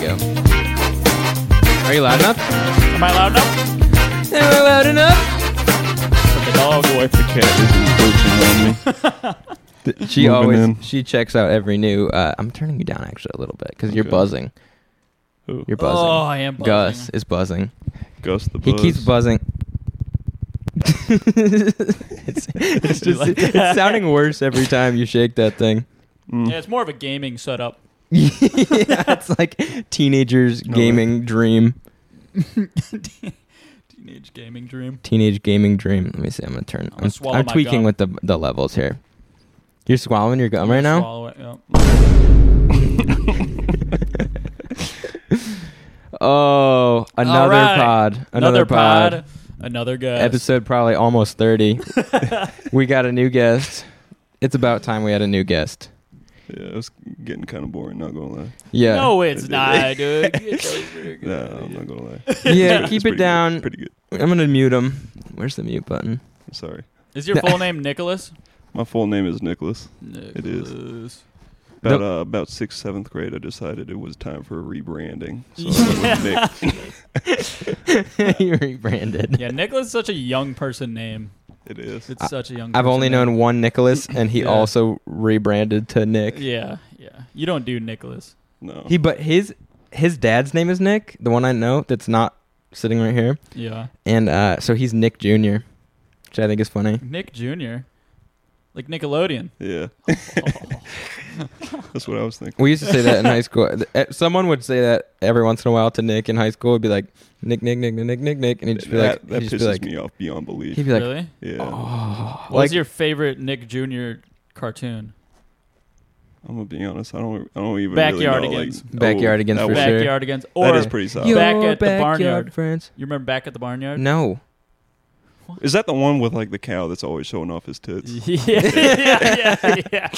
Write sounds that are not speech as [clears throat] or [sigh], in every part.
go. Are you loud enough? Am I loud enough? Am I loud enough? Put the dog away. The cat is [laughs] encroaching on me. She Moving always in. she checks out every new. Uh, I'm turning you down actually a little bit because you're Okay. buzzing. Who? You're buzzing. Oh, I am buzzing. Gus is buzzing. Gus the He Buzz. keeps [laughs] buzzing. it's, it's just Like it's that. sounding worse every time you shake that thing. Mm. Yeah, it's more of a gaming setup. [laughs] yeah, it's like teenagers No way. gaming dream. Teenage gaming dream. Teenage gaming dream. Let me see. I'm gonna turn. gonna I'm, swallow I'm my tweaking gum. with the the levels here. You're swallowing your gum right now. Swallow it, yep. Oh, another right. pod. Another, Another, pod. pod. Another guy. Episode probably almost [laughs] thirty. we got a new guest. It's about time we had a new guest. [laughs] Yeah, it was getting kind of boring. Not gonna lie. Yeah. No, [laughs] it's not, dude. It's always pretty good. No, I'm not [laughs] gonna lie. Yeah. It's keep pretty it good, down. Pretty good. I'm gonna mute him. Where's the mute button? [laughs] I'm sorry. Is your full name Nicholas? My full name is Nicholas. Nicholas. is. is. Nope. About uh, about sixth, seventh grade, I decided it was time for a rebranding. So I went [laughs] with Nick. you rebranded. Yeah, Nicholas is such a young person name. it is. It's such a young I've person only name. known one Nicholas, and he Yeah. also rebranded to Nick. Yeah, yeah. You don't do Nicholas. No. He, but his his dad's name is Nick, the one I know that's not sitting right here, [laughs] Yeah. and uh, so he's Nick Junior, which I think is funny. Nick Jr. [laughs] Like Nickelodeon. yeah, that's what I was thinking. We used to say that in high school. Th- eh, Someone would say that every once in a while to Nick in high school. It'd be like Nick, Nick, Nick, Nick, Nick, Nick, Nick, and he'd just be that like, that he'd pisses just be like, me off beyond belief. he'd be like, really? yeah, oh, What's like your favorite Nick Jr. cartoon? I'm gonna be honest. I don't. I don't even Backyard really know, against- like, Backyard oh, against that for was- sure. Backyard against or That is pretty solid. your Back at the backyard barnyard. friends. you remember back at the barnyard? No, Is that the one with like the cow that's always showing off his [laughs] tits? yeah, yeah, yeah, [laughs] yeah.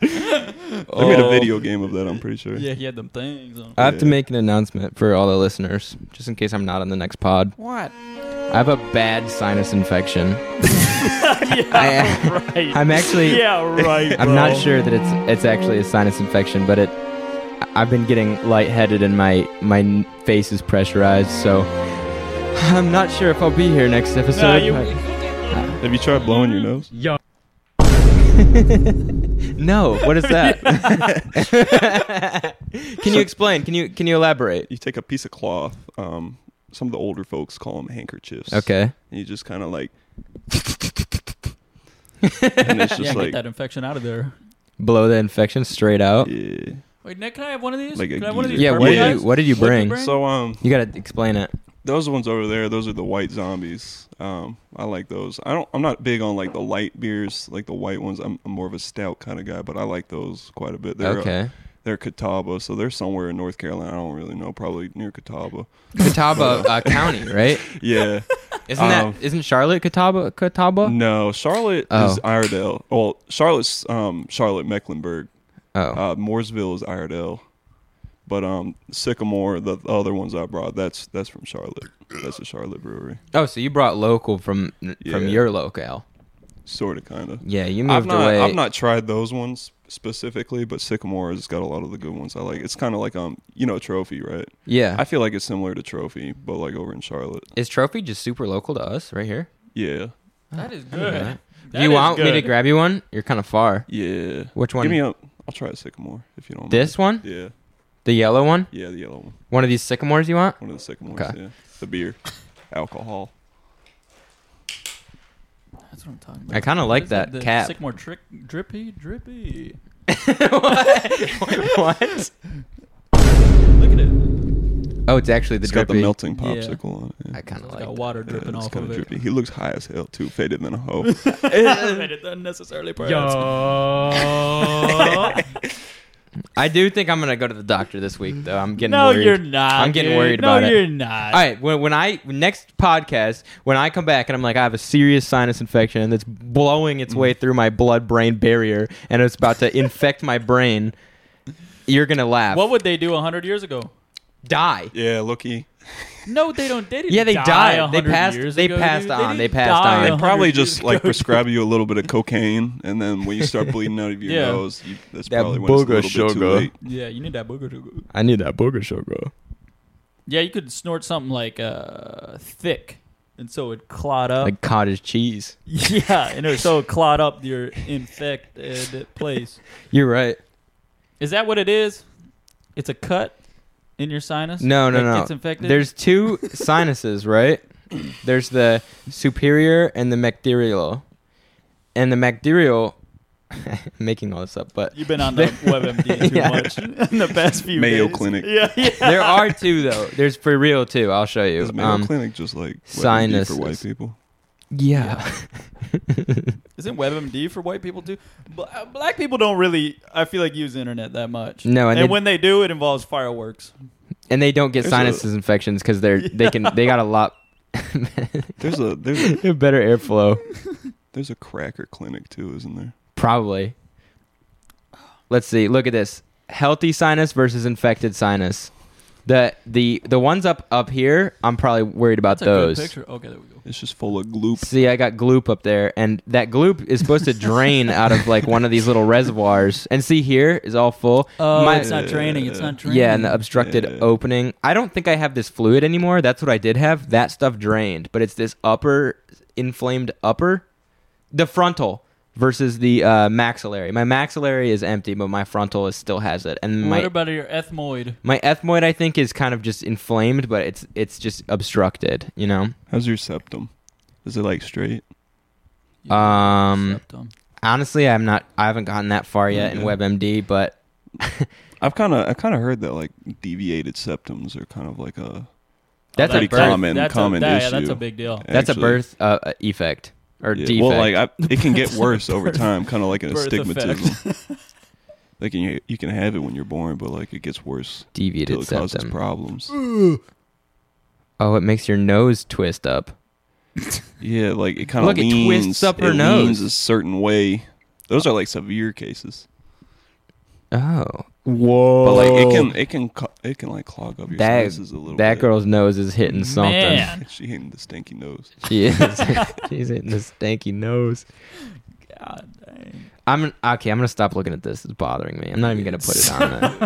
They made a Oh. video game of that. I'm pretty sure. Yeah, he had them things. [laughs] On. I have to Yeah. make an announcement for all the listeners, just in case I'm not on the next pod. What? I have a bad sinus infection. yeah, right. I'm actually, [laughs] yeah, right. I'm not bro. sure that it's it's actually a sinus infection, but it. I've been getting lightheaded and my my n- face is pressurized, so I'm not sure if I'll be here next episode. No, [laughs] you, I- Have you tried blowing your nose? no, what is that? [laughs] can you explain? Can you can you elaborate? You take a piece of cloth. Um, some of the older folks call them handkerchiefs. Okay. And you just kind [laughs] of like. and it's yeah, just get like that infection out of there. Blow the infection straight out. yeah. Wait, Nick, can I have one of these? Like a can I have one of these? geezer. Yeah, what purple did Yeah. you guys? what did you What did you bring? bring? So um, You gotta explain it. those ones over there, those are the white zombies. Um, I like those. I don't. I'm not big on like the light beers, like the white ones. I'm, I'm more of a stout kind of guy, but I like those quite a bit. They're, uh, Okay. they're Catawba, so they're somewhere in North Carolina. I don't really know, probably near Catawba. Catawba uh, County, right? Yeah. [laughs] Isn't Um, Mm. that isn't Charlotte Catawba Catawba? no, Charlotte Oh. is Iredale. Well, Charlotte's um Charlotte Mecklenburg. Oh. Uh, Mooresville is Iredale. But um Sycamore, the the other ones I brought, that's that's from Charlotte. That's a Charlotte brewery. Oh, so you brought local from from Yeah. your locale. Sort of kind of. Yeah, you moved I've not away. I've not tried those ones specifically, but Sycamore has got a lot of the good ones I like. It's kind of like um you know Trophy, right? yeah. I feel like it's similar to Trophy, but like over in Charlotte. Is Trophy just super local to us right here? Yeah. That is good. Alright. That Do you is want me to good. grab you one? You're kind of far. Yeah. Which one? Give me a I'll try a Sycamore if you don't mind. this one? Yeah. The yellow one? Yeah, the yellow one. One of these sycamores you [laughs] want? [laughs] One of the sycamores, Okay. yeah. The beer. Alcohol. That's what I'm talking about. I kind of like Is it that the cap. Sycamore trick, drippy, drippy. what? Look at it. It's Oh, it's actually the It's got drippy. the melting Yeah. popsicle on it. Yeah. I kind of got like. that. water dripping Yeah, it's off kinda of drippy. [laughs] He looks high as hell too, faded than a hoe. [laughs] it. Made it unnecessarily proud. [laughs] [laughs] I do think I'm gonna go to the doctor this week, though. I'm getting no, worried. you're not. I'm getting dude. worried no, about it. [laughs] you're not. All right, when, when I next podcast, when I come back and I'm like, I have a serious sinus infection that's blowing Mm. its way through my blood-brain barrier and it's about [laughs] to infect my brain, you're gonna laugh. What would they do 100 years ago? Die. yeah, looky. No, they don't. They didn't Yeah, they die died. 100 They passed- years they ago, passed dude. on. They didn't passed die on. They 100 Probably years just [laughs] like ago. prescribe you a little bit of cocaine, and then when you start bleeding out [laughs] of your Yeah. nose, you, that's That probably when it's a booger little bit too sugar. late. [laughs] Yeah, you need that booger to go. I need that booger sugar. Yeah, you could snort something like uh, thick, and so it clot up. Like cottage cheese. [laughs] yeah, and it, so it clot up your infected place. You're right. Is that what it is? It's a cut in your sinus. No, no, That no. Gets infected. There's [laughs] two sinuses, right? There's the superior and the macterial. And the [laughs] macterial, making all this up, but You've been [laughs] on the WebMD too Yeah. much [laughs] in the past few Mayo days. Clinic. Yeah, yeah. there [laughs] are two though. There's for real too. I'll show you. Is Mayo Um, Clinic just like sinus sinuses. for white [laughs] people? yeah. Isn't WebMD for white people too? Bl- uh, Black people don't really, I feel like, use the internet that [laughs] much. No, and and, they- when they do, it involves fireworks. and they don't get There's sinus infections because they're they can they got a lot There's a there's a, [laughs] better airflow. there's a cracker clinic too, isn't there? Probably. Let's see. Look at this. Healthy sinus versus infected sinus. The the the ones up up here, I'm probably worried about those. Okay, there we go. It's just full of gloop. See, I got gloop up there, and that gloop is supposed to drain out of like one of these little reservoirs. And see here is all full. Oh, My- it's not draining. It's not draining. yeah, and the obstructed Yeah. opening. I don't think I have this fluid anymore. That's what I did have. That stuff drained, but it's this upper inflamed upper, the frontal versus the uh, maxillary. My maxillary is empty, but my frontal is still has it, and what my about your ethmoid? my ethmoid I think is kind of just inflamed, but it's it's just obstructed. You know, How's your septum? Is it like straight? Um, Septum. honestly, I'm not. I haven't gotten that far yet in Okay. WebMD, but I've kind of I kind of heard that like deviated septums are kind of like a that's a Pretty birth. common- that's common a, that- Yeah, issue. that's a big deal. That's actually- a birth uh, uh, effect or Yeah, defect. Well, like I, it [laughs] can get worse over Birth- time, kind of like an birth astigmatism. like you, you can have it when you're born, but like it gets worse till deviated it causes septum. problems. Oh, it makes your nose twist up. Yeah, like it kind of Look, it leans. twists up her it nose. leans a certain way. Those are like severe cases, Oh. Whoa. but like it can it can co- it can like clog up your That- sinuses a little. That bit. girl's nose is hitting something. Man. [laughs] she hitting the stinky nose. [laughs] She is. She's hitting the stanky nose. God dang. I'm okay. I'm gonna stop looking at this. It's bothering me. I'm not even gonna put it [laughs] on. There. [laughs]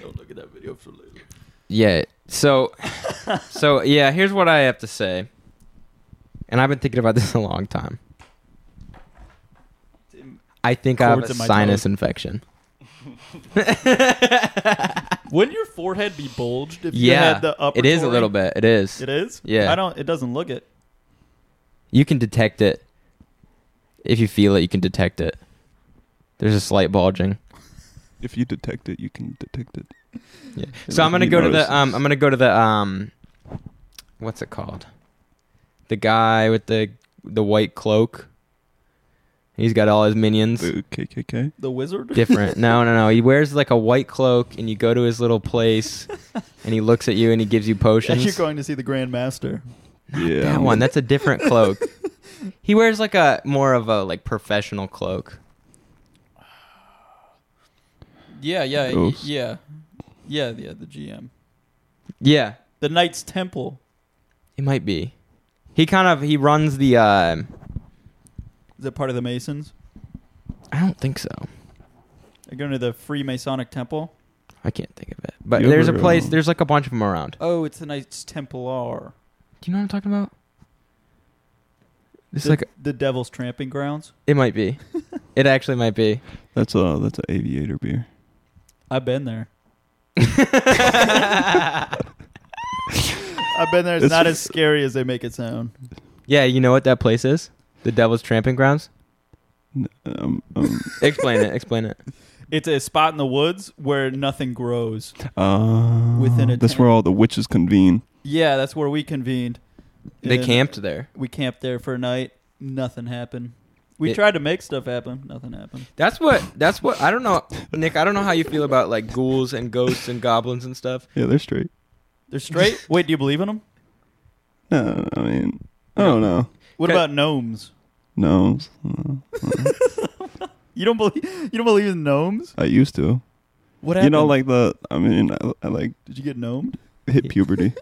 Don't look at that video for later. Yeah. So, so yeah. Here's what I have to say. And I've been thinking about this a long time. I think I have Cords a in my sinus toes. [laughs] infection. [laughs] Wouldn't your forehead be bulged if you yeah, had the upper? it is a torrent? little bit. It is. It is. Yeah. I don't. It doesn't look it. You can detect it. If you feel it, you can detect it. There's a slight bulging. If you detect it, you can detect it. [laughs] Yeah. And So I'm if gonna you go to the notice um this- I'm gonna go to the um what's it called? The guy with the the white cloak. He's got all his minions. the KKK. The wizard. Different. No, no, no. He wears like a white cloak and you go to his little place and he looks at you and he gives you potions. [laughs] You're going to see the Grand Master. yeah, [laughs] that I'm one, that's a different cloak. he wears like a more of a like professional cloak. Yeah, yeah, y- Gross. yeah, yeah, yeah. The GM, Yeah. the Knights Temple. It might be. He kind of he runs the. Uh, Is that part of the Masons? I don't think so. They're going to the Freemasonic Temple. I can't think of it. But You there's a ever, place. um, There's like a bunch of them around. Oh, it's the Knights Templar. Do you know what I'm talking about? It's the, like the Devil's Tramping Grounds. it might be. it actually might be. That's a that's an aviator beer. I've been there. I've been there. It's, It's not as just- scary as they make it sound. Yeah, you know what that place is? The Devil's Tramping Grounds. N- Um, [laughs] um, [laughs] Explain it. Explain it. It's a spot in the woods where nothing grows. uh, Within a that's tent. where all the witches convene. Yeah, that's where we convened. They And camped there. We camped there for a night. Nothing happened. We It- tried to make stuff happen. Nothing happened. That's what. That's what. I don't know, Nick. I don't know how you feel about like ghouls and ghosts and goblins and stuff. Yeah, they're straight. [laughs] They're straight. Wait, do you believe in them? No, I mean, I don't know. What Okay. about gnomes? Gnomes. Uh, You don't believe [laughs] you don't believe in gnomes? I used to. What You happened? know, like the. I mean, I, I like. did you get gnomed? hit puberty.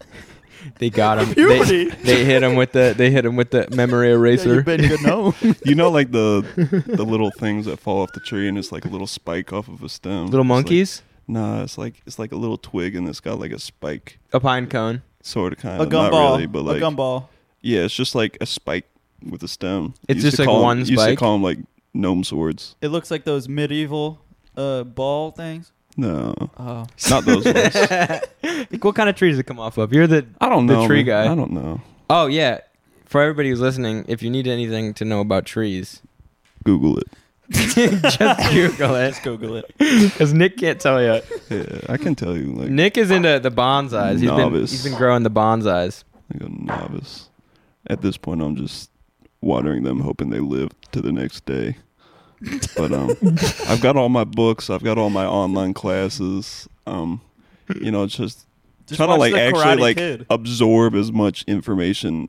They got him. Puberty. They, [laughs] they hit him with the. They hit him with the memory eraser. [laughs] you know, like the [laughs] the little things that fall off the tree, and it's like a little spike off of a stem. It's Little like- monkeys. nah, it's like it's like a little twig, and it's got like a spike, a pine [laughs] cone. sort of kind a of. gumball. Not really, but like a gumball. yeah, it's just like a spike with a stem. It's Used just to like call 'em- one Used to spike? call them like gnome swords. It looks like those medieval uh, ball things. No, Oh, not [laughs] those ones. Like, what kind of trees does it come off of? You're the. I don't The know. tree man. guy. I don't know. Oh yeah. For everybody who's listening, if you need anything to know about trees, [laughs] Google it. just Google [laughs] it. Google [laughs] it. Because Nick can't tell you. Yeah, I can tell you like Nick is into the bonsais. He's been, Novice. he's been growing the bonsais. like a novice. At this point, I'm just watering them, hoping they live to the next day. But um, [laughs] I've got all my books. I've got all my online classes. Um, you know, it's just, Just trying to watch like The actually Karate like Kid. absorb as much information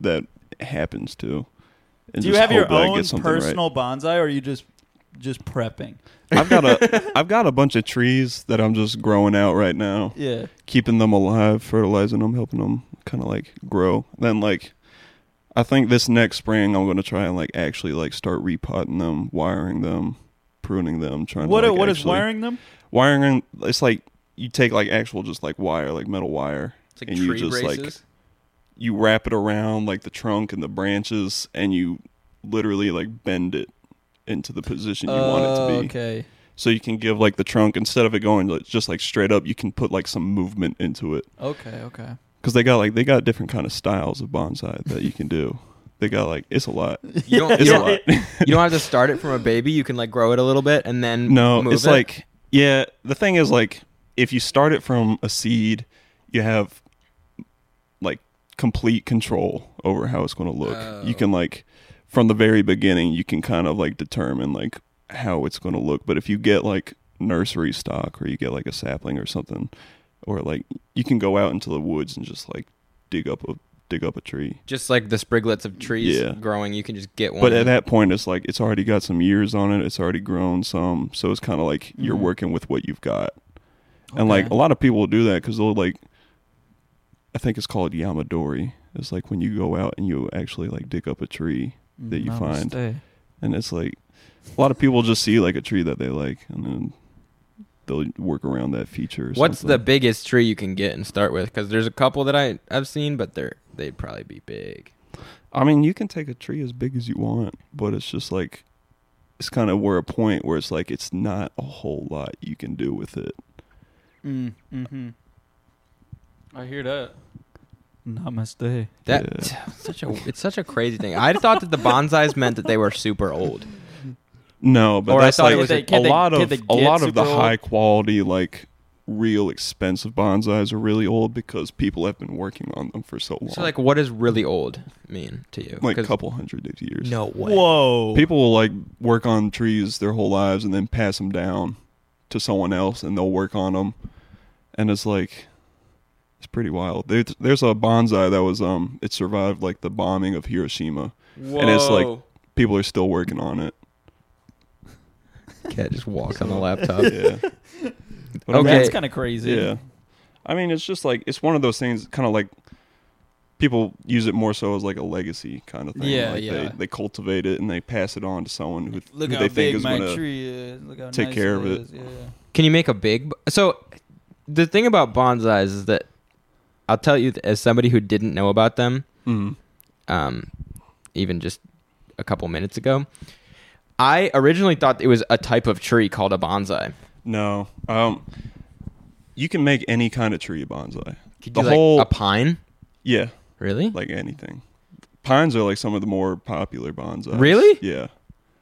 that happens to. And Do you just have your hope that I own get something right. personal bonsai, or are you just just prepping? I've [laughs] got a I've got a bunch of trees that I'm just growing out right now. Yeah. keeping them alive, fertilizing them, helping them kind of like grow. Then like I think this next spring I'm going to try and like actually like start repotting them, wiring them, pruning them, trying What to like, what is actually- wiring them? Wiring it's like you take like actual just like wire, like metal wire. It's like And you tree just, like, [laughs] braces. You wrap it around like the trunk and the branches and you literally like bend it into the position you want it to be. Oh, Uh, Okay. So you can give like the trunk instead of it going like, just like straight up, you can put like some movement into it. Okay. Okay. because they got like they got different kind of styles of bonsai that you can do. They got like it's a lot. you, don't, you, It's a don't, lot. you don't have to start it from a baby. You can like grow it a little bit and then no, move it's it. like yeah. The thing is like if you start it from a seed, you have like complete control over how it's going to look. You can Oh. like from the very beginning, you can kind of like determine like how it's going to look. But if you get like nursery stock or you get like a sapling or something, or like you can go out into the woods and just like dig up a dig up a tree. just like the spriglets of trees Yeah. growing. You can just get one. But at that point, it's like it's already got some years on it. It's already grown some, so it's kind of like you're Mm-hmm. Mhm. working with what you've got. And like Okay. a lot of people will do that because they'll like, I think it's called yamadori. It's like when you go out and you actually like dig up a tree, that you find. Namaste. and it's like a lot of people just see like a tree that they like, and then they'll work around that feature. Or What's the something. biggest tree you can get and start with? Because there's a couple that I I've seen, but they're they'd probably be big. I mean, you can take a tree as big as you want, but it's just like it's kind of where a point where it's like it's not a whole lot you can do with it. Mm, hmm I hear that. Namaste. That such a it's such a crazy thing. I thought that the bonsais meant that they were super old. No, but Or I that's thought like it was a, a- Can they- lot can of they a get lot of the super old? high quality like real expensive bonsais are really old because people have been working on them for so long. So like, what does really old mean to you? like a 'Cause- couple hundred of years. No way. Whoa. People will like work on trees their whole lives and then pass them down to someone else and they'll work on them. And it's like it's pretty wild. There's, there's a bonsai that was um it survived like the bombing of Hiroshima. And it's like Whoa. people are still working [laughs] on it. Cat just walks on the laptop. Yeah. But I'm Okay. That's kind of crazy. Yeah. I mean, it's just like it's one of those things kind of like people use it more so as like a legacy kind of thing. Yeah, like yeah. They, they cultivate it and they pass it on to someone who, Look who how they big think is my going to. tree is. Look how take nice care it of it. is. Yeah. Can you make a big? b- So, the thing about bonsais is that I'll tell you, as somebody who didn't know about them, Mm, um, even just a couple minutes ago, I originally thought it was a type of tree called a bonsai. no, um, you can make any kind of tree a bonsai. Could The you, like, whole- a pine, Yeah, really? like anything. Pines are like some of the more popular bonsai. Really? Yeah,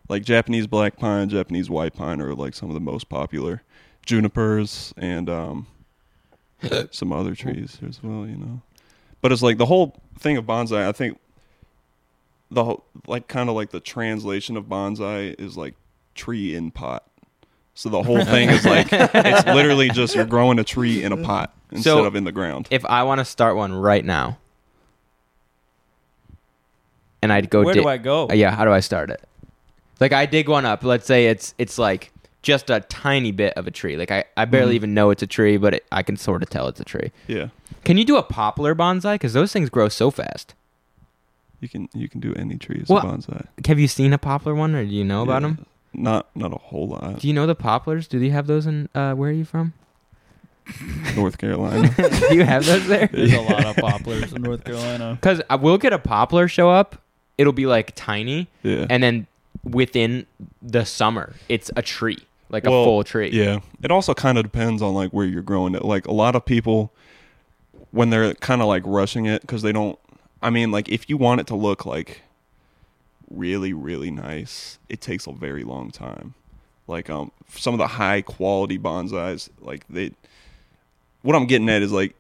like Japanese black pine, Japanese white pine are like some of the most popular. Junipers and um, some other trees as well, you know. But it's like the whole thing of bonsai. I think the whole, like kind of like the translation of bonsai is like tree in pot. So the whole thing is like it's literally just you're growing a tree in a pot instead So- of in the ground. if I want to start one right now, and I'd go. Where dig- do I go? Uh, Yeah, how do I start it? Like I dig one up. Let's say it's it's like just a tiny bit of a tree. Like I, I Mm-hmm. barely even know it's a tree, but it, I can sort of tell it's a tree. Yeah, Can you do a poplar bonsai? Because those things grow so fast. you can you can do any tree as Well, a bonsai. Have you seen a poplar one, or do you know about Yeah. them? Not not a whole lot. [laughs] Do you know the poplars? Do they have those in? Uh, where are you from? [laughs] North Carolina. do you have those there? [laughs] There's a lot of poplars in North Carolina. Because I will get a poplar show up. It'll be like tiny, Yeah. and then within the summer, it's a tree, like a Well, full tree. Yeah. It also kind of depends on like where you're growing it. Like a lot of people, when they're kind of like rushing it, because they don't, I mean, like if you want it to look like really, really nice, it takes a very long time. Like um, some of the high quality bonsais, like they, what I'm getting at is like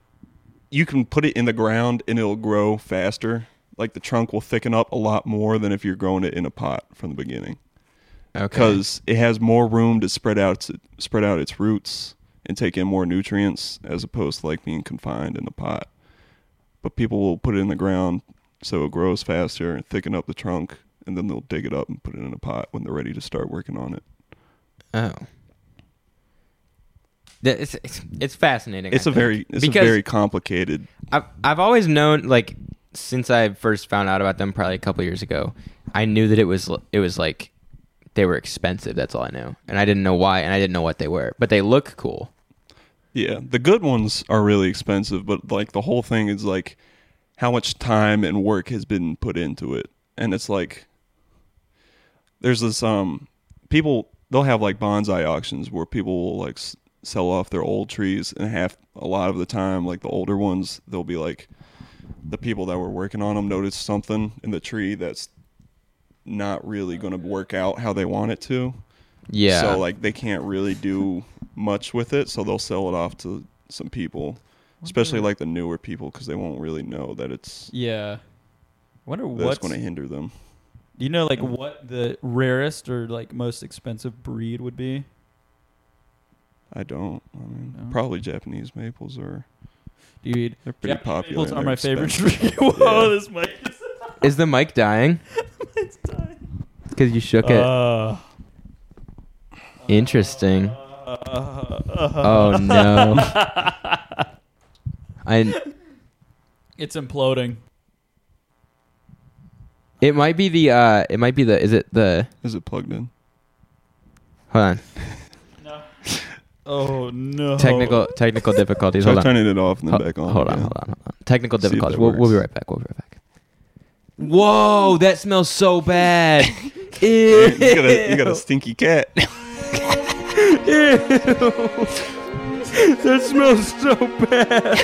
you can put it in the ground and it'll grow faster. Like the trunk will thicken up a lot more than if you're growing it in a pot from the beginning Okay. because it has more room to spread out to spread out its roots and take in more nutrients as opposed to like being confined in the pot. But people will put it in the ground so it grows faster and thicken up the trunk, and then they'll dig it up and put it in a pot when they're ready to start working on it. Oh. That- It's, it's, it's fascinating. I It's a think. very it's Because- a very complicated. I've I've always known like since I first found out about them probably a couple years ago, I knew that it was it was like they were expensive. That's all I knew, and I didn't know why, and I didn't know what they were, but they look cool. Yeah, the good ones are really expensive, but like the whole thing is like how much time and work has been put into it. And it's like there's this um people they'll have like bonsai auctions where people will like s- sell off their old trees and half a lot of the time like the older ones they'll be like the people that were working on them noticed something in the tree that's not really going to work out how they want it to Yeah. so like they can't really do much with it, so they'll sell it off to some people, especially like the newer people, because they won't really know that it's Yeah. I wonder that's what's going to hinder them. Do you know like what the rarest or like most expensive breed would be? I don't. I mean, No. probably Japanese maples are Dude, they're pretty Japanese popular. maples and are they're my favorite [laughs] expensive. tree. [laughs] Whoa, Yeah. this mic is is the mic dying? [laughs] it's dying. Because you shook it. Uh, Interesting. uh, Oh [laughs] no. I it's imploding. it might be the uh it might be the is it the Is it plugged in? hold on Oh no. technical technical difficulties Try hold on turning it off and then Ho- back on. hold on again. hold on hold on technical See if that difficulties we'll, we'll be works. right back we'll be right back. Whoa, that smells so [laughs] bad. Ew. [laughs] you, got a, [laughs] you got a stinky cat. that smells so bad.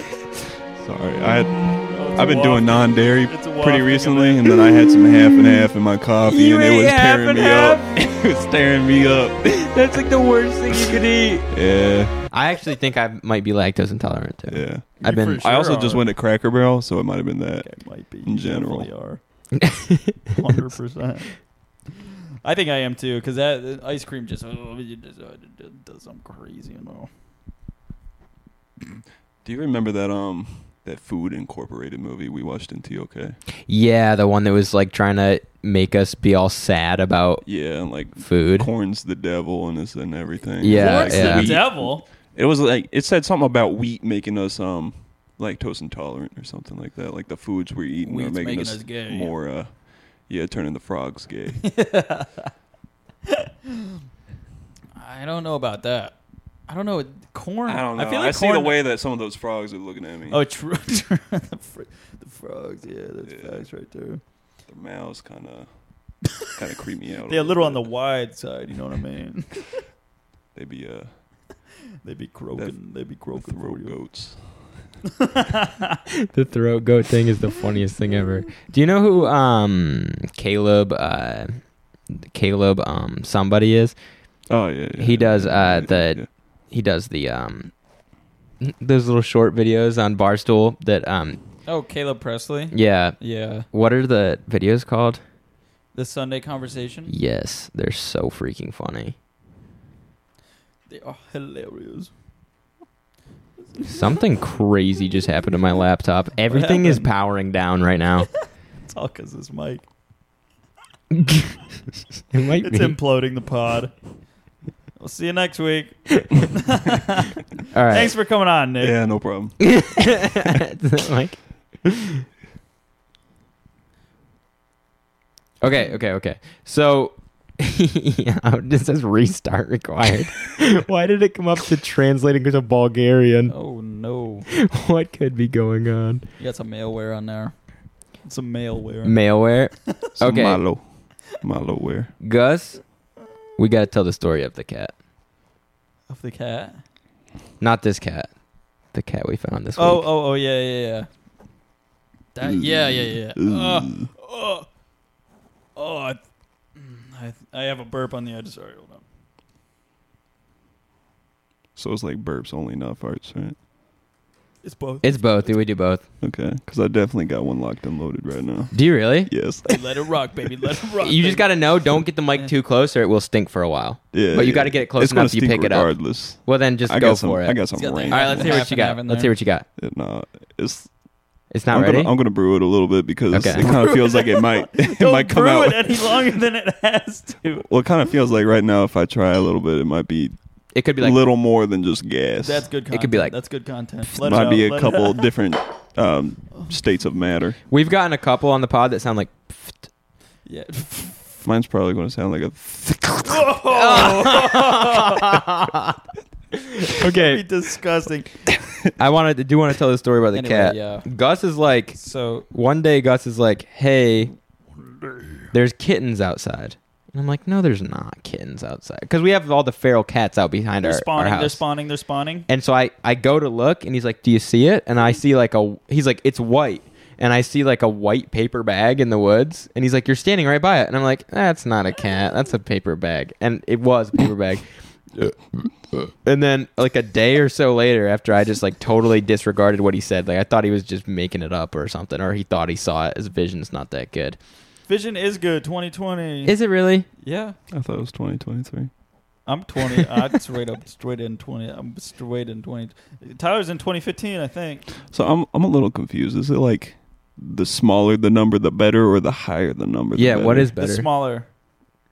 Sorry, I had, Oh, it's I've a been waft. doing non-dairy It's a wafting pretty of recently, and then I had some half and half in my coffee, You and it ate was half tearing and me up. half? [laughs] it was tearing me up. That's like the worst thing you could eat. Yeah, I actually think I might be lactose intolerant too. yeah. I've You been for I also sure just are. went to Cracker Barrel, so it might have been that. It might be. in general. [laughs] Hundred percent. I think I am too, because that that ice cream just, oh, it just, uh, it just does something crazy, you know. Do you remember that um that Food Incorporated movie we watched in TOK? Yeah, the one that was like trying to make us be all sad about Yeah, and like food. corn's the devil and this and everything. Yeah, Corn's yeah. the devil. It was like it said something about wheat making us um lactose intolerant or something like that. Like the foods we're eating are Wheat's making, making us, us gay. more uh yeah, turning the frogs gay. I don't know about that. I don't know. Corn. I don't know. I, feel like see corn, the way that some of those frogs are looking at me. Oh, [laughs] true. the, fr- the frogs. Yeah, that's Yeah. facts right there. Their mouths kind of kind of creep me [laughs] out. They're a little on the bit. wide side. You know what I mean? [laughs] They be uh they be croaking. They be the croaking for throat you. goats. [laughs] [laughs] The throat goat thing is the funniest thing ever. Do you know who um Caleb uh Caleb um somebody is? Oh yeah. yeah, He yeah, does, yeah, uh, yeah, the- yeah. He does the um those little short videos on Barstool that um Oh, Caleb Presley. yeah, Yeah. what are the videos called? The Sunday conversation. Yes, they're so freaking funny. They are Oh, hilarious. Something crazy just happened to my laptop. Everything is happened? powering down right now. It's all because this mic. it might be. It's [laughs] imploding the pod. We'll see you next week. All right. Thanks for coming on, Nick. Yeah, no problem. [laughs] Mike. Okay, okay, okay. So [laughs] yeah, it says restart required. [laughs] Why did it come up to translating to Bulgarian? Oh no, [laughs] What could be going on? you got some malware on there. Some malware. Malware. [laughs] So Okay. Malo. Maloware. Gus, we gotta tell the story of the cat. of the cat. Not this cat. The cat we found this Oh, week. oh, oh, yeah, yeah, yeah. That, yeah, yeah, yeah. Uh, oh, oh, I, I, I have a burp on the edge. Sorry, hold on. So it's like burps only, not farts, right? It's both. It's both. Do we do both? Okay. Because I definitely got one locked and loaded right now. [laughs] Do you really? Yes. Let it rock, baby. Let it rock. You just baby. gotta know. Don't get the mic too close, or it will stink for a while. Yeah. But you yeah. gotta get it close It's gonna enough you stink pick it up. Regardless. Well, then just I go got some, for it. I got It's some got the- rain. All right, let's hear what you Half got. and half in Let's there. hear what you got. No, it's It's not I'm ready. Gonna, I'm gonna brew it a little bit because Okay. [laughs] it kind of feels like it might [laughs] it Don't might come brew out. it any longer than it has to. Well, it kind of feels like right now if I try a little bit, it might be it could be a like little more than just gas. That's good. Content. It could be like- that's good content. might Let it out, be a let it couple out. different um, states of matter. we've gotten a couple on the pod that sound like. pfft. [laughs] Yeah. Mine's probably gonna sound like a. [laughs] [laughs] That'd okay, be disgusting. I wanted to do want to tell the story about the Anyway, cat. yeah. Gus is like So one day. Gus is like, hey, there's kittens outside. And I'm like, no, there's not kittens outside because we have all the feral cats out behind they're our, our spawning. house. They're spawning. They're spawning. And so I, I go to look and he's like, Do you see it? And I see like a he's like, It's white. And I see like a white paper bag in the woods. And he's like, You're standing right by it. And I'm like, That's not a cat. That's a paper bag. And it was a paper bag. and then like a day or so later, after I just like totally disregarded what he said, like I thought he was just making it up or something, or he thought he saw it. His vision's not that good. Vision is good. 2020. Is it really? yeah. I thought it was 2023. I'm 20. [laughs] I'm straight up, straight in 20. I'm straight in 20. Tyler's in 2015, I think. So I'm I'm a little confused. Is it like the smaller the number, the better, or the higher the number? The yeah, what better? is The better? smaller,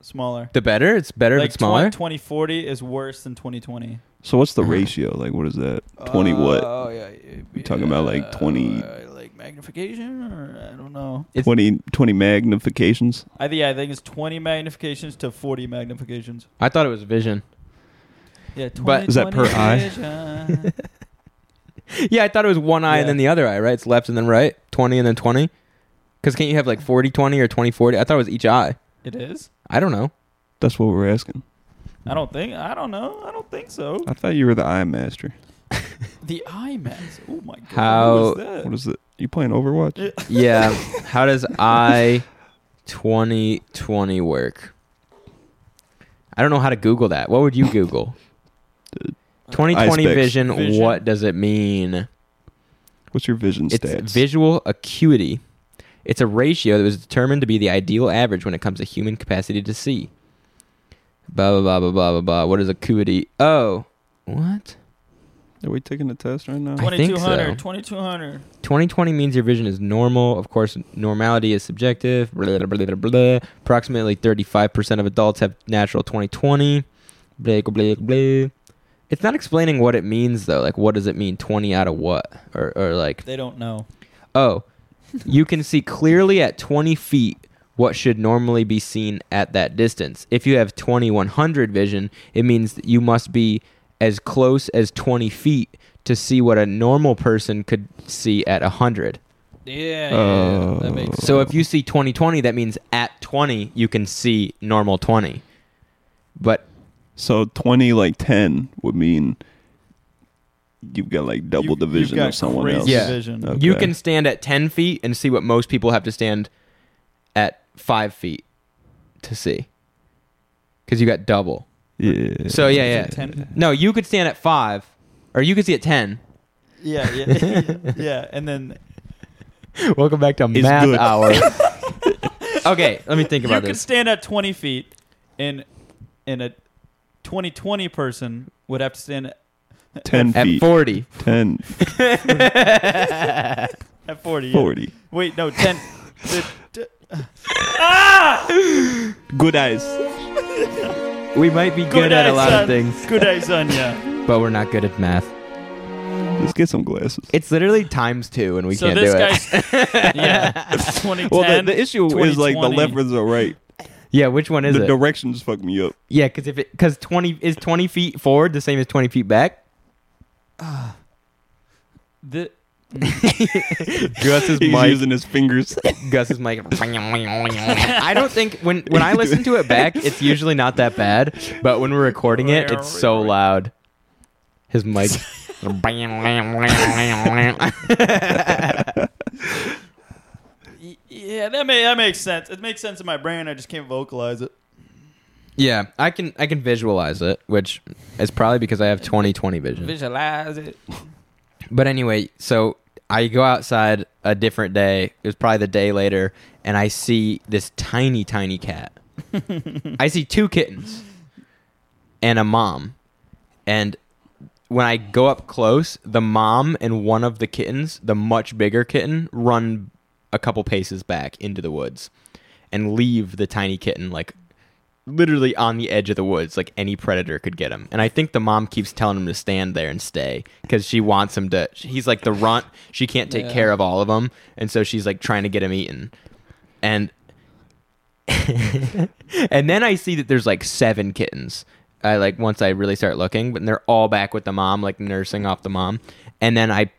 smaller. the better? It's better if like it's smaller? 20- 2040 is worse than 2020. So what's the ratio? Like, what is that? 20 what? Oh yeah. You talking about, like, 20 uh, like magnification or I don't know. it's- 20, 20 magnifications. I think yeah, I think it's 20 magnifications to 40 magnifications. I thought it was vision. Yeah, 20, But- Is that per eye? eye? Yeah, I thought it was one eye and Yeah. then the other eye, right? It's left and then right, 20 and then 20. Because can't you have like 40 20 or 20 40? I thought it was each eye. [laughs] it is. I don't know. That's what we're asking. I don't think. I don't know. I don't think so. I thought you were the eye master. The IMAX. Oh my god. How- What is that? What is it? You playing Overwatch? Yeah. How does I 20 20 work? I don't know how to Google that. What would you Google? 2020 Ice picks. vision, Vision. what does it mean? What's your vision It's stats? visual acuity. It's a ratio that was determined to be the ideal average when it comes to human capacity to see. Blah blah blah blah blah blah blah. What is acuity? Oh, what? Are we taking a test right now? I think 2200, so. 2200. 2020 means your vision is normal. Of course, normality is subjective. Blah, blah, blah, blah, blah. Approximately 35% of adults have natural 2020. Blah, blah, blah. It's not explaining what it means though. Like, what does it mean? 20 out of what? Or, or like, They don't know. Oh, you can see clearly at 20 feet what should normally be seen at that distance. If you have 2100 vision, it means that you must be as close as 20 feet to see what a normal person could see at 100. Yeah, yeah, Oh. that makes sense. So if you see 2020, that means at 20 you can see normal 20. But So 20 like 10 would mean you've got like double You've- the you've vision got of someone crazy else. Yeah. vision. Okay. you can stand at 10 feet and see what most people have to stand at 5 feet to see. Because you got double. Yeah. So yeah, yeah. Is it 10? No, you could stand at five, or you could see at ten. [laughs] Yeah, [laughs] yeah, yeah. And then Welcome back to It's math good. hour. okay, let me think you about could this. stand at 20 feet, and and a 2020 person would have to stand 10 At feet. forty, 10, at 40. yeah. 40. Wait, no, 10. the- Good eyes. [laughs] We might be good, at a eyes lot on, of things, Good eyes on [laughs] ya. but we're not good at math. Let's get some glasses. It's literally times two, and we so can't this do it. guy's [laughs] yeah, 2010. Well, the, the issue is like the 2020. left versus the right. Yeah, which one is the it? direction just fucked me up. yeah, because if it because twenty is twenty feet forward the same as twenty feet back. The- Gus is [laughs] He's Mike. using his fingers. [laughs] Gus is Mike. [laughs] I don't think when when I listen to it back, it's usually not that bad. But when we're recording it, it's so loud. His mic. yeah, that may that makes sense. It makes sense in my brain. I just can't vocalize it. yeah, I can I can visualize it, which is probably because I have 20/20 vision. Visualize it. But anyway, so I go outside a different day. It was probably the day later, and I see this tiny, tiny cat. I see two kittens and a mom. And when I go up close, the mom and one of the kittens, the much bigger kitten, run a couple paces back into the woods and leave the tiny kitten like literally on the edge of the woods like any predator could get him and i think the mom keeps telling him to stand there and stay because she wants him to he's like the runt she can't take Yeah. care of all of them and so she's like trying to get him eaten and [laughs] and then i see that there's like seven kittens i like once i really start looking but they're all back with the mom like nursing off the mom and then i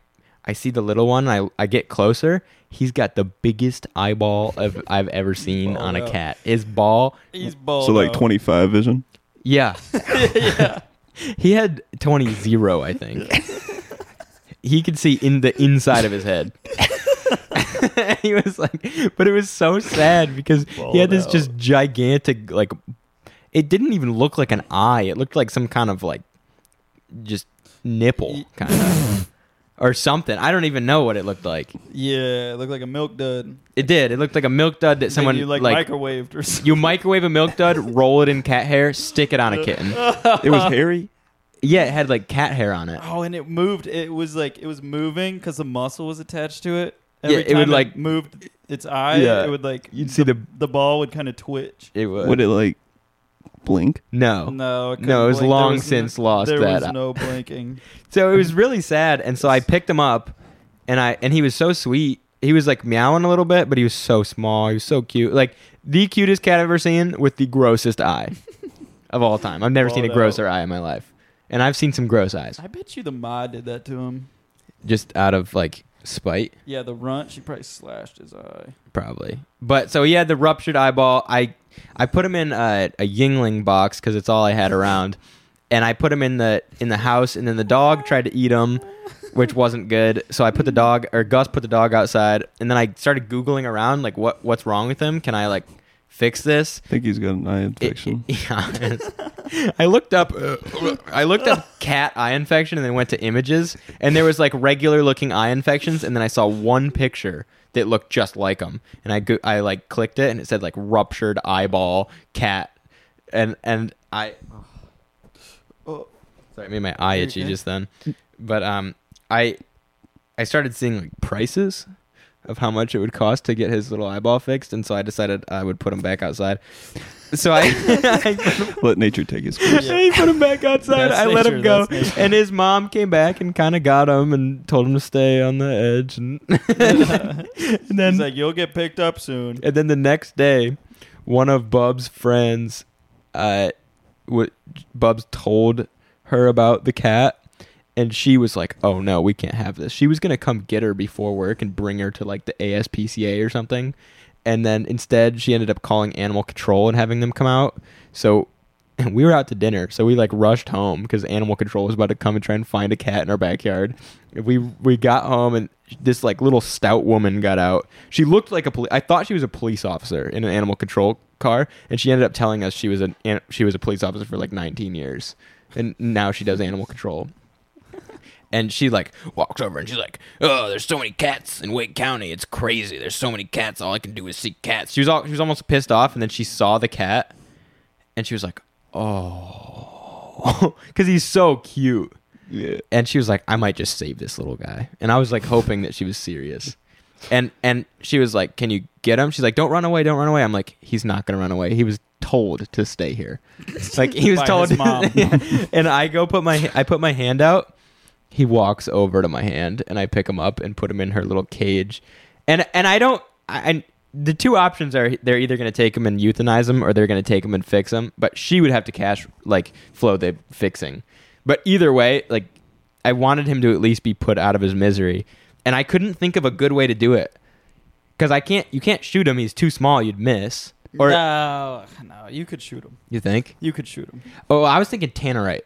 i see the little one i, I get closer he's got the biggest eyeball of, i've ever seen on a Balled out. cat his ball He's bald. so like though. 25 vision. [laughs] yeah. He had 20 zero, I think. he could see in the inside of his head. [laughs] he was like, but it was so sad because he had this just gigantic, like, it didn't even look like an eye. It looked like some kind of, like, just nipple, kind of, or something. I don't even know what it looked like. Yeah, look like a milk dud. It did. It looked like a milk dud that someone, you like, like, [laughs] microwaved or something. you microwave a milk dud, roll it in cat hair, stick it on a kitten. It was hairy. Yeah, it had like cat hair on it. Oh, and it moved. It was like it was moving because the muscle was attached to it. Yeah, Every it time would, like- moved its eye. Yeah. it would like You'd see the the ball would kind of twitch. it was Would it like blink? no. No, couldn't No, it was blink. There long was no- since lost There that. uh, [laughs] was no blinking. So it was really sad, and so I picked him up, and I and he was so sweet. He was like meowing a little bit, but he was so small. He was so cute, like the cutest cat I've ever seen with the grossest eye of all time. I've never [laughs] seen a Balled grosser eye in my life, and I've seen some gross eyes I bet you the mod did that to him. just out of like spite. Yeah, the runt. She probably slashed his eye. probably. But so he had the ruptured eyeball. I I put him in a, a Yingling box because it's all I had around, and I put him in the in the house, and then the dog tried to eat him, which wasn't good. So I put the dog or Gus put the dog outside, and then I started googling around like what what's wrong with him? Can I like fix this? I think he's got an eye It- infection. it- [laughs] yeah. I looked up uh, I looked up cat eye infection and then went to images and there was like regular looking eye infections and then I saw one picture that looked just like them and I go, I like clicked it and it said like ruptured eyeball cat and and I Oh, sorry I made my eye You itchy okay? just then but um I I started seeing like prices of how much it would cost to get his little eyeball fixed and so I decided I would put him back outside so I, [laughs] I Let nature take [laughs] his [laughs] course. I put him back outside. That's I let nature, him go, that's nature. and his mom came back and kind of got him and told him to stay on the edge. And, and [laughs] then, He's like, you'll get picked up soon. and then the next day, one of Bub's friends, uh, what Bub's told her about the cat, and she was like, "Oh no, we can't have this." She was gonna come get her before work and bring her to like the ASPCA or something, and then instead she ended up calling animal control and having them come out. So and [laughs] we were out to dinner, so we like rushed home because animal control was about to come and try and find a cat in our backyard. We we got home and this like little stout woman got out. She looked like a police. I thought she was a police officer in an animal control car, and she ended up telling us she was an an- she was a police officer for like 19 years, and now she does animal control. [laughs] And she like walks over and she's like, "Oh, there's so many cats in Wake County. It's crazy. There's so many cats. All I can do is see cats." She was all she was almost pissed off, and then she saw the cat, and she was like, "Oh," [laughs] because he's so cute. Yeah. And she was like, "I might just save this little guy." And I was like hoping that she was serious. And and she was like, "Can you get him?" She's like, "Don't run away. Don't run away." I'm like, "He's not gonna run away. He was told to stay [laughs] here. It's like he was By told. his mom. [laughs] Yeah. and I go put my I put my hand out. He walks over to my hand and I pick him up and put him in her little cage. And and I don't I, I the two options are they're either going to take him and euthanize him or they're going to take him and fix him, but she would have to cash like flow the fixing. But either way, like I wanted him to at least be put out of his misery, and I couldn't think of a good way to do it because I can't. You can't shoot him. He's too small. You'd miss. Or no, no, you could shoot him. you think? You could [laughs] shoot him. Oh, I was thinking [laughs] tannerite.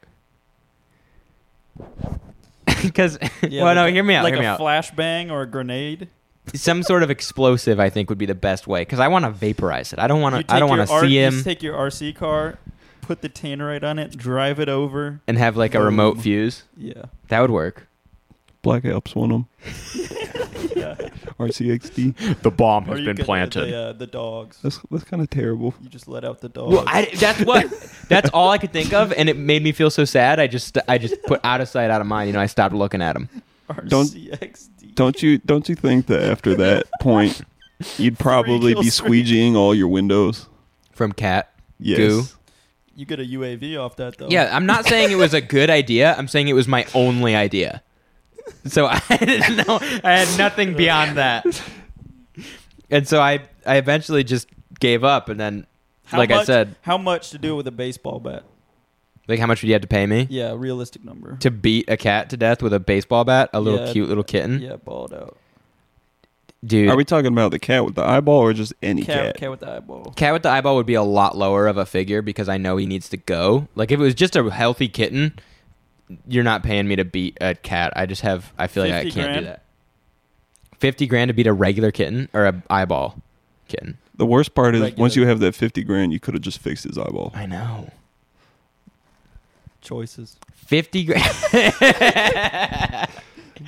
Because Yeah, well, like no, a- hear me out. Like hear me a out. flashbang or a grenade. Some sort of explosive, I think, would be the best way. Because I want to vaporize it. I don't You want take to. I don't your want to R- see you him just take your RC car, put the tannerite on it, drive it over. and have like a Boom. remote fuse. [laughs] Yeah. That would work. Black Alps won them. yeah. RCXD. The bomb Or you could, uh, The, uh, the dogs. That's that's kind of terrible. You just let out the dogs. Well, I, that's what. [laughs] that's all I could think of, and it made me feel so sad. I just, I just put out of sight, out of mind. You know, I stopped looking at him. Don't- RCXD. Don't you don't you think that after that point, you'd probably be kill streak. squeegeeing all your windows? From cat. Yes. Goo. You get a UAV off that though. Yeah, I'm not saying it was a good idea. I'm saying it was my only idea. So [laughs] I didn't know. I had nothing beyond that. And so I, I eventually just gave up. And then, How like I much- said, How much to do with a baseball bat? like how much would you have to pay me Yeah, realistic number. to beat a cat to death with a baseball bat, a little Yeah. cute little kitten, Yeah, balled out. dude? Are we talking about the cat with the eyeball or just any Cat, cat? cat with the eyeball. Cat with the eyeball would be a lot lower of a figure because I know he needs to go. Like if it was just a healthy kitten, you're not paying me to beat a cat. I just have I feel like I 50 can't do grand? that. Fifty grand to beat a regular kitten or a eyeball kitten. The worst part is once Regular. you have that fifty grand, you could have just fixed his eyeball. I know. Choices. Fifty grand. [laughs]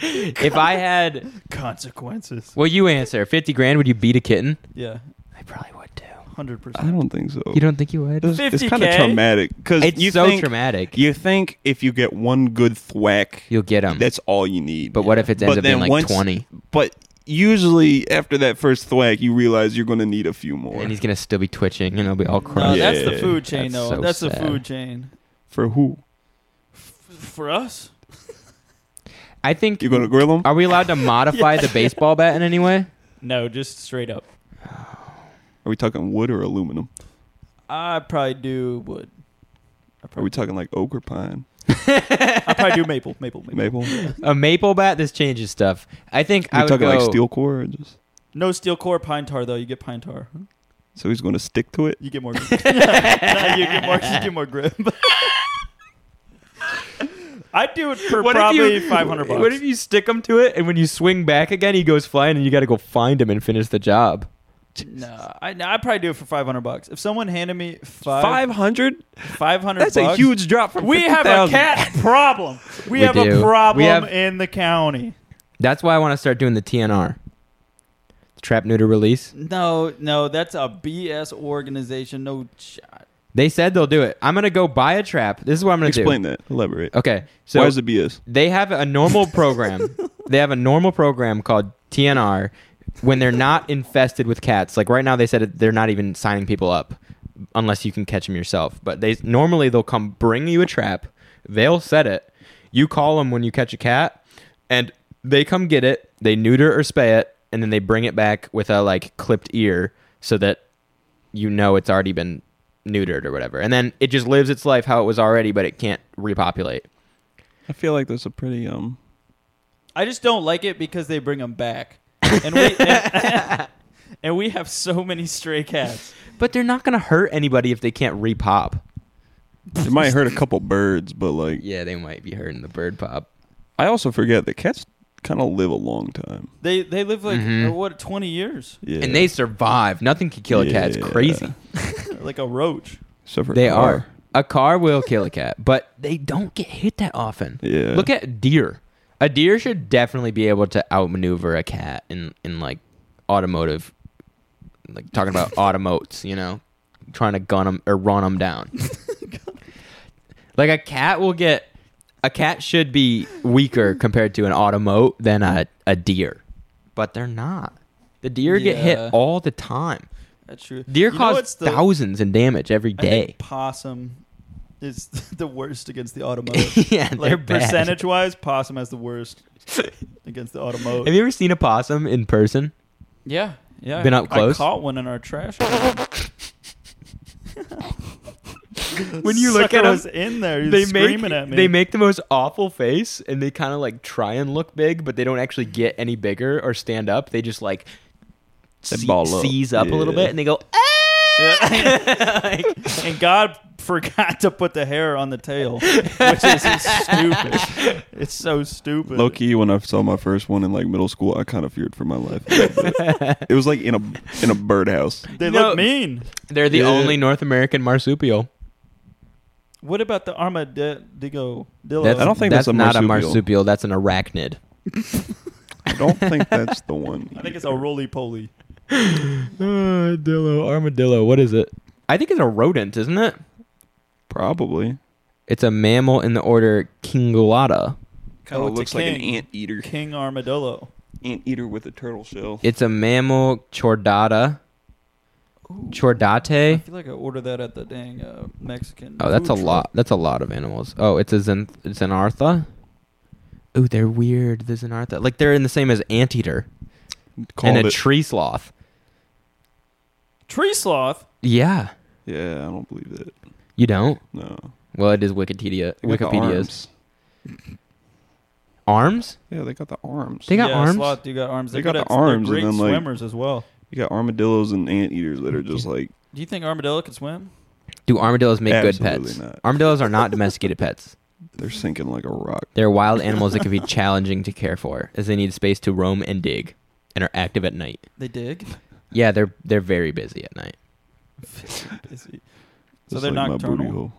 if I had, Consequences. well, you answer. Fifty grand. Would you beat a kitten? Yeah, I probably would too. hundred I percent. don't think so. You don't think you would? It's, it's kind of 50K? traumatic because It's you so think traumatic. you think if you get one good thwack, You'll get him. that's all you need. But what if it ends But up being then like once- twenty, But usually after that first thwack, you realize you're going to need a few more. and he's gonna still be twitching, and it'll be all No, crunched. Yeah. that's the food chain That's though. so that's the sad. food chain. For who? F- for us, I think You going to grill him? Are we allowed [laughs] to modify the baseball bat in any way? no, just straight up. Are we talking wood or aluminum? I probably do wood. I Are we probably, talking like oak or pine? [laughs] I probably do maple, maple, maple. Maple? A maple bat? This changes stuff. I think Are I we would talking go. like steel core? Or just No steel core pine tar though. You get pine tar. so he's going to stick to it. You [laughs] get more. grip. you get more. You get more [laughs] grip. I do it for What if probably you- five hundred bucks. What if you stick him to it, and when you swing back again, he goes flying, and you got to go find him and finish the job? No, I no, I probably do it for five hundred bucks. If someone handed me five Five hundred? five hundred, That's a huge drop from. We have a 50,000. [laughs] cat problem. We, We have do. We a problem have- in the county. That's why I want to start doing the TNR, trap neuter release. No, no, that's a BS organization. No shot. They said they'll do it. I'm gonna go buy a trap. This is what I'm gonna Explain do. that. Elaborate. Okay, so Why is it BS? they have a normal program. they have a normal program called TNR when they're not infested with cats. Like right now, they said it- they're not even signing people up unless you can catch them yourself. But they normally they'll come bring you a trap. They'll set it. You call them when you catch a cat, and they come get it. They neuter or spay it, and then they bring it back with a like clipped ear so that you know it's already been neutered or whatever. And then it just lives its life how it was already, but it can't repopulate. I feel like that's a pretty um. I just don't like it because they bring them back, and we [laughs] and, and we have so many stray cats. But they're not gonna hurt anybody if they can't repop. It might hurt a couple birds, but like Yeah, they might be hurting the bird pop. I also forget that cats kind of live a long time. They they live like Mhm. uh, what twenty years, Yeah. And they survive. Nothing can kill a cat. It's Yeah. crazy. like a roach. Except for They a car. are. A car will kill a cat, but they don't get hit that often. Yeah. Look at deer. A deer should definitely be able to outmaneuver a cat in in like automotive, like talking [laughs] about automotes. You know, trying to gun them or run them [laughs] down. like a cat will get. A cat should be weaker compared to an automote than a, a deer, but they're not. The deer get hit Yeah. all the time. That's true. Deer You know cause what's the- thousands in damage every I think day. possum is [laughs] the worst against the [laughs] automotive. yeah, they're like bad. percentage wise, possum has [laughs] the worst against the automotive. Have you ever seen a possum in person? yeah, yeah. Been up close? I caught one in [laughs] our trash. When you look Sucker at 'em, was in there, he was screaming make, at me. They make the most awful face, and they kind of like try and look big, but they don't actually get any bigger or stand up. They just like They ball up. seize up a little Yeah. bit, and they go. "Ah!" [laughs] Yeah. like, and God [laughs] forgot to put the hair on the tail, which is stupid. [laughs] It's so stupid. Low key, when I saw my first one in like middle school, I kind of feared for [laughs] my life. a little bit. it was like in a in a birdhouse. They No. look mean. they're the Yeah. only North American marsupial. What about the armadillo? That's, I don't think that's that's a not a marsupial. marsupial. That's an arachnid. I don't think that's the one. I think it's a roly poly. Armadillo, armadillo. What is it? I think it's a rodent, isn't it? probably. It's a mammal in the order Cingulata. Kind Oh, of it's a looks like an king. ant [laughs] eater. King armadillo. Ant eater with a turtle shell. It's a mammal Chordata. I Chordate. feel like I ordered that at the dang uh, Mexican. Oh, that's food a truck. lot. That's a lot of animals. Oh, it's a zen- it's an artha. Ooh, they're weird. There's an artha. Like they're in the same as anteater Called and a it. tree sloth. Tree sloth. Yeah, yeah, I don't believe that. you don't. No. Well, it is Wikipedia. They got the Wikipedia's arms. arms. Yeah, they got the arms. They got yeah, arms? Sloth, you got arms. They They, got got, the arms and Great then, like- swimmers as well. You got armadillos and anteaters that are just like Do you think armadillo can swim? Do armadillos make good Absolutely pets? not. Armadillos are [laughs] not domesticated pets. they're sinking like a rock. They're wild animals that can be challenging to care for, as they need space to roam and dig, and are active at night. They [laughs] dig. Yeah, they're they're very busy at night. Busy. So Just they're like my booty nocturnal. hole.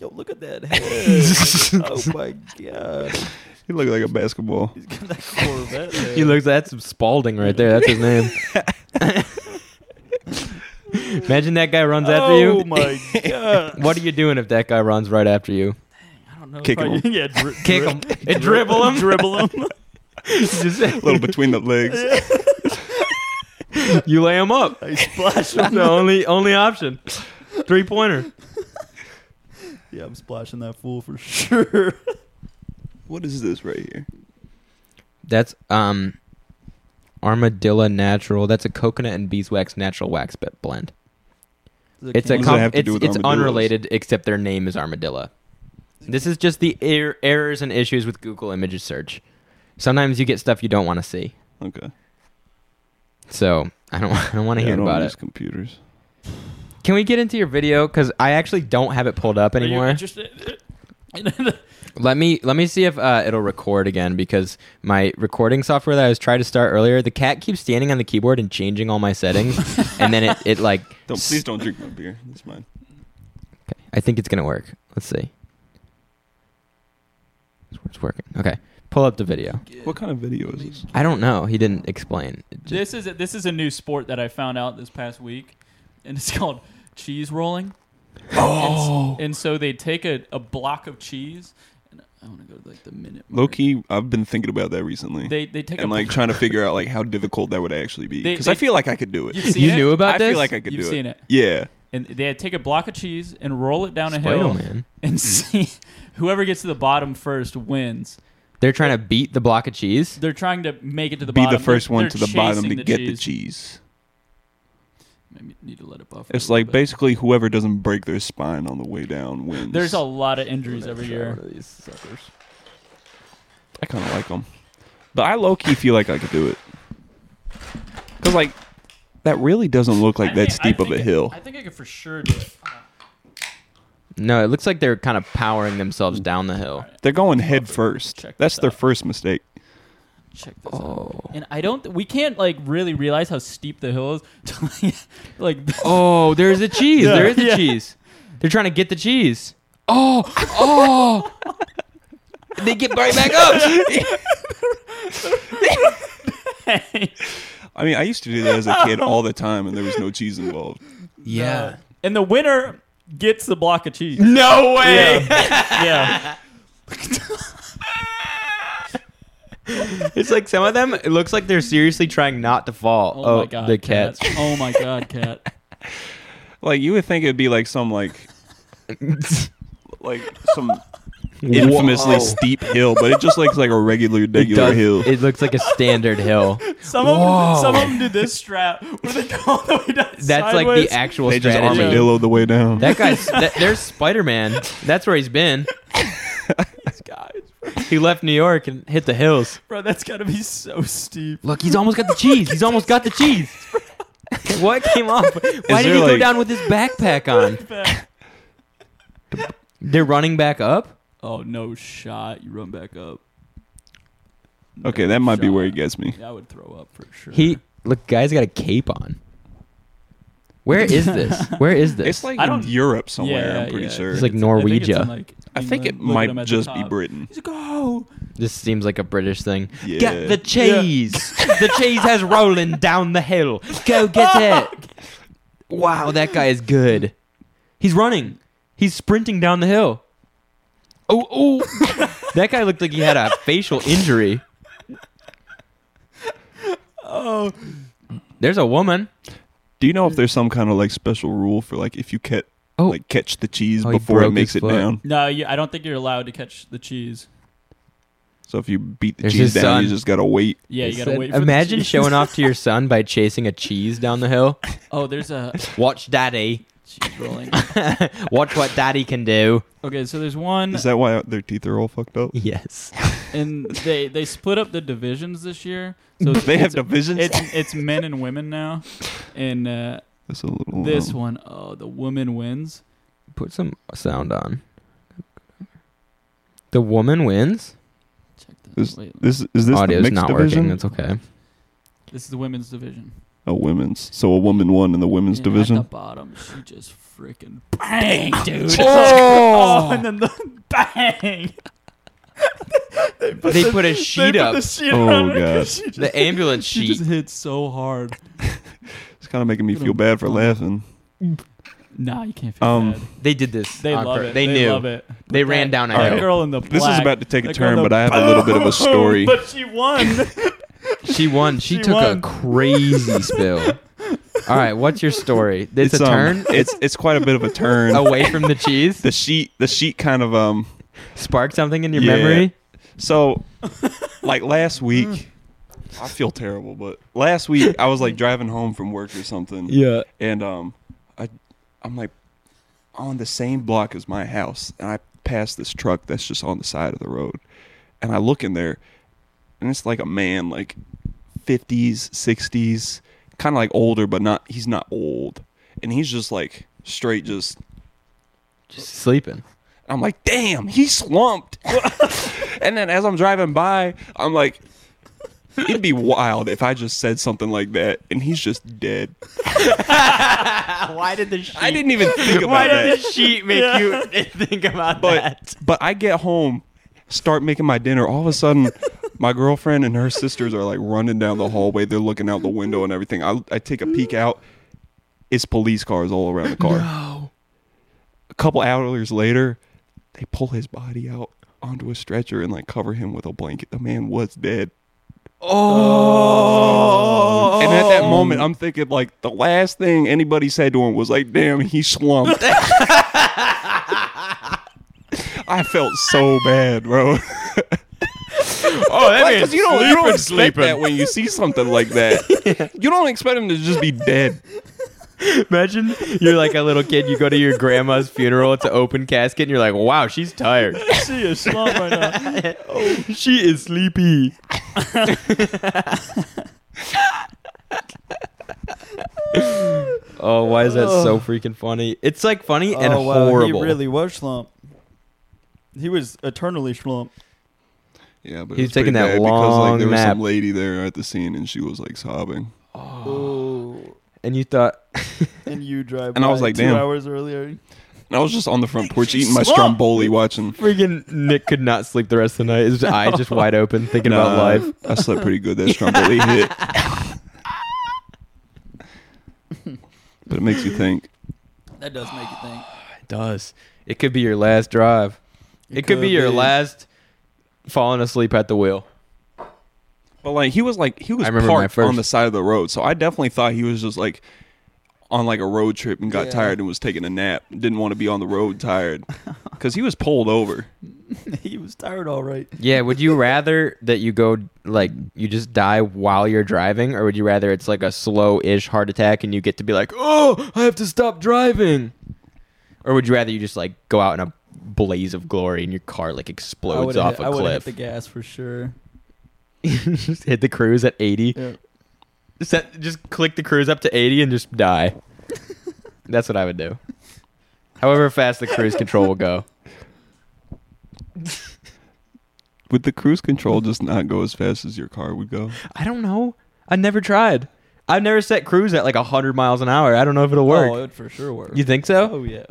Yo, look [laughs] at that head. oh my god. He looked like a basketball. [laughs] He's got that Corvette. head. He looks. That's Spalding right there. That's his [laughs] name. Imagine that guy runs after Oh you. [laughs] my god. What are you doing if that guy runs right after you? I don't know. Kick Probably- [laughs] him. yeah, dri- Kick [laughs] dri- him. And dribble him. Dribble him. [laughs] [laughs] Just- A little between the legs. you lay him up. I splash That's him. the only only option. Three pointer. Yeah, I'm splashing that fool for sure. What is this right here? That's um, armadillo natural. That's a coconut and beeswax natural wax b- blend. [laughs] It's a What does that com- have to do it's, with it's armadillos? unrelated except their name is armadillo. This is just the er- errors and issues with Google image search. Sometimes you get stuff you don't want to see. Okay. So I don't [laughs] I don't want to Yeah, hear I don't about use it. computers. Can we get into your video? Because I actually don't have it pulled up anymore. Let me let me see if uh, it'll record again because my recording software that I was trying to start earlier, the cat keeps standing on the keyboard and changing all my settings, and then it, it like Don't please don't drink my beer. That's mine. Okay, I think it's gonna work. Let's see. It's- It's working. Okay, pull up the video. What kind of video is this? I don't know. He didn't explain. It just- [laughs] This is a, this is a new sport that I found out this past week, and it's [laughs] called cheese rolling. Oh, and, so they take a, a block of cheese, and I want to go to like the minute. Low mark. key, I've been thinking about that recently. They they take and a [laughs] like trying to figure out like how difficult that would actually be. They- Because I they- feel like I could do it. You've seen you it? knew about I this? feel like I could You've do seen it. it. Yeah. and they take a block of cheese and roll it down a hill Spider-Man. and [laughs] see whoever gets to the bottom first wins. They're trying to beat the block of cheese. They're trying to make it to the Be bottom. the first They're- one they're to the bottom to chasing get the cheese. Maybe need to let it buffer. It's a little like bit. basically whoever doesn't break their spine on the way down wins. There's a lot of injuries every year. I kind of like them, but I low key feel like I could do it. Cause like that really doesn't look like I that think- I steep of a think- hill. I think I could for sure do it. No, it looks like they're kind of powering themselves down the hill. They're going head first. Check That's this their out. first mistake. Check this Oh. out. And I don't. We can't like really realize how steep the hill is. [laughs] till, like- like this. Oh, there's the cheese. Yeah. There is the Yeah. cheese. They're trying to get the cheese. Oh, oh. [laughs] they get right [laughs] back [laughs] up. I mean, I used to do that as a kid all the time, and there was [laughs] no cheese involved. Yeah. and the winner gets the block of cheese. No [laughs] way. Yeah. it's like some of them. It looks like they're seriously trying not to fall. Oh, Oh, my god, the cat. [laughs] Cat. Oh my god, cat. Like you would think it'd be like some like like some infamously infamously steep hill, but it just looks like a regular regular does- hill. It looks like a standard [laughs] hill. Some of them, Whoa. some of them did this strap where they go all the way down [laughs] That's like sideways. the actual They just strategy. armadillo the way down. That guy's that, there's Spider Man. That's where he's been. These guys, bro. He left New York and hit the hills. bro, that's gotta be so steep. Look, he's almost got the cheese. He's almost got the cheese. [laughs] what came off? [laughs] Why Is did there, he go like- down with his backpack on? They're running back up. Oh no, shot! You run back up. okay, No that might be shot. where he gets me. I would throw up for sure. He look, guy's got a cape on. Where is this? [laughs] Where is this? It's like I in don't- Europe somewhere. Yeah, I'm pretty yeah. sure. It's like I Norwegia. think, it's in, like, I think it England. Look at him might at the just be top. Britain. He's like, oh, this seems like a British thing. Yeah. Get the [laughs] cheese. the cheese has rolling down the hill. Go get it. Wow, that guy is good. He's running. He's sprinting down the hill. Oh, [laughs] oh. that guy looked like he had a facial injury. oh, There's a woman. Do you know if there's some kind of like special rule for like if you catch Oh. like catch the cheese Oh, he before it broke makes his it foot. down? no! You, I don't think you're allowed to catch the cheese. So if you beat the There's cheese his down, son. you just gotta wait. Yeah, you He gotta said, wait. For the Imagine cheese. showing off to your son by chasing a cheese down the hill. [laughs] Oh, there's a Watch daddy. [laughs] cheese rolling. Watch what daddy can do. Okay, so [laughs] there's one, Is that why their teeth are all fucked up? Yes. and they they split up the divisions this year. So it's, They have it's, divisions. [laughs] it's it's men and women now, and uh, That's a little. this um, one, oh, the woman wins. Put some sound on. The woman wins. Check that. This- Wait, This is this the Audio's mixed not division? working. That's okay. this is the women's division. Oh, women's. So a woman won in the women's And At division. the bottom, she just freaking [laughs] bang, [laughs] dude. Oh! and then the [laughs] bang. [laughs] they put a sheet They put up. the sheet Oh, on her, God. She just, the ambulance [laughs] she sheet. just hit so hard. It's kind of making me feel bad for laughing. Nah, you can't feel Um, bad. They did this. They on love pur- it. They, They, knew. love it. They But ran that- down a That hill. girl in the This is black- about to take a that turn, girl in but I the- have a little bit [laughs] of a story. but she [laughs] won. She [laughs] won. She, She took a won. crazy spill. [laughs] All right, what's your story? It's, a um, turn It's it's quite a bit of a [laughs] turn. away from the [laughs] cheese. The sheet the sheet kind of um. Spark something in your Yeah. memory. So, like last week, I feel terrible, but last week I was like driving home from work or something, Yeah. and um, I I'm like on the same block as my house, and I pass this truck that's just on the side of the road, and I look in there, and it's like a man, like 50s, 60s, kind of like older, but not he's not old, and he's just like straight just Just sleeping. I'm like, damn, he slumped. [laughs] and then as I'm driving by, I'm like, it'd be wild if I just said something like that and he's just dead. Why did [laughs] the sheet? I didn't even [laughs] think about that. sheet make you [laughs] think about But but I get home, start making my dinner. All of a sudden, my girlfriend and her sisters are like running down the hallway. They're looking out the window and everything. I I take a peek out. It's police cars all around the car. A couple hours later, they pull his body out onto a stretcher and like cover him with a blanket. The man was dead. Oh. And at that moment, I'm thinking like the last thing anybody said to him was like, "Damn, he slumped." I felt so bad, bro. [laughs] Oh, that Like, 'cause you don't, you don't expect that when you see something like [laughs] that. You don't expect him to just be dead. Imagine you're like a little kid. You go to your grandma's funeral. It's an open casket, and you're like, "Wow, she's tired. [laughs] she is slumped right now. she is [laughs] sleepy." oh, why is that so freaking funny? It's like funny and oh, wow, horrible. He really was slump. He was eternally slump. Yeah, but it He's was pretty taking that bad because, like, there long there was was some nap. some lady there at the scene and she was like sobbing. Oh. and you thought, And you drive And I by was like, two damn. hours earlier. And I was just on the front porch eating my slumped. stromboli, watching. freaking Nick could not sleep the rest of the night. His eyes [laughs] just wide open, thinking about Nah, life. I slept pretty [laughs] good that stromboli hit. but it makes you think. That does make you think. It does. It could be your last drive. It, could, be your last falling asleep at the wheel. But like he was like he was I remember my parked first- on the side of the road, so I definitely thought he was just like on like a road trip and got Yeah. tired and was taking a nap. Didn't want to be on the road tired [laughs] because he was pulled over. [laughs] he was tired, all right. Yeah, would you rather that you go like you just die while you're driving, or would you rather it's like a slow-ish heart attack and you get to be like, oh, I have to stop driving, or would you rather you just like go out in a blaze of glory and your car like I explodes would've off hit- a I would've cliff, hit the gas for sure. [laughs] just hit the cruise at eighty, Yeah. Set, just click the cruise up to eighty and just [laughs] die. That's what I would do. However fast the cruise control will go. Would the cruise control just not go as fast as your car would go? [laughs] I don't know. I never tried. I've never set cruise at like hundred miles an hour. I don't know if it'll work. Oh, it would for sure work. you think so? Oh yeah.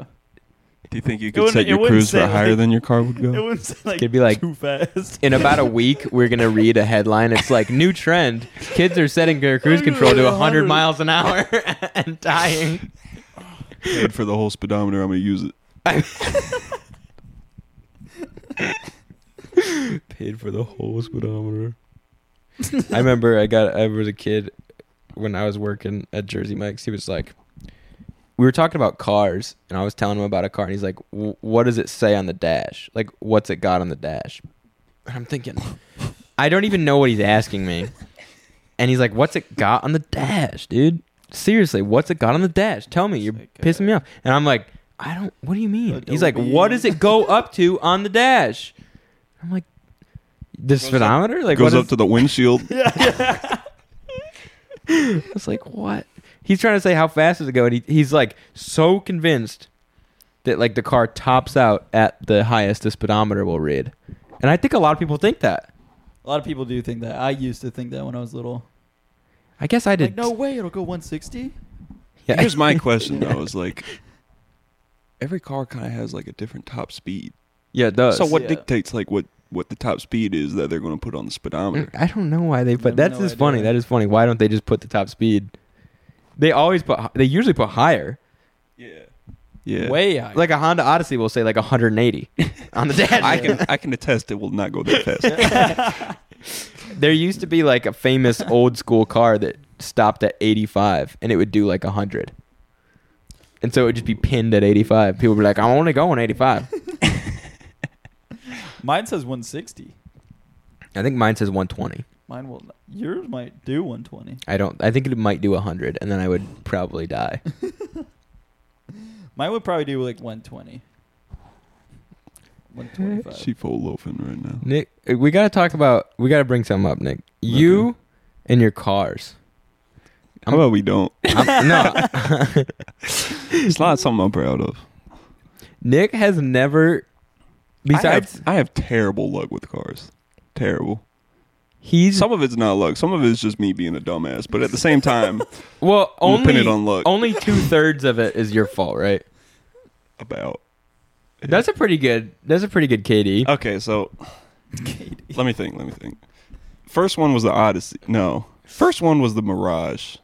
Do you think you could could set wouldn't- set it your your wouldn't cruise cruise for say, higher higher like- than your car would It go? would say like, It'd be like- too fast. in about a week, we're gonna read a headline. It's like new trend: kids are setting their [laughs] cruise control to 100 miles an hour [laughs] and dying. for the whole speedometer, I'm gonna use [laughs] it. Paid for the whole speedometer. I remember I got I was a kid when I was working at Jersey Mike's. He was like, we were talking about cars, and I was telling him about a car, and he's like, "W- "What does it say on the dash? Like, what's it got on the dash?" And I'm thinking, I don't even know what he's asking me. And he's like, "What's it got on the dash, dude? Seriously, what's it got on the dash? Tell me, you're like, uh, pissing me off." And I'm like, "I don't. What do you mean?" He's like, Adobe. "What does it go up to on the dash?" I'm like, "The speedometer? Like, Goes what up is- to the windshield. I was like, what? He's trying to say how fast does it go, and he, he's like so convinced that like the car tops out at the highest the speedometer will read, and I think a lot of people think that. a lot of people do think that. I used to think that when I was little. I guess I did. Like no way, it'll go 160. Yeah. Here's [laughs] my question though: Is like every car kind of has like a different top speed. yeah, it does. So what yeah. dictates like what what the top speed is that they're going to put on the speedometer? Mm, I don't know why they I have put. That's no just funny. idea. That is funny. Why don't they just put the top speed? They always put. hi- They usually put higher. Yeah. Yeah. Way higher. Like a Honda Odyssey will say like 180 [laughs] [laughs] on the dash. I can I can attest it will not go that [laughs] fast. There used to be like a famous old school car that stopped at 85 and it would do like 100. And so it would just be pinned at 85. People would be like, I'm only going 85. mine says 160. I think mine says 120. Mine will. Not. Yours might do 120. I don't, I think it might do 100 and then I would probably die. Mine would probably do like 120. 125. [laughs] she full loafing right now. Nick, we got to talk about, we got to bring something up, Nick. You and your [laughs] cars. How about we don't? I'm- no, It's not something I'm proud of. Nick has never, besides, I have, I have terrible luck with cars. Terrible. he's, Some of it's not luck. Some of it's just me being a dumbass. But at the same time, well, I'm gonna pin only, it on luck. only two thirds of it is your fault, [laughs] right? about That's a pretty good, that's a pretty good KD. okay. So let me think. Let me think. First one was the Odyssey. No, first one was the Mirage,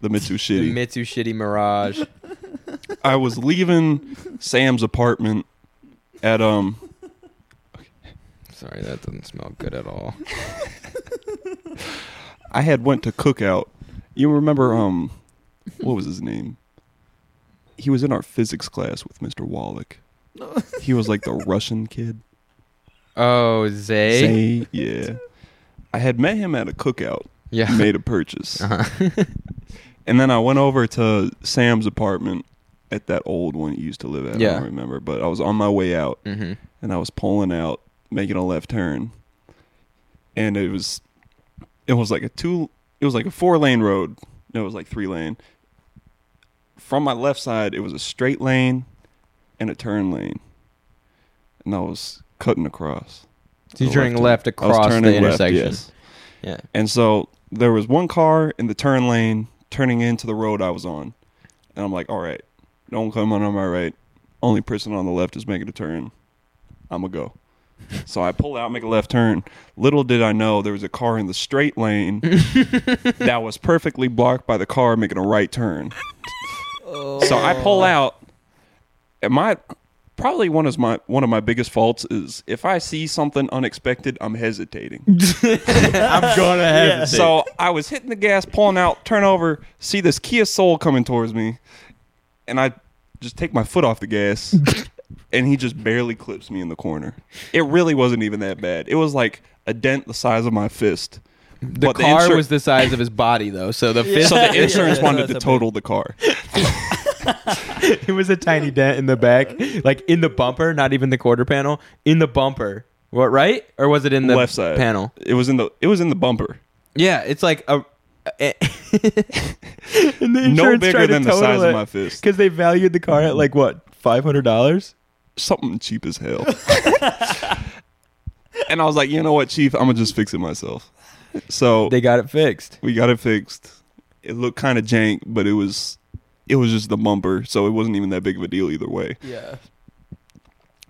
the The Mitsubishi. Mitsu Shitty Mirage. [laughs] I was leaving Sam's apartment at um Sorry, that doesn't smell good at all. I had went to cookout. You remember um what was his name? He was in our physics class with Mr. Wallach. He was like the Russian kid. Oh, Zay. Say, yeah. I had met him at a cookout, Yeah. [laughs] [laughs] made a purchase. Uh-huh. and then I went over to Sam's apartment at that old one he used to live at. I Yeah. don't remember, but I was on my way out Mm-hmm. and I was pulling out, making a left turn, and it was, it was like a two, it was like a four lane road. No, it was like three lane. From my left side, it was a straight lane, and a turn lane, and I was cutting across. So you're The turning lane. left I was across the turning left, intersection. yes. Yeah. And so there was one car in the turn lane turning into the road I was on. And I'm like, all right, don't come on my right. Only person on the left is making a turn. I'm going to go. So I pull out, make a left turn. Little did I know there was a car in the straight lane that was perfectly blocked by the car making a right turn. So I pull out, and my probably one of my one of my biggest faults is if I see something unexpected, I'm hesitating. I'm [laughs] gonna have it. so I was hitting the gas, pulling out, turn over, see this Kia Soul coming towards me, and I just take my foot off [laughs] the gas, and he just barely clips me in the corner. It really wasn't even that bad. It was like a dent the size of my fist. The But car insur- was the size of his body, though, so [laughs] the fist. [laughs] so the insurance Yeah, wanted that's to a big- total the car. it was a tiny dent in the back, like in the bumper, not even the quarter panel, in the bumper. What right or was it in the left side panel? It was in the it was in the bumper. Yeah, it's like a. [laughs] and the no insurance bigger tried to than the total size it. of my fist. Because they valued the car at like what five hundred dollars. Something cheap as hell. [laughs] and I was like, you know what, Chief, I'm gonna just fix it myself. So They got it fixed. we got it fixed. It looked kind of jank, but it was it was just the bumper, so it wasn't even that big of a deal either way. [laughs] Yeah.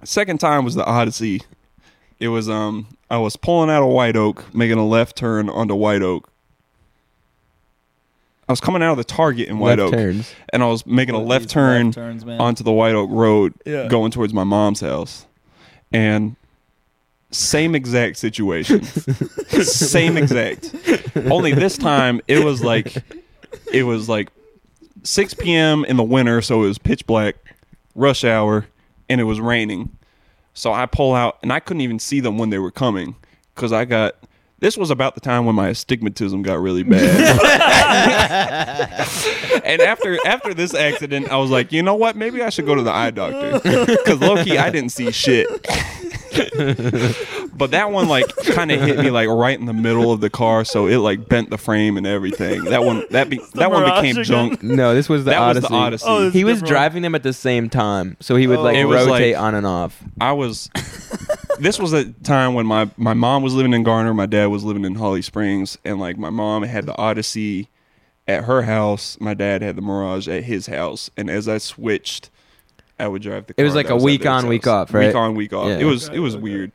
Second time was the Odyssey. It was um I was pulling out of White Oak, making a left turn onto White Oak. I was coming out of the Target in White Left Oak, turns. and I was making a These left turn turns, man. onto the White Oak Road Yeah. going towards my mom's house. And same exact situation. same exact. Only this time it was like it was like 6 p.m. in the winter, so it was pitch black, rush hour, and it was raining. So I pull out and I couldn't even see them when they were coming cuz I got this was about the time when my astigmatism got really bad. [laughs] and after after this accident, I was like, you know what? Maybe I should go to the eye doctor [laughs] because low key I didn't see shit. but that one like kind of hit me like right in the middle of the car, so it like bent the frame and everything. That one that be, that one Mirage became again? junk. No, this was the That Odyssey. was the Odyssey. Oh, this- He was different. driving them at the same time, so he would like It was, like- rotate on and off. I was. this was a time when my my mom was living in Garner, my dad was living in Holly Springs, and like my mom had the Odyssey at her house, my dad had the Mirage at his house, and as I switched, I would drive the. It car was like that a at week their on, week house. off, right? Week on, week off. Yeah. It was Okay, it was okay. weird.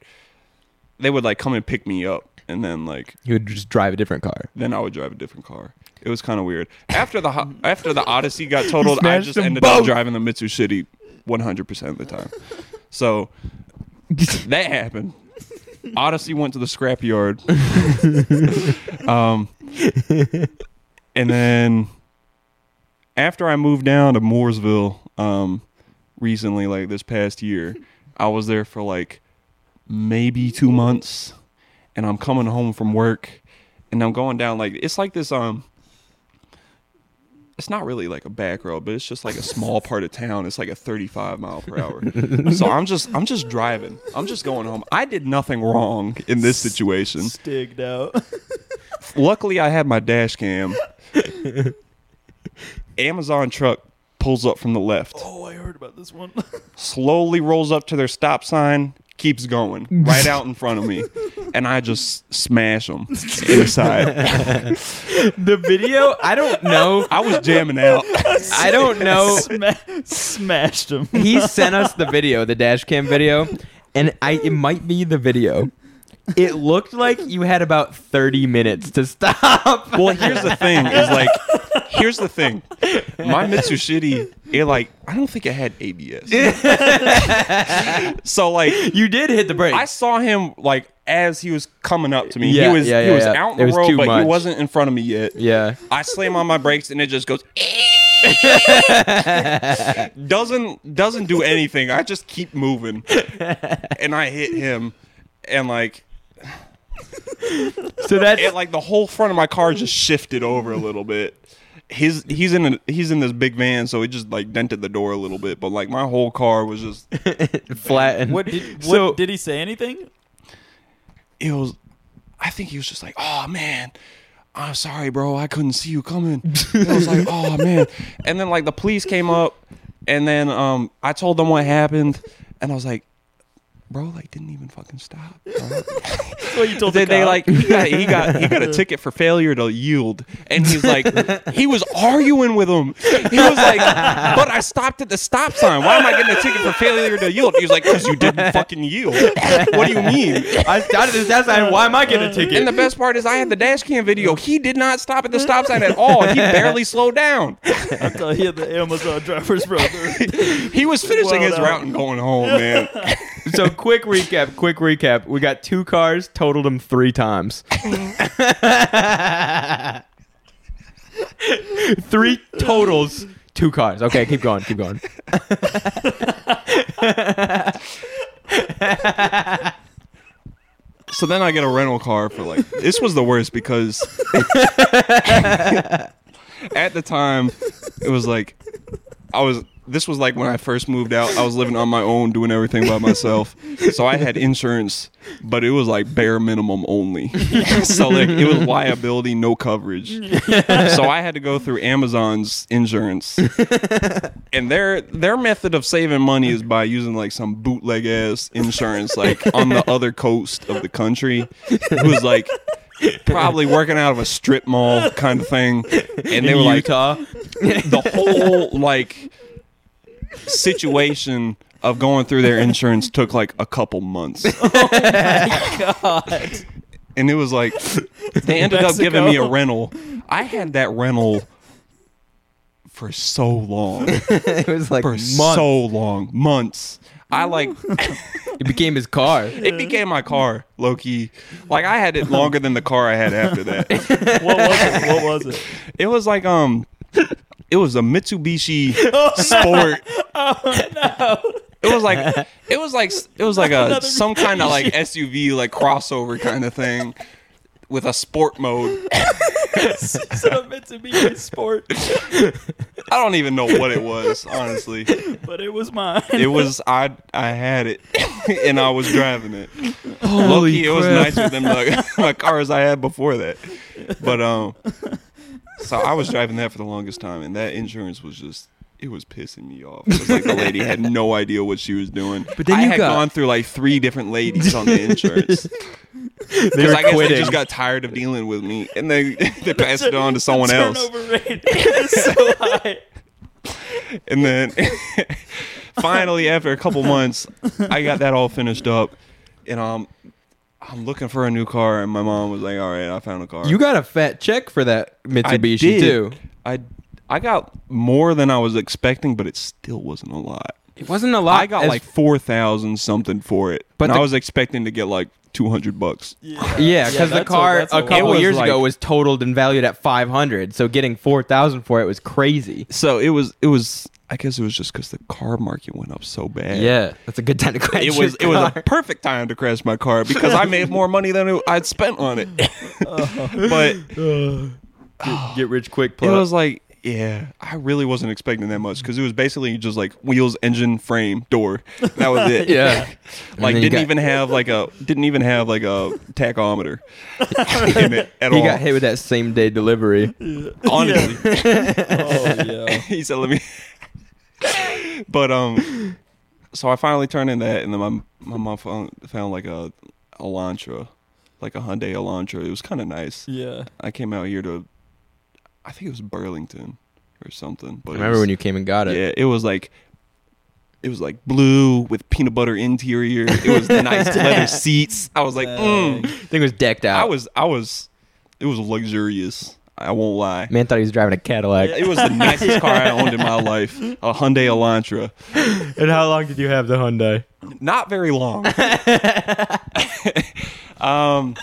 They would like come and pick me up, and then like He would just drive a different car. then I would drive a different car. It was kind of weird. After the ho- after the Odyssey [laughs] got totaled, I smashed just them ended both. up driving the Mitsubishi 100% of the time. [laughs] So that happened. Odyssey went to the [laughs] scrapyard. um, and then after I moved down to Mooresville um, recently, like this past year, I was there for like maybe two months, and I'm coming home from work, and I'm going down like it's like this um. It's not really like a back road, but it's just like a small part of town. It's like a 35 mile per hour. so I'm just I'm just driving. I'm just going home. I did nothing wrong in this situation. Stigged out. Luckily, I had my dash cam. Amazon truck pulls up from the left, oh, I [laughs] heard about this [laughs] one. slowly rolls up to their stop sign, keeps going right out in front of me, and I just smash them inside. The video, I don't know. I was jamming out. [laughs] I don't know. Sma- smashed him. he sent us the video, the dash cam video, and I it might be the video. It looked like you had about 30 minutes to stop. [laughs] Well, here's the thing: is like, here's the thing. My Mitsubishi, it like, I don't think it had ABS. so like, you did hit the brake. I saw him like as he was coming up to me. Yeah, he was yeah, he yeah, was yeah. out in It the was road, too but much. he wasn't in front of me yet. yeah. I slam on my brakes and it just [laughs] goes. doesn't doesn't do anything. I just [laughs] keep moving, and I hit him, and like So that's it, like the whole front of my car just shifted over a little bit. His he's in a, he's in this big van, so it just like dented the door a little bit. But like my whole car was just flat and What [laughs] did what, So- did he say anything? it was I think he was just like, Oh man, I'm sorry, bro, I couldn't see you coming. And I was [laughs] like, Oh man. And then like the police came up and then um I told them what happened and I was like bro like didn't even fucking stop. bro." That's [laughs] what you told they, the they cop. like he got, he got he got a ticket for failure to yield, and he's like he was arguing with him. He was like, "But I stopped at the stop sign. Why am I getting a ticket for failure to yield?" He was like, "Cause you didn't fucking yield. What do you mean?" I started this stop sign. Why am I getting a ticket? And the best part is, I had the dash cam video. He did not stop at the stop sign at all. He barely slowed down. [laughs] I tell you, the Amazon [laughs] drivers, bro. they're- He was finishing Well his done. route and going home, man. [laughs] so quick recap. Quick recap. We got two cars. Totaled them three [laughs] times. three totals. Two cars. Okay, keep going. Keep going. So then I get a rental car for like this was the worst because at the time it was like I was this was like when I first moved out. I was living on my own, doing everything by myself. So I had insurance, but it was like bare minimum only. so like it was liability, no coverage. so I had to go through Amazon's insurance. And their their method of saving money is by using like some bootleg ass insurance like on the other coast of the country. It was like probably working out of a strip mall kind of thing. And they In were like [laughs] Utah. the whole like situation of going through their insurance took like a couple months. And it was like they ended up giving me a Mexico. rental. I had that rental for so long. [laughs] it was like For months. so long. Months. I like it became his car. it became my car, Loki. Like I had it longer than the car I had after that. what was it? What was [laughs] it? It was like um it was a Mitsubishi Sport. It was like it was like it was like a [laughs] some kind of like SUV like crossover kind of thing with a sport mode. It's not meant to be a sport, I don't even know what it was, honestly. but it was mine. [laughs] It was I I had it [laughs] and I was driving it. Holy Low-key, it was nicer than my, [laughs] my cars I had before that. But um so I was driving that for the longest time and that insurance was just it was pissing me off. It was like the lady had no idea what she was doing. But then I you had got- gone through like three different ladies [laughs] on the insurance. They Because I guess they just got tired of dealing with me, and they [laughs] they passed it [laughs] on to someone else. [laughs] Turnover rate is so high. And then [laughs] finally, after a couple months, I got that all finished up, and um, I'm looking for a new car, and my mom was like, "All right, I found a car." You got a fat check for that I Mitsubishi did. too. I I got more than I was expecting, but it still wasn't a lot. It wasn't a lot. I got as- like four thousand something for it, But but the- I was expecting to get like two hundred bucks. yeah, because the that's car that's a, lot. couple It was years like- ago was totaled and valued at five hundred. So getting four thousand for it was crazy. So it was it was I guess it was just because the car market went up so bad. that's a good time to crash. [laughs] it was it your was a car. perfect time to crash my car because I made more money than it- I'd spent [laughs] on it. but Uh-huh. Get, get rich quick it was like, yeah, I really wasn't expecting that much because it was basically just like wheels, engine, frame, door. That was [laughs] it. Yeah. And then like you didn't got- even have like a didn't even have like a [laughs] tachometer in it at He all. got hit with that same day [laughs] delivery. honestly. oh [laughs] yeah. he said, "Let me." [laughs] but um, so I finally turned in that, and then my my mom found, found like a Elantra, like a Hyundai Elantra. It was kind of nice. Yeah. I came out here to, I think it was Burlington or something. But I it remember was- when you came and got it. Yeah, it was like. It was like blue with peanut butter interior. It [laughs] was nice leather seats. I was like, mm. I think it was decked out. I was, I was, it was luxurious. I won't lie. Man thought he was driving a Cadillac. It was the nicest car I owned in my life, a Hyundai Elantra. And how long did you have the Hyundai? Not very long. um,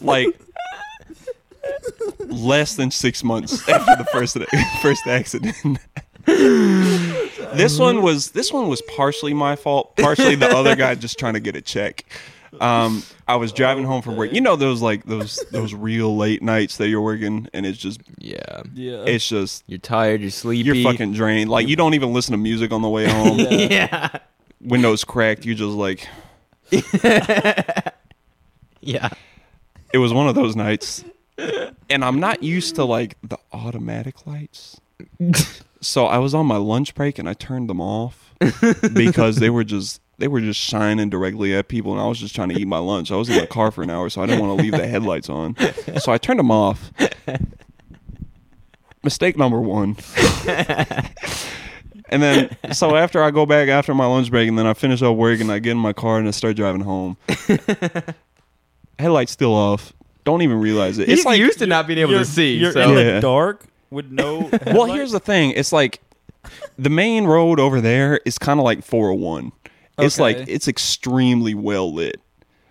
like less than six months after the first [laughs] first accident. this one was this one was partially my fault, partially the other guy just trying to get a check. Um, I was driving home from work. You know those like those those real late nights that you're working, and it's just Yeah. Yeah. it's just You're tired. You're sleepy. you're fucking drained. Like you don't even listen to music on the way home. [laughs] Yeah. Windows cracked. You just like Yeah. it was one of those nights. And I'm not used to like the automatic lights. So I was on my lunch break and I turned them off because they were just they were just shining directly at people, and I was just trying to eat my lunch. I was in the car for an hour, so I didn't want to leave the [laughs] headlights on. So I turned them off. Mistake number one. [laughs] and then, so after I go back after my lunch break, and then I finish up work, and I get in my car and I start driving home. Headlights still off. Don't even realize it. He's it's like used to not being able you're, to see. You're so in Yeah. the dark with no. [laughs] well, here's the thing. It's like the main road over there is kind of like 401. It's Okay. like it's extremely well lit.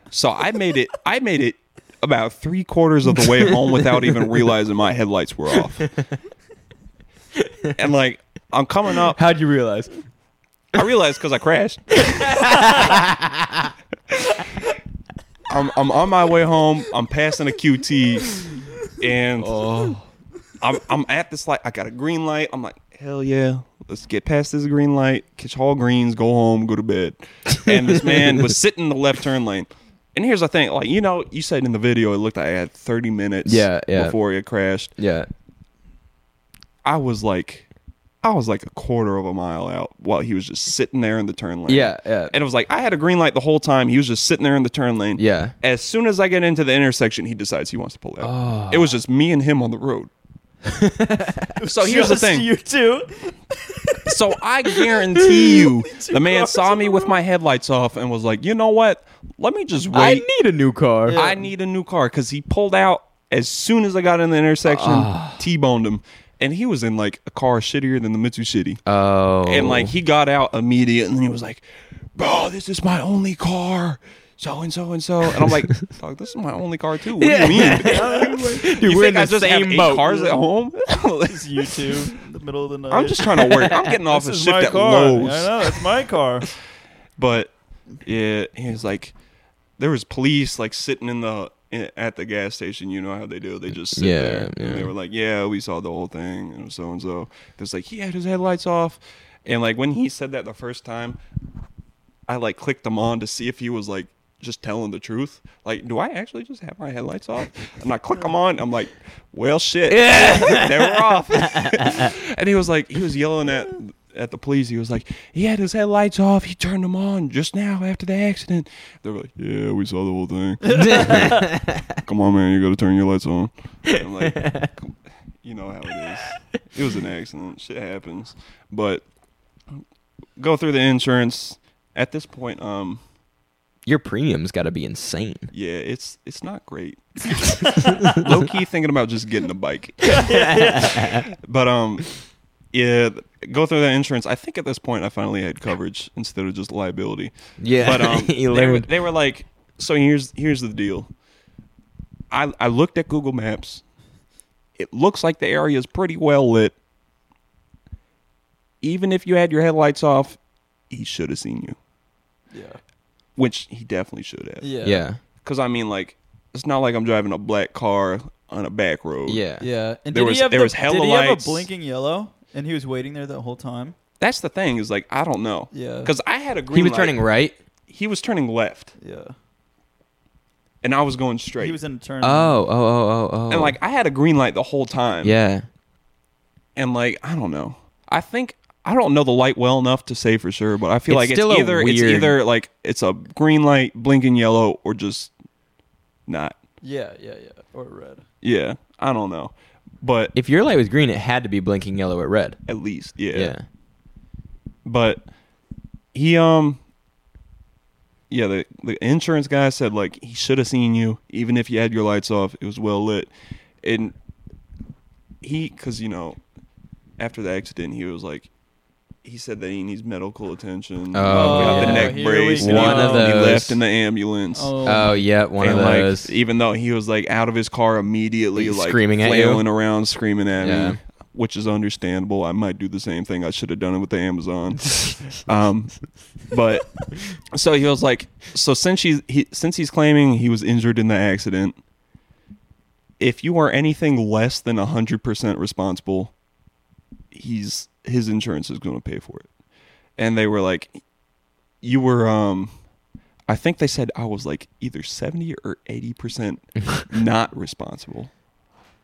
So I made it. I made it about three quarters of the way home without even realizing my headlights were off. And like I'm coming up, how'd you realize? I realized because I crashed. [laughs] I'm, I'm on my way home. I'm passing a QT, and Oh, I'm I'm at this light. I got a green light. I'm like, hell yeah, let's get past this green light, catch all greens, go home, go to bed. And this man was sitting in the left turn lane. And here's the thing, like you know, you said in the video, it looked like I had 30 minutes Yeah, yeah. before it crashed. yeah. I was like, I was like a quarter of a mile out while he was just sitting there in the turn lane. Yeah, yeah. And it was like I had a green light the whole time. He was just sitting there in the turn lane. Yeah. As soon as I get into the intersection, he decides he wants to pull out. Oh. It was just me and him on [laughs] the road. so here's the Just thing. You two. [laughs] So [laughs] I guarantee you, the man saw me with my headlights off and was like, "You know what? Let me just I wait. need a new car. I need a new car." Because he pulled out as soon as I got in the intersection, Ah. t-boned him, and he was in like a car shittier than the Mitsubishi. oh, And like [laughs] he got out immediately and he was like, Bro, this is my only car. So and so and so. And I'm like, [laughs] Dog, this is my only car too. What do you mean? dude, you we're think in the I just have same eight boat. cars at home? Just you two [laughs] in the middle of the night. I'm just trying to work. I'm getting off a This is shift my at car. I Lowe's. know it's my [laughs] car. But yeah, he was like there was police like sitting in the in- at the gas station, you know how they do. They just sit Yeah, there. And yeah. they were like, "Yeah, we saw the whole thing," and so and so. There's like, "He had his headlights off," and like when he said that the first time, I like clicked them on to see if he was like just telling the truth. Like, do I actually just have my headlights off? And I click them on. I'm like, well, shit, [laughs] they were [laughs] off. and he was like, he was yelling at at the police. He was like, he had his headlights off. He turned them on just now after the accident. They were like, yeah, we saw the whole thing. Come on, man, you got to turn your lights on. And I'm like, "Come- you know how it is. It was an accident. Shit happens. But go through the insurance. At this point, um, [laughs] Your premium's got to be insane. yeah, it's it's not great. [laughs] Low key thinking about just getting a bike. but um yeah, go through that insurance. I think at this point I finally had coverage instead of just liability. Yeah, But um [laughs] they, you were, learned. they were like, so here's here's the deal. I I looked at Google Maps. It looks like the area is pretty well lit. Even if you had your headlights off, he should have seen you, Yeah. which he definitely should have. yeah. Yeah. yeah, Because I mean, like, it's not like I'm driving a black car on a back road. Yeah. And There did was- he have there the, was hella Did he have lights. a blinking yellow? And he was waiting there that whole time. That's the thing is like I don't know. Yeah. Because I had a green. He was light. Mm-hmm. turning right. He was turning left, Yeah. and I was going straight. He was in a turn. Uh, Oh, oh, oh, oh, oh. and like I had a green light the whole time. yeah, And like I don't know. I think I don't know the light well enough to say for sure, but I feel It's like still a it's either it's weird- either like it's a green light blinking yellow or just not. Yeah, yeah, yeah. Or red. Yeah. I don't know. But if your light was green, it had to be blinking yellow at red. at least, Yeah, but he um yeah the, the insurance guy said like he should have seen you even if you had your lights off it was well lit and he because you know after the accident he was like he said that he needs medical attention Oh, got yeah. the neck Here brace we and he- One of he, those. left in the ambulance Oh yeah, one and of like e- those. even though he was like out of his car immediately He's like screaming at you? flailing around screaming at Yeah. me which is understandable i might do the same thing i should have done it with the amazon um but so he was like so since he's he, since he's claiming he was injured in the accident if you are anything less than 100% responsible he's his insurance is going to pay for it and they were like you were um I think they said I was like either 70 or 80% not responsible.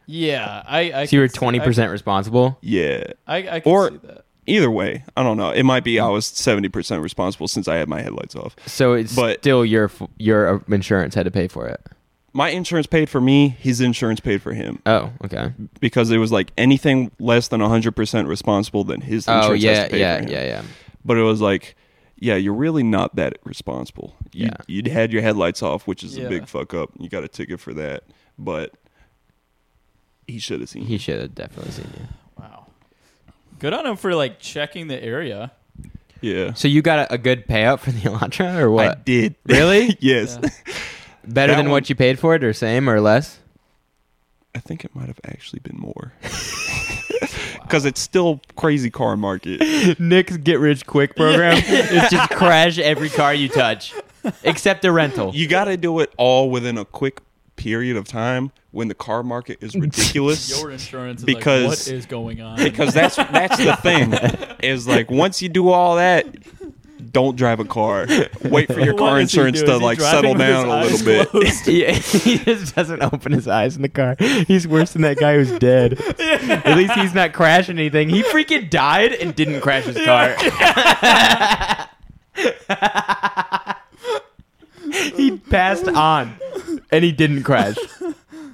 Yeah, I. I so you were could see- I- twenty percent responsible. Yeah. I, I could Or- see that. Either way, I don't know. It might Hmm. be I was seventy percent responsible since I had my headlights off. So it's But- still your f- your uh, insurance had to pay for it. My insurance paid for me. His insurance paid for him Oh, okay. because it was like anything less than hundred percent responsible than his insurance Oh has yeah, to pay yeah, for him. yeah, yeah. But it was like, yeah, you're really not that responsible. You, Yeah. You'd had your headlights off, which is Yeah. a big fuck up. You got a ticket for that, but he should have seen. He should have definitely seen you. Wow. Good on him for like checking the area. yeah, So you got a, a good payout for the Elantra, or I what? did. [laughs] Really? yes, Yeah. Better That than one- what you paid for it, or same, or less? [laughs] I think it might have actually [laughs] been more [laughs] because it's still crazy car market. Nick's get rich quick [laughs] program is just crash every car you touch, except the [laughs] rental. You got to do it all within a quick period of time when the car market [laughs] is ridiculous. Your insurance is Because- like, what is going on? [laughs] [laughs] because that's that's the thing is like once you do all that don't drive a car wait for your What car does he insurance do? to Is he like driving settle with his down a eyes little bit closed? Yeah, [laughs] he just doesn't open his eyes in the car. He's worse than that guy who's dead. At least he's not crashing anything. He freaking died and didn't crash his car. he passed on and he didn't crash.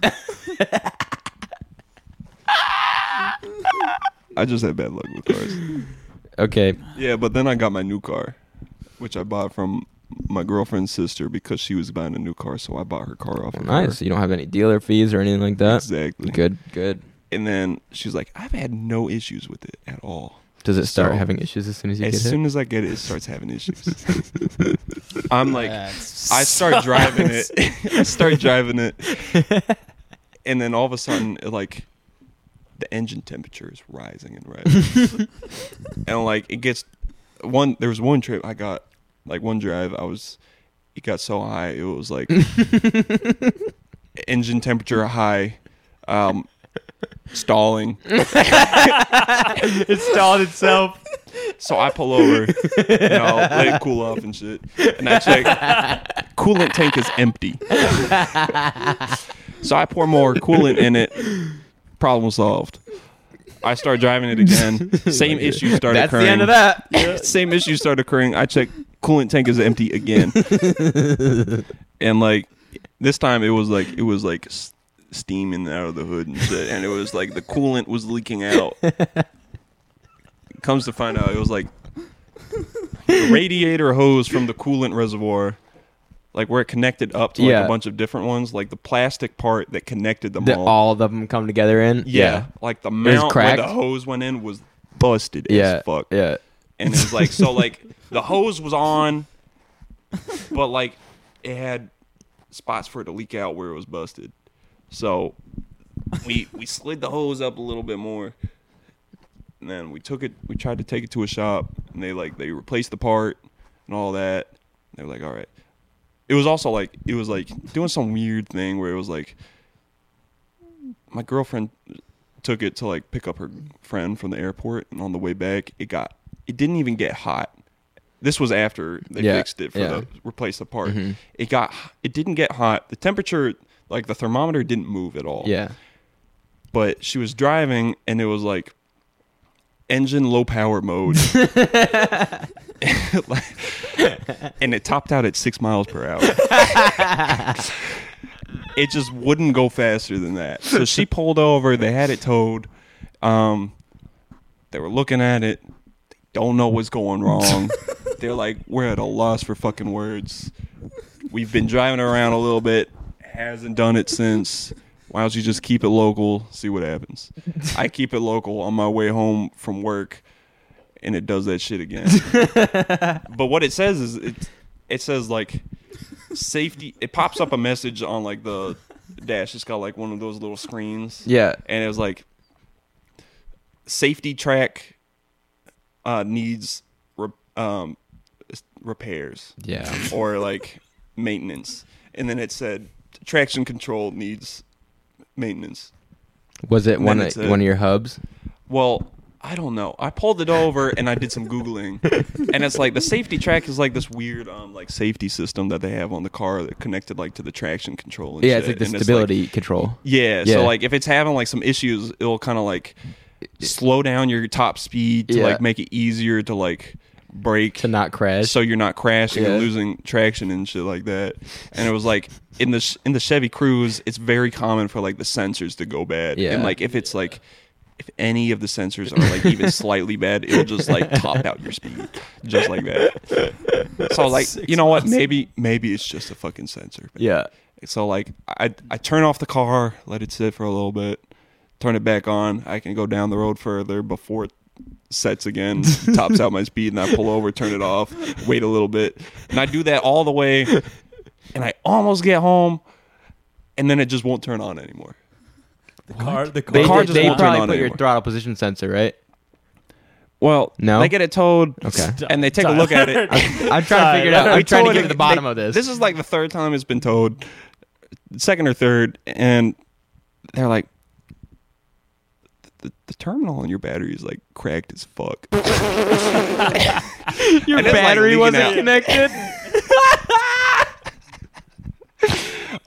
[laughs] i just had bad luck [laughs] with cars Okay. yeah but then i got my new car which i bought from my girlfriend's sister because she was buying a new car so i bought her car off of Nice. her. You don't have any dealer fees or anything like that. exactly Good, good. and then she's like i've had no issues with it at all Does it start So, having issues as soon as you as get soon hit? as i get it it starts having [laughs] issues [laughs] i'm like That's- I start driving [laughs] it. I start driving it. And then all of a sudden, it, like, the engine temperature is rising and rising. [laughs] and, like, it gets one. There was one trip I got, like, one drive, I was, it got so high, it was [laughs] like engine temperature high, um, stalling. [laughs] it stalled itself. So I pull over, [laughs] and I'll let it cool off and shit. And [laughs] I check, coolant tank is empty. so I pour more coolant in it. Problem solved. I start driving [laughs] it again. Same issue started That's occurring. the end of that. Same issue started occurring. I check, coolant tank is empty again. and like this time, it was like it was like s- steam in and out of the hood and shit, and it was like the coolant was leaking out. [laughs] Comes to find out, it was like the radiator hose from the coolant reservoir, like where it connected up to like Yeah. a bunch of different ones, like the plastic part that connected them That all. all of them come together in. yeah. like the mount where cracked. the hose went in was busted Yeah. as fuck Yeah. and it was like so like the hose was on [laughs] but like it had spots for it to leak out where it was busted so we we slid the hose up a little bit more and then we took it we tried to take it to a shop and they like they replaced the part and all that they were like all right it was also like it was like doing some weird thing where it was like my girlfriend took it to like pick up her friend from the airport and on the way back it got it didn't even get hot this was after they Yeah, fixed it for yeah. the replaced the part it got it didn't get hot the temperature like the thermometer didn't move at all Yeah. but she was driving and it was like engine low power mode [laughs] and it topped out at six miles per hour it just wouldn't go faster than that so she pulled over they had it towed um, they were looking at it they don't know what's going wrong they're like we're at a loss for fucking words we've been driving around a little bit hasn't done it since why don't you just keep it local see what happens i keep it local on my way home from work and it does that shit again but what it says is it it says like safety it pops up a message on like the dash it's got like one of those little screens Yeah. and it was like safety track uh needs re- um s- repairs Yeah. or like [laughs] maintenance. And then it said traction control needs maintenance. Was it And one of, then it's a- one of your hubs? Well, I don't know. I pulled it over and I did some googling, and it's like the safety track is like this weird um like safety system that they have on the car that connected like to the traction control. And Yeah, it's shit. like the And like, stability control. Yeah, Yeah. So like if it's having like some issues, it'll kind of like slow down your top speed to Yeah. like make it easier to like brake to not crash. so you're not crashing Yeah. and losing traction and shit like that. And it was like in the in the Chevy Cruze, it's very common for like the sensors to go bad. Yeah. And like if it's like if any of the sensors are like even slightly bad, it'll just like [laughs] top out your speed just like that. So like you know what? Maybe maybe it's just a fucking sensor. man. yeah. So like I I turn off the car, let it sit for a little bit, turn it back on. I can go down the road further before it sets again, tops out my speed, and I pull over, turn it off, wait a little bit, and I do that all the way, and I almost get home, and then it just won't turn on anymore. The car, the The They, car they, just they won't turn probably on put your anymore. throttle position sensor, right? Well, No? they get it towed, Okay. and they take a look at it. [laughs] I'm trying to figure it out. They I'm trying to towed get it- to the bottom they- of this. This is like the third time it's been towed, second or third, and they're like, the, the terminal on your battery is like cracked as fuck. your and it's, like, battery leaking wasn't out. [laughs] connected.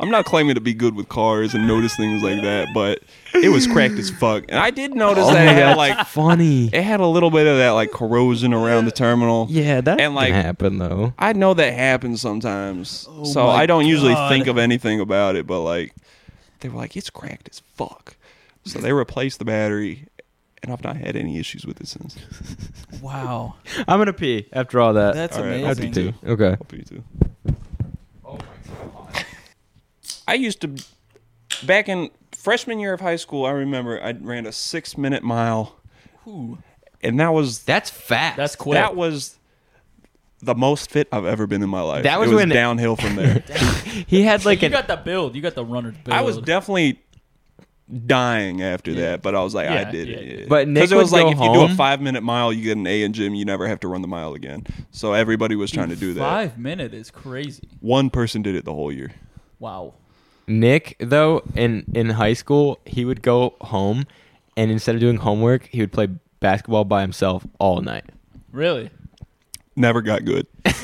I'm not claiming to be good with cars and notice things like that, but it was cracked as fuck. And I did notice Oh that it had like funny. it had a little bit of that like corrosion around the terminal. Yeah, that And, like- can happen though. I know that happens sometimes, so my I don't usually God. think of anything about it. But like, they were like, "It's cracked as fuck," so they replaced the battery, and I've not had any issues with it since. wow, I'm gonna pee after all that. [laughs] that's All right, I'll pee amazing. too. Okay. Hope you too. I used to back in freshman year of high school. I remember I ran a six-minute mile, Ooh, and that was That's fast. that's quick. that was the most fit I've ever been in my life. That was it was when- downhill from there. he had like you [laughs] an got the build. You got the runner's build. I was definitely dying after Yeah. that, but I was like, Yeah, I did yeah, it. yeah. But Nick because it was would like, go if you do home- a five minute mile, you get an A in gym. You never have to run the mile again. So everybody was trying to do that. Five minute is crazy. One person did it the whole year. Wow. Nick though in in high school he would go home and instead of doing homework he would play basketball by himself all night. Really? Never got good. But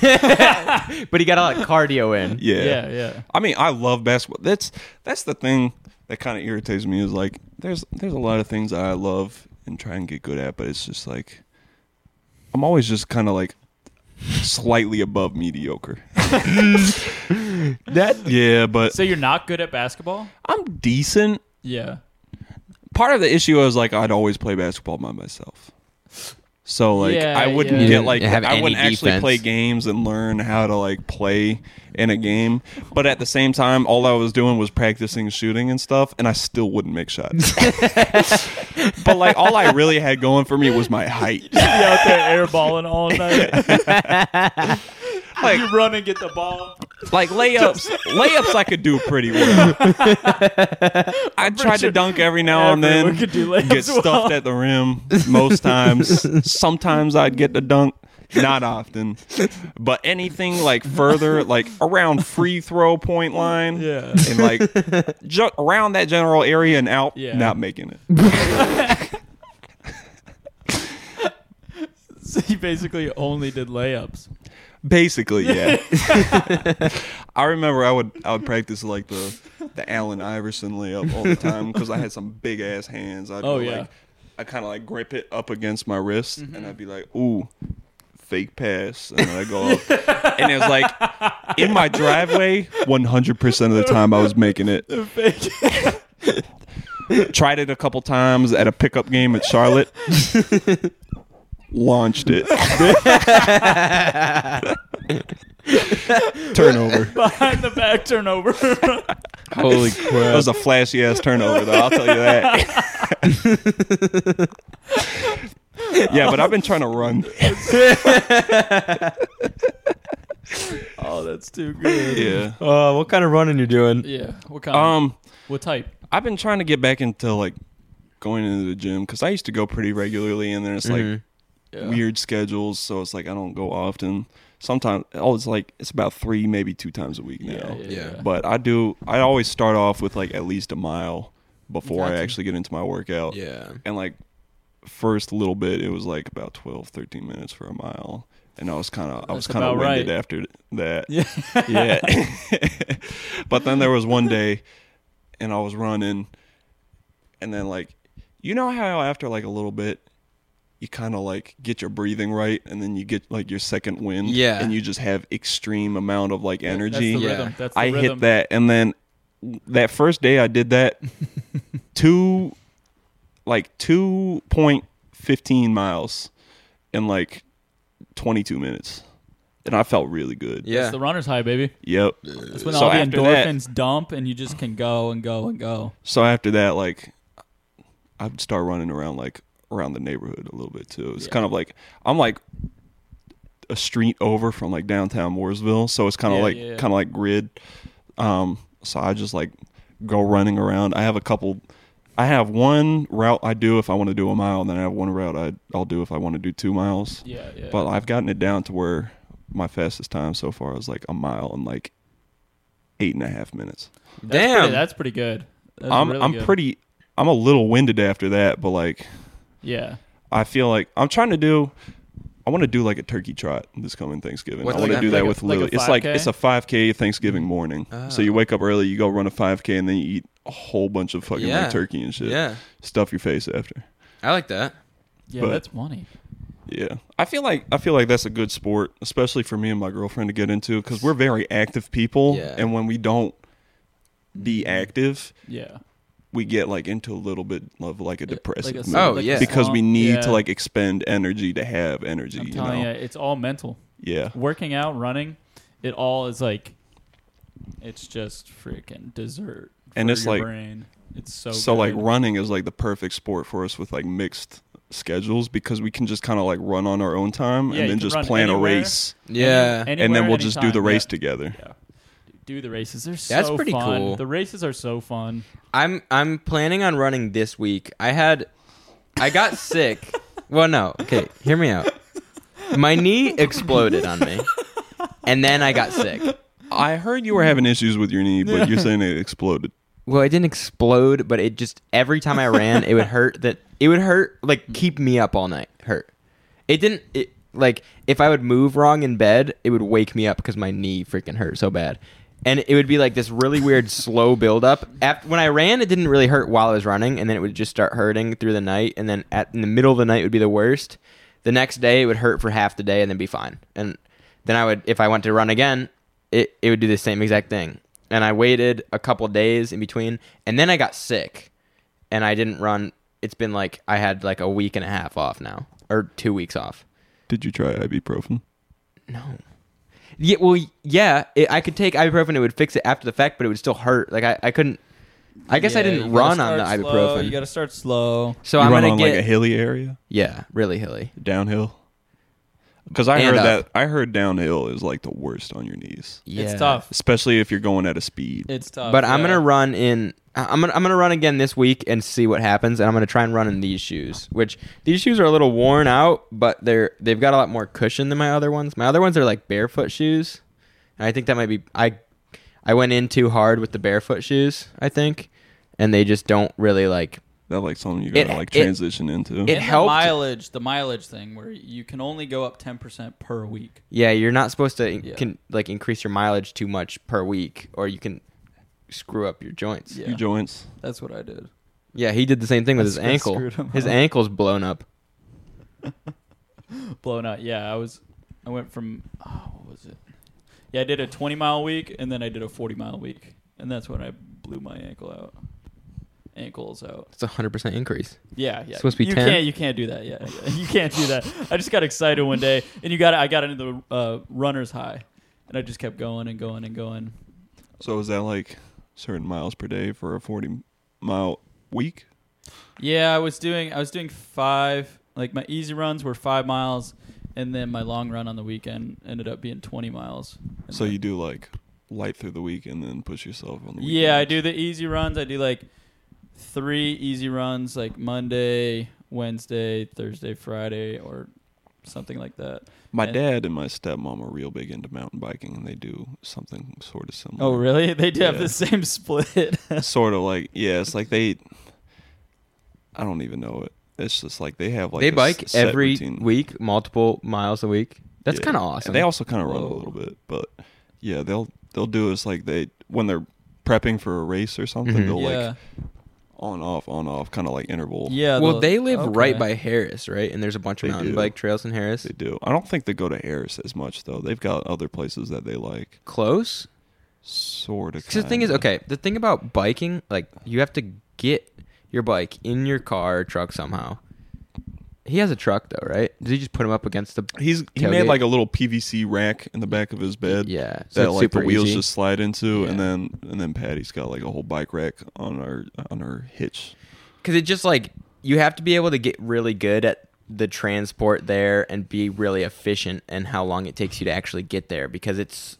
he got a [laughs] lot of cardio in. Yeah. Yeah, yeah. I mean, I love basketball. That's that's the thing that kind of irritates me is like there's there's a lot of things that I love and try and get good at, but it's just like I'm always just kind of like slightly [laughs] above mediocre. [laughs] That Yeah, but So you're not good at basketball? I'm decent. [laughs] Yeah. part of the issue was like I'd always play basketball by myself. So like Yeah, I wouldn't yeah. get like You didn't have I wouldn't any actually defense. play games and learn how to like play in a game. But at the same time, all I was doing was practicing shooting and stuff, and I still wouldn't [laughs] make shots. but like all I really had going for me was my height. Be out there airballing all [laughs] night. Like [laughs] you run and get the [laughs] ball. like layups layups I could do [laughs] pretty well. I tried to dunk every now and Everyone then. could do layups get stuffed well. at the rim most times. Sometimes I'd get the dunk, not often. But anything like further, like around free throw point line, Yeah. and like ju- around that general area and out, Yeah. not making it. So you basically only did [laughs] layups. Basically, [laughs] yeah. I remember I would I would practice like the the Allen Iverson layup all [laughs] the time because I had some big ass hands. I'd Oh, be yeah. Mm-hmm. like, I kind of like grip it up against my wrist and I'd be like, ooh, fake pass, and then I go up, and it was like in my driveway. One hundred percent of the time, I was [laughs] making it. Tried it a couple times at a pickup game at Charlotte. Launched it. turnover. Behind the back [laughs] turnover. holy crap. That was a flashy ass turnover, though. I'll tell you that. [laughs] yeah, but I've been trying to run. [laughs] oh, that's too good. Yeah. Uh, what kind of running you doing? [laughs] Yeah. What kind? Um, Um, what type? I've been trying to get back into like going into the gym because I used to go pretty regularly, and then Mm-hmm. it's like weird schedules, so it's like I don't go often. Sometimes, oh, it's like it's about three, maybe two times a week now. Yeah. yeah. But I do. I always start off with like at least a mile before I Gotcha. actually get into my workout. Yeah. and like first little bit it was like about 12 13 minutes for a mile and i was kind of i was That's kind of about winded right. after that Yeah. [laughs] yeah but then there was one day and i was running and then like You know how after like a little bit, you kind of like get your breathing right, and then you get like your second wind, Yeah. and you just have extreme amount of like That's energy. the Yeah. rhythm. That's the I rhythm. hit that, and then that first day I [laughs] did that two, like two point fifteen miles, in like twenty two minutes, and I felt really good. It's Yeah. the runner's high, baby. Yep. That's when So all the after that- endorphins dump, and you just can go and go and go. So after that, like, I'd start running around like around the neighborhood a little bit too. It's kind of like I'm like a street over from like downtown Mooresville, so it's kind of Yeah, like yeah, yeah. kind of like grid. Um, so I just like go running around. I have a couple. I have one route I do if I want to do a mile, and then I have one route I, I'll do if I want to do two miles. Yeah, yeah. But I've gotten it down to where my fastest time so far is like a mile and like eight and a half minutes. that's Damn. pretty, that's pretty good. That's I'm really I'm good. pretty I'm a little winded after that, but like Yeah, I feel like I'm trying to do I want to do like a turkey trot this coming Thanksgiving. What's I want like to do a- Oh. that like a- with like a Lily. it's like 5K? it's a 5K Thanksgiving morning. So you wake up early, you go run a 5K, and then you eat a whole bunch of fucking Yeah. like turkey and shit. Yeah. Stuff your face after. I like that. yeah. But- that's money. Yeah, I feel like I feel like that's a good sport, especially for me and my girlfriend to get into because we're very active people, Yeah. and when we don't be active, Yeah. we get like into a little bit of like a depressive Like a- mood. Oh, yeah. because we slump. need Yeah. to like expend energy to have energy. I'm you know, telling you, it's all mental. yeah, Working out, running, it all is like, it's just freaking dessert. And for it's your like- brain. It's so so like good. running is like the perfect sport for us with like mixed schedules because we can just kind of like run on our own time Yeah, you and then can just run plan anywhere, a race Yeah. any- and then anywhere, we'll just do anytime. the race Yeah. together. Yeah. Dude, Do the races. They're so That's pretty fun. cool. The races are so fun. I'm I'm planning on running this week. I had I [laughs] got sick. Well, no. Okay, hear me out. My [laughs] knee exploded on me. And then I got sick. I heard you were having Mm-hmm. issues with your knee, but [laughs] you're saying it exploded. Well, it didn't explode, but it just every time I ran, it would hurt that it would hurt like keep me up all night. Hurt. It didn't it like if I would move wrong in bed, it would wake me up because my knee freaking hurt so bad. And it would be like this really weird slow buildup. After, when I ran, it didn't really hurt while I was running, and then it would just start hurting through the night. And then at, in the middle of the night would be the worst. The next day, it would hurt for half the day, and then be fine. And then I would, if I went to run again, it, it would do the same exact thing. And I waited a couple days in between, and then I got sick, and I didn't run. It's been like I had like a week and a half off now, or two weeks off. Did you try ibuprofen? No. Yeah, well, yeah, it, I could take ibuprofen; it would fix it after the fact, but it would still hurt. Like I, I couldn't. I guess I Yeah, didn't you gotta run on the start ibuprofen. slow, You got to start slow. so you I'm run gonna on get like a hilly area, yeah, really hilly. downhill. Because I And heard up. that I heard downhill is like the worst on your knees. Yeah. It's tough. especially if you're going at a speed. It's tough. But I'm Oh, yeah. gonna run in. I- I'm gonna I'm gonna run again this week and see what happens. And I'm gonna try and run in these shoes, which these shoes are a little worn out, but they're they've got a lot more cushion than my other ones. My other ones are like barefoot shoes, and I think that might be I I went in too hard with the barefoot shoes. I think, and they just don't really like. that like something you It- gotta like it- transition into. it Mm-hmm. And the helped. mileage, the mileage thing where you can only go up 10% per week. Yeah, you're not supposed to in- Yeah. can, like increase your mileage too much per week, or you can screw up your joints. Yeah, Yeah. Your joints. That's what I did. he did the same thing with I his sc- ankle. screwed him His up. ankle's blown up. Blown out. Yeah, I was I went from oh, what was it? Yeah, I did a 20 mile week and then I did a 40 mile week. And that's when I blew my ankle out. Ankles out. It's a hundred percent increase. Yeah, yeah. Supposed to be you 10? can't you can't do that. Yeah, yeah. You can't do that. I just got excited one day and you got I got into the uh, runner's high and I just kept going and going and going. So is that like certain miles per day for a forty mile week? Yeah, I was doing I was doing five like my easy runs were five miles and then my long run on the weekend ended up being twenty miles. And So then- you do like light through the week and then push yourself on the weekend. Yeah, I do the easy runs. I do like three easy runs like Monday, Wednesday, Thursday, Friday or something like that. My And- dad and my stepmom are real big into mountain biking and they do something sort of similar. Oh [laughs] really? [laughs] They do have Yeah. the same split. [laughs] sort of like yeah, it's like they I don't even know it. It's just like they have like they a bike s- set every routine. week, multiple miles a week. That's Yeah. kind of awesome. And they also kind of run a Whoa. little bit, but yeah, they'll they'll do is like they when they're prepping for a race or something, Mhm. they'll yeah. like on off on off kind of like interval. Yeah. well, the- they live right okay. by Harris, right? And there's a bunch of They mountain do. bike trails in Harris. They do. I don't think they go to Harris as much though. They've got other places that they like Close. sort of. 'Cause the thing is, okay, the thing about biking, like you have to get your bike in your car or truck somehow. He has a truck though, right? Did he just put him up against the? He's he Tailgate. made like a little PVC rack in the back of his bed. Yeah, so That it's like the super wheels easy. just slide into, Yeah. and then and then Patty's got like a whole bike rack on her on her hitch. Because it just like you have to be able to get really good at the transport there and be really efficient and how long it takes you to actually get there. Because it's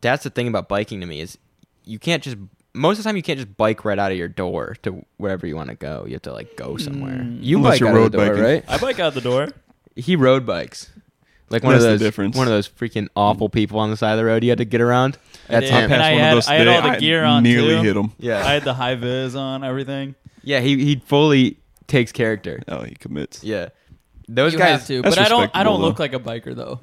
that's the thing about biking to me is you can't just most of the time you can't just bike right out of your door to wherever you want to go. You have to like go somewhere. Mm. You Unless bike you're out of road the door, biking. right? I bike out the door. He road bikes. Like one That's of the those difference. one of those freaking awful people on the side of the road you had to get around. That's did. him. And I one had- of those I had today. all the gear I on, Nearly too. hit him. Yeah. I had the high vis on everything. yeah, he he fully takes character. Oh, he commits. Yeah. Those you guys have to, That's [laughs] but I don't. [laughs] I respectable, don't look though. like a biker though.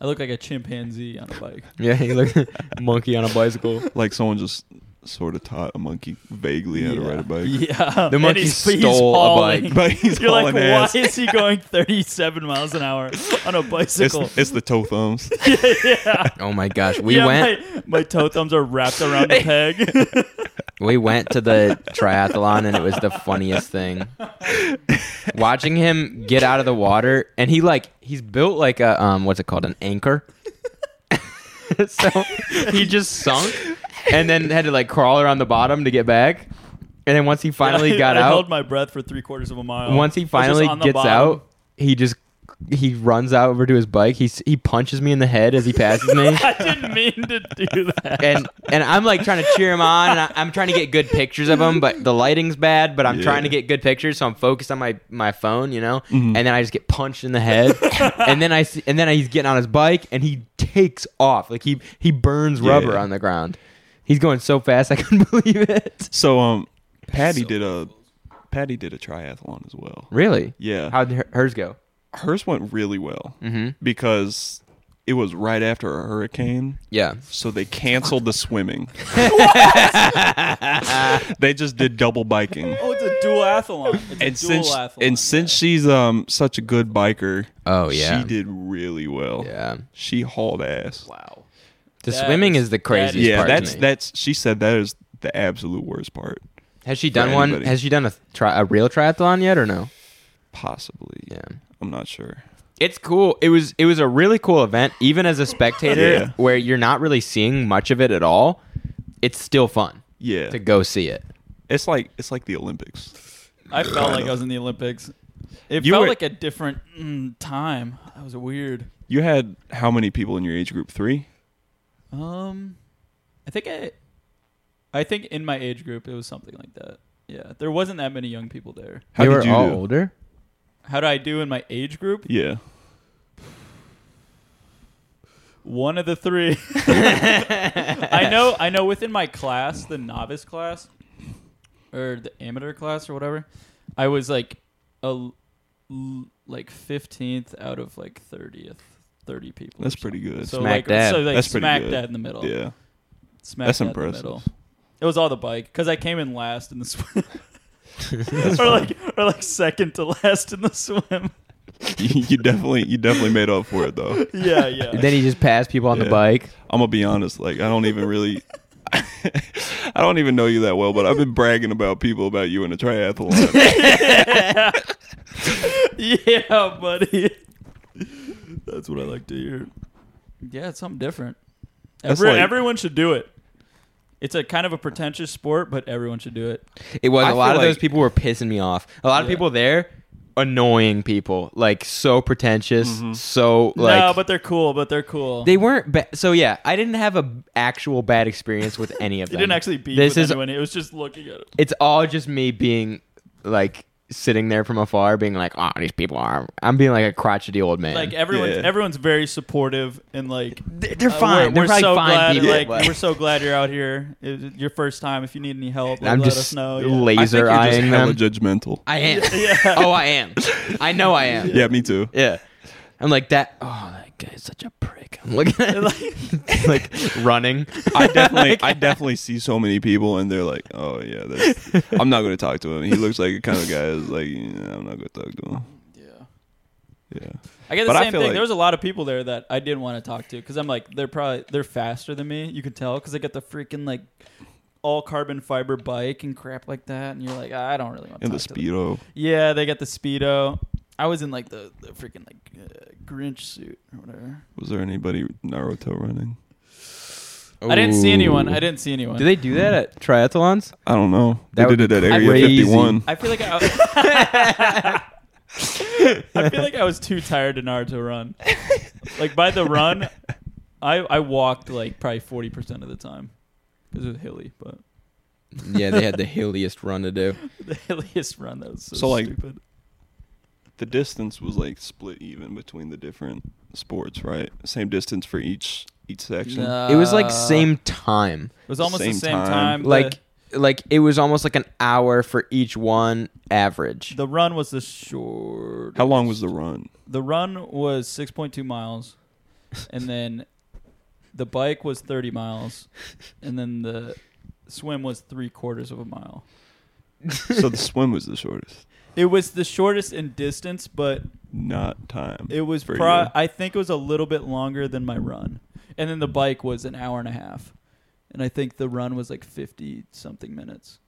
I look like a chimpanzee on a bike. Yeah, he looked [laughs] monkey on a bicycle. Like someone just sort of taught a monkey vaguely how to ride a [laughs] bike. Yeah, The And monkey he's- he's stole a [laughs] hauling. bike. But he's You're like, hauling ass. why is he going 37 miles an hour [laughs] on a It's, bicycle? it's the toe thumbs. [laughs] Oh my gosh, we Yeah, went My, my toe thumbs are wrapped around the peg. [laughs] we went to the triathlon and it was the funniest thing. [laughs] Watching him get out of the water and he like he's built like a um what's it called an anchor. [laughs] so he just sunk and then had to like crawl around the bottom to get back. And then once he [laughs] finally I, got I out, held my breath for three quarters of a mile. once he It's just finally on the gets bottom. out, he just he runs out over to his bike. He s- he punches me in the head as he passes me. [laughs] I didn't mean to do that. and and I'm like trying to cheer him on, and I, I'm trying to get good pictures of him, but the lighting's bad. But I'm Yeah. trying to get good pictures, so I'm focused on my my phone, you know. Mm-hmm. And then I just get punched in the [laughs] head, and then I see, and then he's getting on his bike, and he takes off like he he burns rubber Yeah. on the ground. He's going so fast, I [laughs] couldn't believe it. So um, Patty did a Patty did a triathlon as well. Really? Yeah, How'd her- hers go? hers went really well Mm-hmm. Mhm. because it was right after a hurricane, Yeah. so they canceled [laughs] the swimming. they just did double biking. [laughs] Oh, it's a duathlon. It's And a since duathlon. and since she's um such a good biker, Oh yeah. she did really well. Yeah. She hauled ass. wow. The That swimming is- is the that craziest is- Yeah, part. to that's me. that's she said that is the absolute worst part. Has she for done one? anybody. Has she done a tri- a real triathlon yet or no? Possibly. Yeah. I'm not sure. It's cool. It was it was a really cool event, even as a spectator, Yeah. where you're not really seeing much of it at all. It's still fun Yeah. to go see it. It's like it's like the Olympics. I felt like I was in the Olympics. It You felt were- like a different mm, time. That was weird. You had how many people in your age group? 3? Um, I think I, I think in my age group it was something like that. Yeah, there wasn't that many young people there. How they did were you all do? older. How do I do in my age group? Yeah. One of the three. [laughs] I know. I know. Within my class, the novice class, or the amateur class, or whatever, I was like a l- l- like fifteenth out of like thirtieth, thirty people. or That's pretty something. good. So Smack like, dab. so like That's pretty smack good. that in the middle. Yeah. Smack That's dab in the impressive. middle. It was all the bike because I came in last in [laughs] the swim, [laughs] or like or like second to last in the swim. [laughs] [laughs] you definitely you definitely made up for it though. Yeah, yeah. then he just passed people on the Yeah. bike. I'm gonna be honest, like I don't even really [laughs] I don't even know you that well, but I've been bragging about people about you in [laughs] a triathlon. yeah, buddy. That's what I like to hear. Yeah, it's something different. That's Every- like- everyone should do it. It's a kind of a pretentious sport, but everyone should do it. It was I a lot of feel those like- people were pissing me off. A lot of Yeah. people there, annoying people, like so pretentious, so like. no, but they're cool. But they're cool. they weren't ba- so yeah. I didn't have a b- actual bad experience with any of [laughs] you them. didn't actually beat this with is anyone. It was just looking at it. it's all just me being like sitting there from afar, being like, "Oh, these people are." I'm being like a crotchety old man. Like everyone's Yeah. everyone's very supportive and like They- they're uh, fine. We're, they're we're probably so fine glad. people. like but- we're so glad you're out here. It was your first time. If you need any help, like, I'm let just us know. Yeah. I think laser you're just eyeing hella them. judgmental. I [laughs] am. Oh, I am. I know I am. Yeah, me too. Yeah. I'm like that. Oh, like guy's such a prick. I'm looking at [laughs] like running. I definitely, I definitely see so many people, and they're like, "Oh yeah, that's, I'm not going to talk to him. He looks like the kind of guy that's like, "Yeah, I'm not going to talk to him." Yeah. Yeah, I get the But I same feel thing. like- there was a lot of people there that I didn't want to talk to because I'm like, they're probably they're faster than me. You could tell because they got the freaking like all carbon fiber bike and crap like that, and you're like, I don't really want to. and the talk to them." speedo. Yeah, they got the speedo. I was in like the, the freaking like uh, Grinch suit or whatever. Was there anybody Naruto running? I didn't see anyone. I didn't see anyone. Do they do that at triathlons? I don't know. That they would did be it at Area crazy. 51. I feel like [laughs] I. I feel like I was too tired to Naruto run. Like by the run, I I walked like probably forty percent of the time because it was hilly, but [laughs] yeah, they had the hilliest run to do. the hilliest run that was so, So, like- stupid. the distance was like split even between the different sports, right? Same distance for each each section. it was Nah. Uh, like same time. It was almost Same the same time. time. Like the, like it was almost like an hour for each one average. the run was the short. How long was the run? The run was six point two miles, and then the bike was thirty miles, and then the swim was three quarters of a mile. so the swim was the shortest, It was the shortest in distance, but not time. it was For pro- you. I think it was a little bit longer than my run. And then the bike was an hour and a half. And I think the run was like 50 something minutes,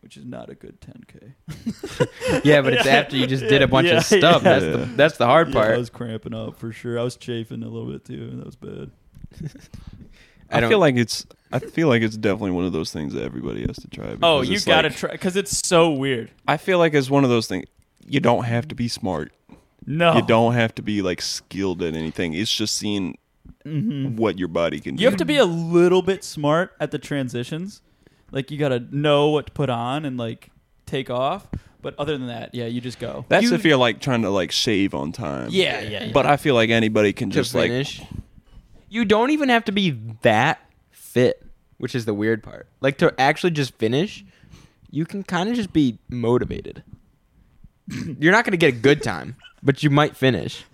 which is not a good 10k. yeah, but it's after you just did a bunch Yeah, of stuff. yeah. That's the that's the hard Yeah, part. I was cramping up for sure. I was chafing a little bit too, and that was bad. I I, don't- feel like it's. I feel like it's definitely one of those things that everybody has to try. Oh, because you it's got to like- try cuz it's so weird. I feel like it's one of those things. You don't have to be smart. No. You don't have to be like skilled at anything. It's just seeing what your body can do. Mm-hmm. You have to be a little bit smart at the transitions. Like you got to know what to put on and like take off, but other than that, yeah, you just go. That's You- if you're like trying to like shave on time. Yeah, yeah, yeah. But I feel like anybody can to just like finish. you don't even have to be that fit, which is the weird part. Like to actually just finish, you can kind of just be motivated. [clears throat] You're not going to get a good time, but you might finish.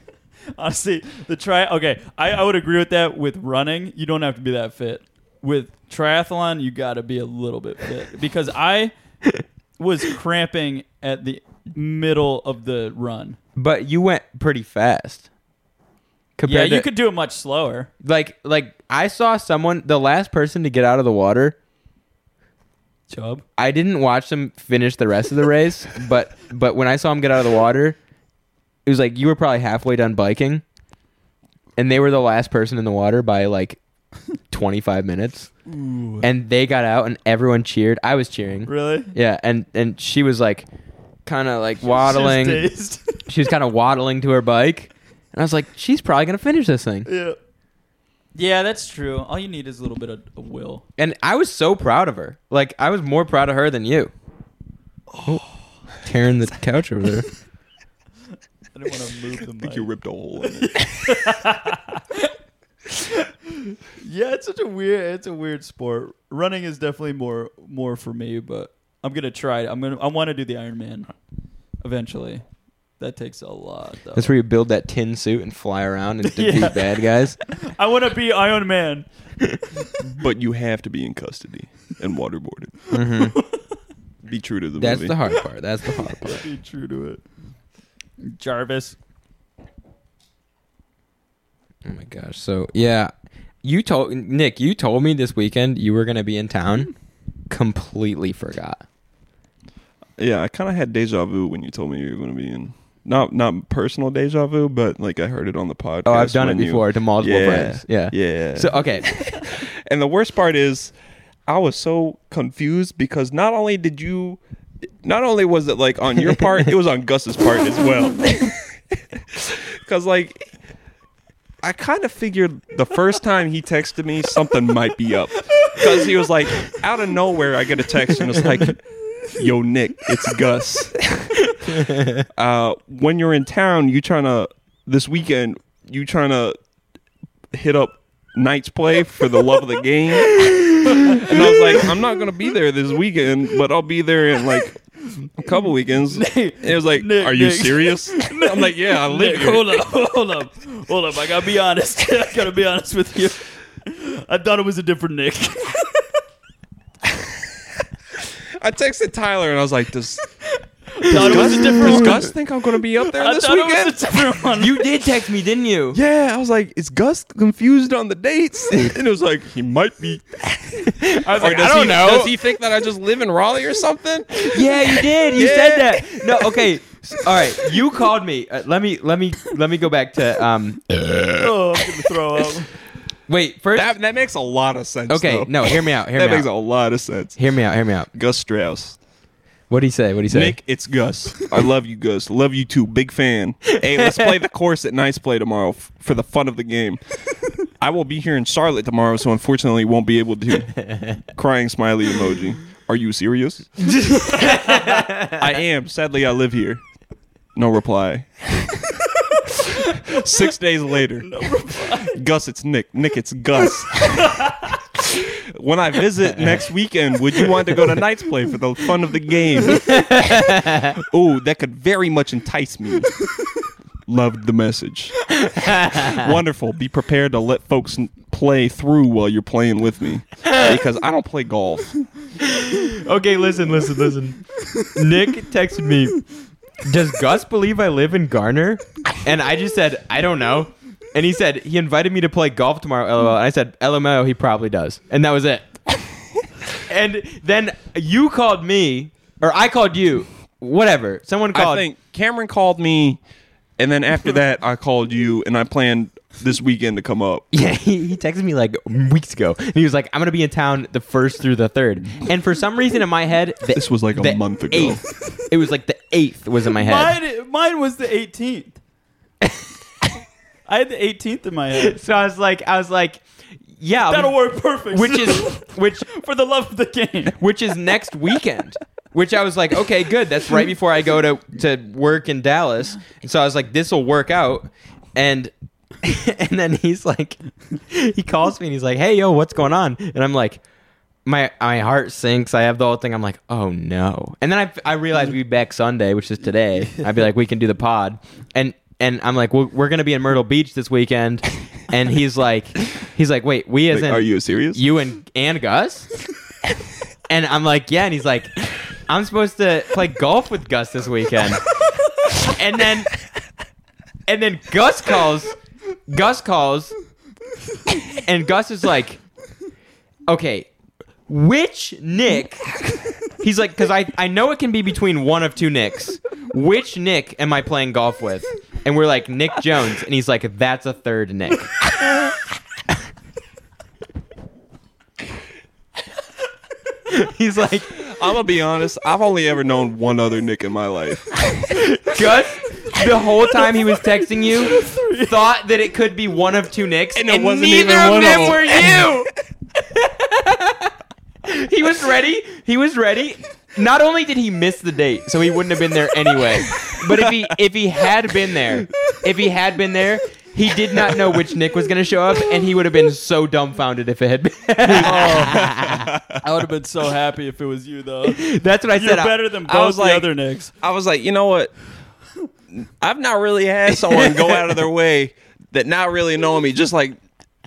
Honestly, the tri okay, I, I would agree with that with running, you don't have to be that fit. With triathlon, you gotta be a little bit fit. Because I was cramping at the middle of the run. But you went pretty fast. Yeah, Compared you to, could do it much slower. like like I saw someone the last person to get out of the water. Chubb. I didn't watch them finish the rest of the [laughs] race, but but when I saw him get out of the water, it was like you were probably halfway done biking, and they were the last person in the water by [laughs] like twenty five minutes, and they got out and everyone cheered. I was cheering, Really? yeah, and and she was like, kind of like waddling. She was dazed. She was kind of waddling to her bike, and I was like, she's probably gonna finish this thing. [laughs] yeah. [laughs] Yeah, that's true. All you need is a little bit of, of will. And I was so proud of her. Like I was more proud of her than you. Oh. Oh, tearing [laughs] the couch over there. I didn't want to move the [laughs] I mic. think you ripped a hole in [laughs] it. Yeah, it's such a weird it's a weird sport. Running is definitely more more for me, but I'm gonna try it. I'm gonna I wanna do the Ironman eventually. That takes a lot though. That's where you build that tin suit and fly around [laughs] and defeat Yeah. bad guys. I wanna be Iron Man. but you have to be in custody and waterboarded. [laughs] Be true to the Mm-hmm. That's movie. the hard part. That's the hard part. Be true to it. Jarvis. Oh my gosh. So yeah, you told Nick. You told me this weekend you were gonna be in town. Completely forgot. yeah, I kind of had deja vu when you told me you were going to be in. Not not personal deja vu, but like I heard it on the podcast. Oh, I've done it when you- before to multiple yeah, friends. Yeah. yeah. So okay, And the worst part is, I was so confused because not only did you, not only was it like on your part, it was on Gus's part as well. Because like, I kind of figured the first time he texted me, something might be up. Because he was like, out of nowhere, I get a text and it's like, yo, Nick, it's Gus. [laughs] uh, when you're in town, you trying to, this weekend, you trying to hit up Knights play for the love of the game. and I was like, I'm not gonna be there this weekend, but I'll be there in like a couple weekends. It was like, Nick, are you [laughs] Nick. serious? I'm like, yeah, I live Nick, [laughs] here. hold up, hold up, hold up. I gotta be honest. [laughs] I gotta be honest with you. I thought it was a different Nick. [laughs] I texted Tyler and I was like, does, thought it was a different does one. Gus think I'm going to be up there I this thought weekend? it was a different one. You did text me, didn't you? yeah, I was like, is Gus confused on the dates? and it was like, he might be. I was like, does I don't he- know. does Does he think that I just live in Raleigh or something? Yeah, you did. You Yeah. said that. No, okay. S- All right, you called me. Uh, let me let me let me go back to um. oh, I'm gonna throw up. Wait, first. [laughs] That, that makes a lot of sense. okay, though. no. Hear me out. Hear that me makes out. a lot of sense. Hear me out. Hear me out. Gus Strauss. What do he say? What do he say? Nick, it's Gus. I love you, Gus. Love you too. Big fan. Hey, let's play the course at Nice Play tomorrow f- for the fun of the game. I will be here in Charlotte tomorrow, so unfortunately won't be able to. Crying smiley emoji. Are you serious? I am. Sadly, I live here. No reply. Six days later. Gus, it's Nick. Nick, it's Gus. when I visit next weekend, would you want to go to Knights Play for the fun of the game? oh, that could very much entice me. [laughs] Loved the [laughs] message. Wonderful. Be prepared to let folks n- play through while you're playing with me because I don't play golf. Okay, listen, listen, [laughs] listen. Nick texted me, Does Gus believe I live in Garner? And I just said, I don't know. And he said, He invited me to play golf tomorrow, lol. And I said, LMO, he probably does. And that was [laughs] it. and then you called me, or I called you, whatever. Someone I called. think Cameron called me, and then after that, I called you, and I planned this weekend to come up. [laughs] Yeah, he, he texted me like weeks ago. And he was like, I'm going to be in town the first through the third. And for some reason in my head, the- This was like a the month ago. eighth- it was like the eighth was in my head. [laughs] Mine, mine was the 18th. I had the 18th in my head. So I was like, I was like, yeah, I'll be- That'll work perfect. which is which [laughs] for the love of the [laughs] game. which is next weekend. Which I was like, okay, good. That's right before I go to to work in Dallas. And so I was like, this will work out. And [laughs] and then he's like, he calls me and he's like, hey, yo, what's going on? And I'm like. My my heart sinks. I have the whole thing. I'm like, oh no. And then I, I realized we'd be back Sunday, which is today. I'd be like, we can do the pod. And and I'm like, well, we're gonna be in Myrtle Beach this weekend. And he's like, he's like, wait, we as Like, in are you serious? you and and Gus? and I'm like, yeah, and he's like, I'm supposed to play golf with Gus this weekend. and then and then Gus calls Gus calls and Gus is like, okay, which Nick He's like, because I, I know it can be between one of two Nicks. Which Nick am I playing golf with? And we're like, Nick Jones. And he's like, that's a third Nick. [laughs] he's like, I'm gonna be honest. I've only ever known one other Nick in my life. Gus, the whole time he was texting you, thought that it could be one of two Nicks. And it wasn't neither even of one of them were them. you. he was ready. He was ready. Not only did he miss the date, so he wouldn't have been there anyway. But if he if he had been there, if he had been there, he did not know which Nick was going to show up, and he would have been so dumbfounded if it had been. [laughs] I would have been so happy if it was you, [laughs] though. You're That's what I said. I- better than I was both the like- other Knicks. I was like, you know what? I've not really had someone go out of their way that not really knowing me, just like,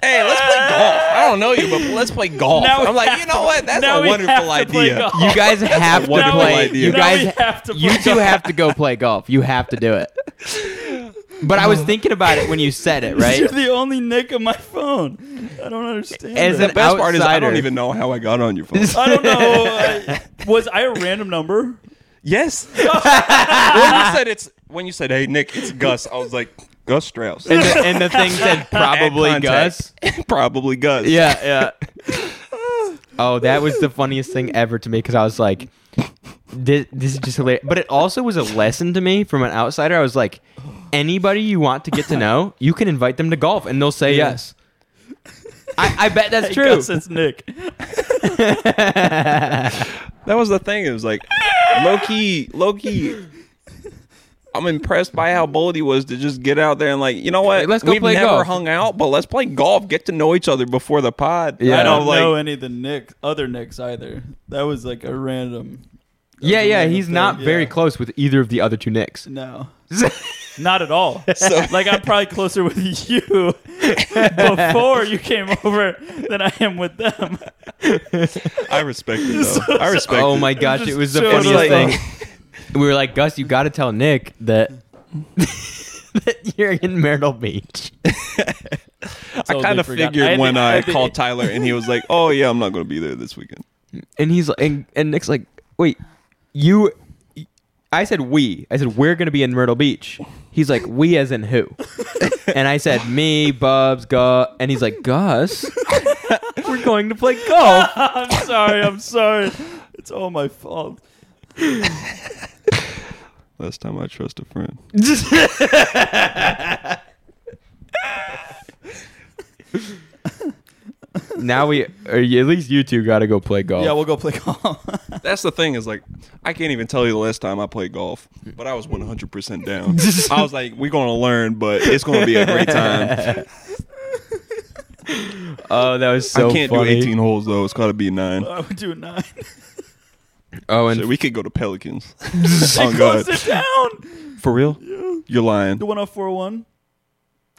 hey, let's play golf. I don't know you, but let's play golf. Now we I'm like, have you know what? That's now a we wonderful have to play idea. golf. You guys have to wonderful play. idea. You Now guys, we have to you [laughs] play two golf. have to go play golf. You have to do it. But I was thinking about it when you said it, You're [laughs] right? the only Nick on my phone. I don't understand. As that. an- Best part is I don't Outsider. even know how I got on your phone. [laughs] I don't know. I- was I a random number? yes. [laughs] when you said it's when you said, hey Nick, it's Gus, I was like, Gus Strauss. [laughs] And the, and the thing said probably At Gus. contact. Probably Gus. Yeah, yeah. [laughs] Oh, that was the funniest thing ever to me because I was like, this, this is just hilarious. But it also was a lesson to me from an outsider. I was like, anybody you want to get to know, you can invite them to golf and they'll say Yeah. yes. I, I bet [laughs] that's I true. guess it's Nick. That was the thing. It was like low key, low key. I'm impressed by how bold he was to just get out there and like, you know what? Hey, let's go We've play never golf. hung out, but let's play golf. Get to know each other before the pod. Yeah. I don't like, know any of the Knicks, other Knicks either. That was like a random. yeah, yeah, he's thing, not very yeah. close with either of the other two Knicks. No. Not at all. like I'm probably closer with you before you came over than I am with them. I respect it. Though. I respect. Oh it. my gosh, Just it was the show us funniest like- thing. we were like, Gus, you got to tell Nick that [laughs] that you're in Myrtle Beach. I Totally kind of forgot. figured had- when I, [laughs] had- called Tyler and he was like, "Oh yeah, I'm not going to be there this weekend." And he's like, and, and Nick's like, wait, you. I said we. I said we're gonna be in Myrtle Beach. He's like we as in [laughs] who? and I said me, Bubs, Gus. And he's like Gus. [laughs] we're going to play golf. I'm sorry. I'm sorry. It's Oh, all my fault. Last time I trust a friend. now we, or you- at least you two, got to go play golf. Yeah, we'll go [laughs] play golf. That's the thing is like, I can't even tell you the last time I played golf, but I was 100 [laughs] percent down. I was like, "We're going to learn, but it's going to be a great time." oh, that was so I can't funny. do 18 holes though. It's got to be nine. I would do a nine. Oh, and So we could go to Pelicans. [laughs] They oh closed God, it down. for real? You're lying. The 1041.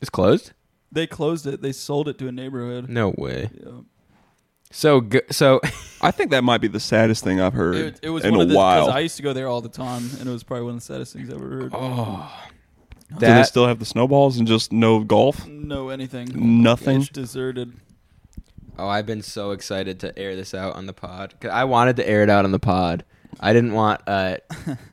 it's closed. They closed it. They sold it to a neighborhood. No way. Yeah. So g- so I think that might be the saddest thing I've heard It, it was in one a of the while. because I used to go there all the time, and it was probably one of the saddest things I ever heard. Oh. Do they that still have the snowballs and just no [laughs] golf? No anything. Nothing. It's deserted. oh, I've been so excited to air this out on the pod. 'Cause I wanted to air it out on the pod. I didn't want uh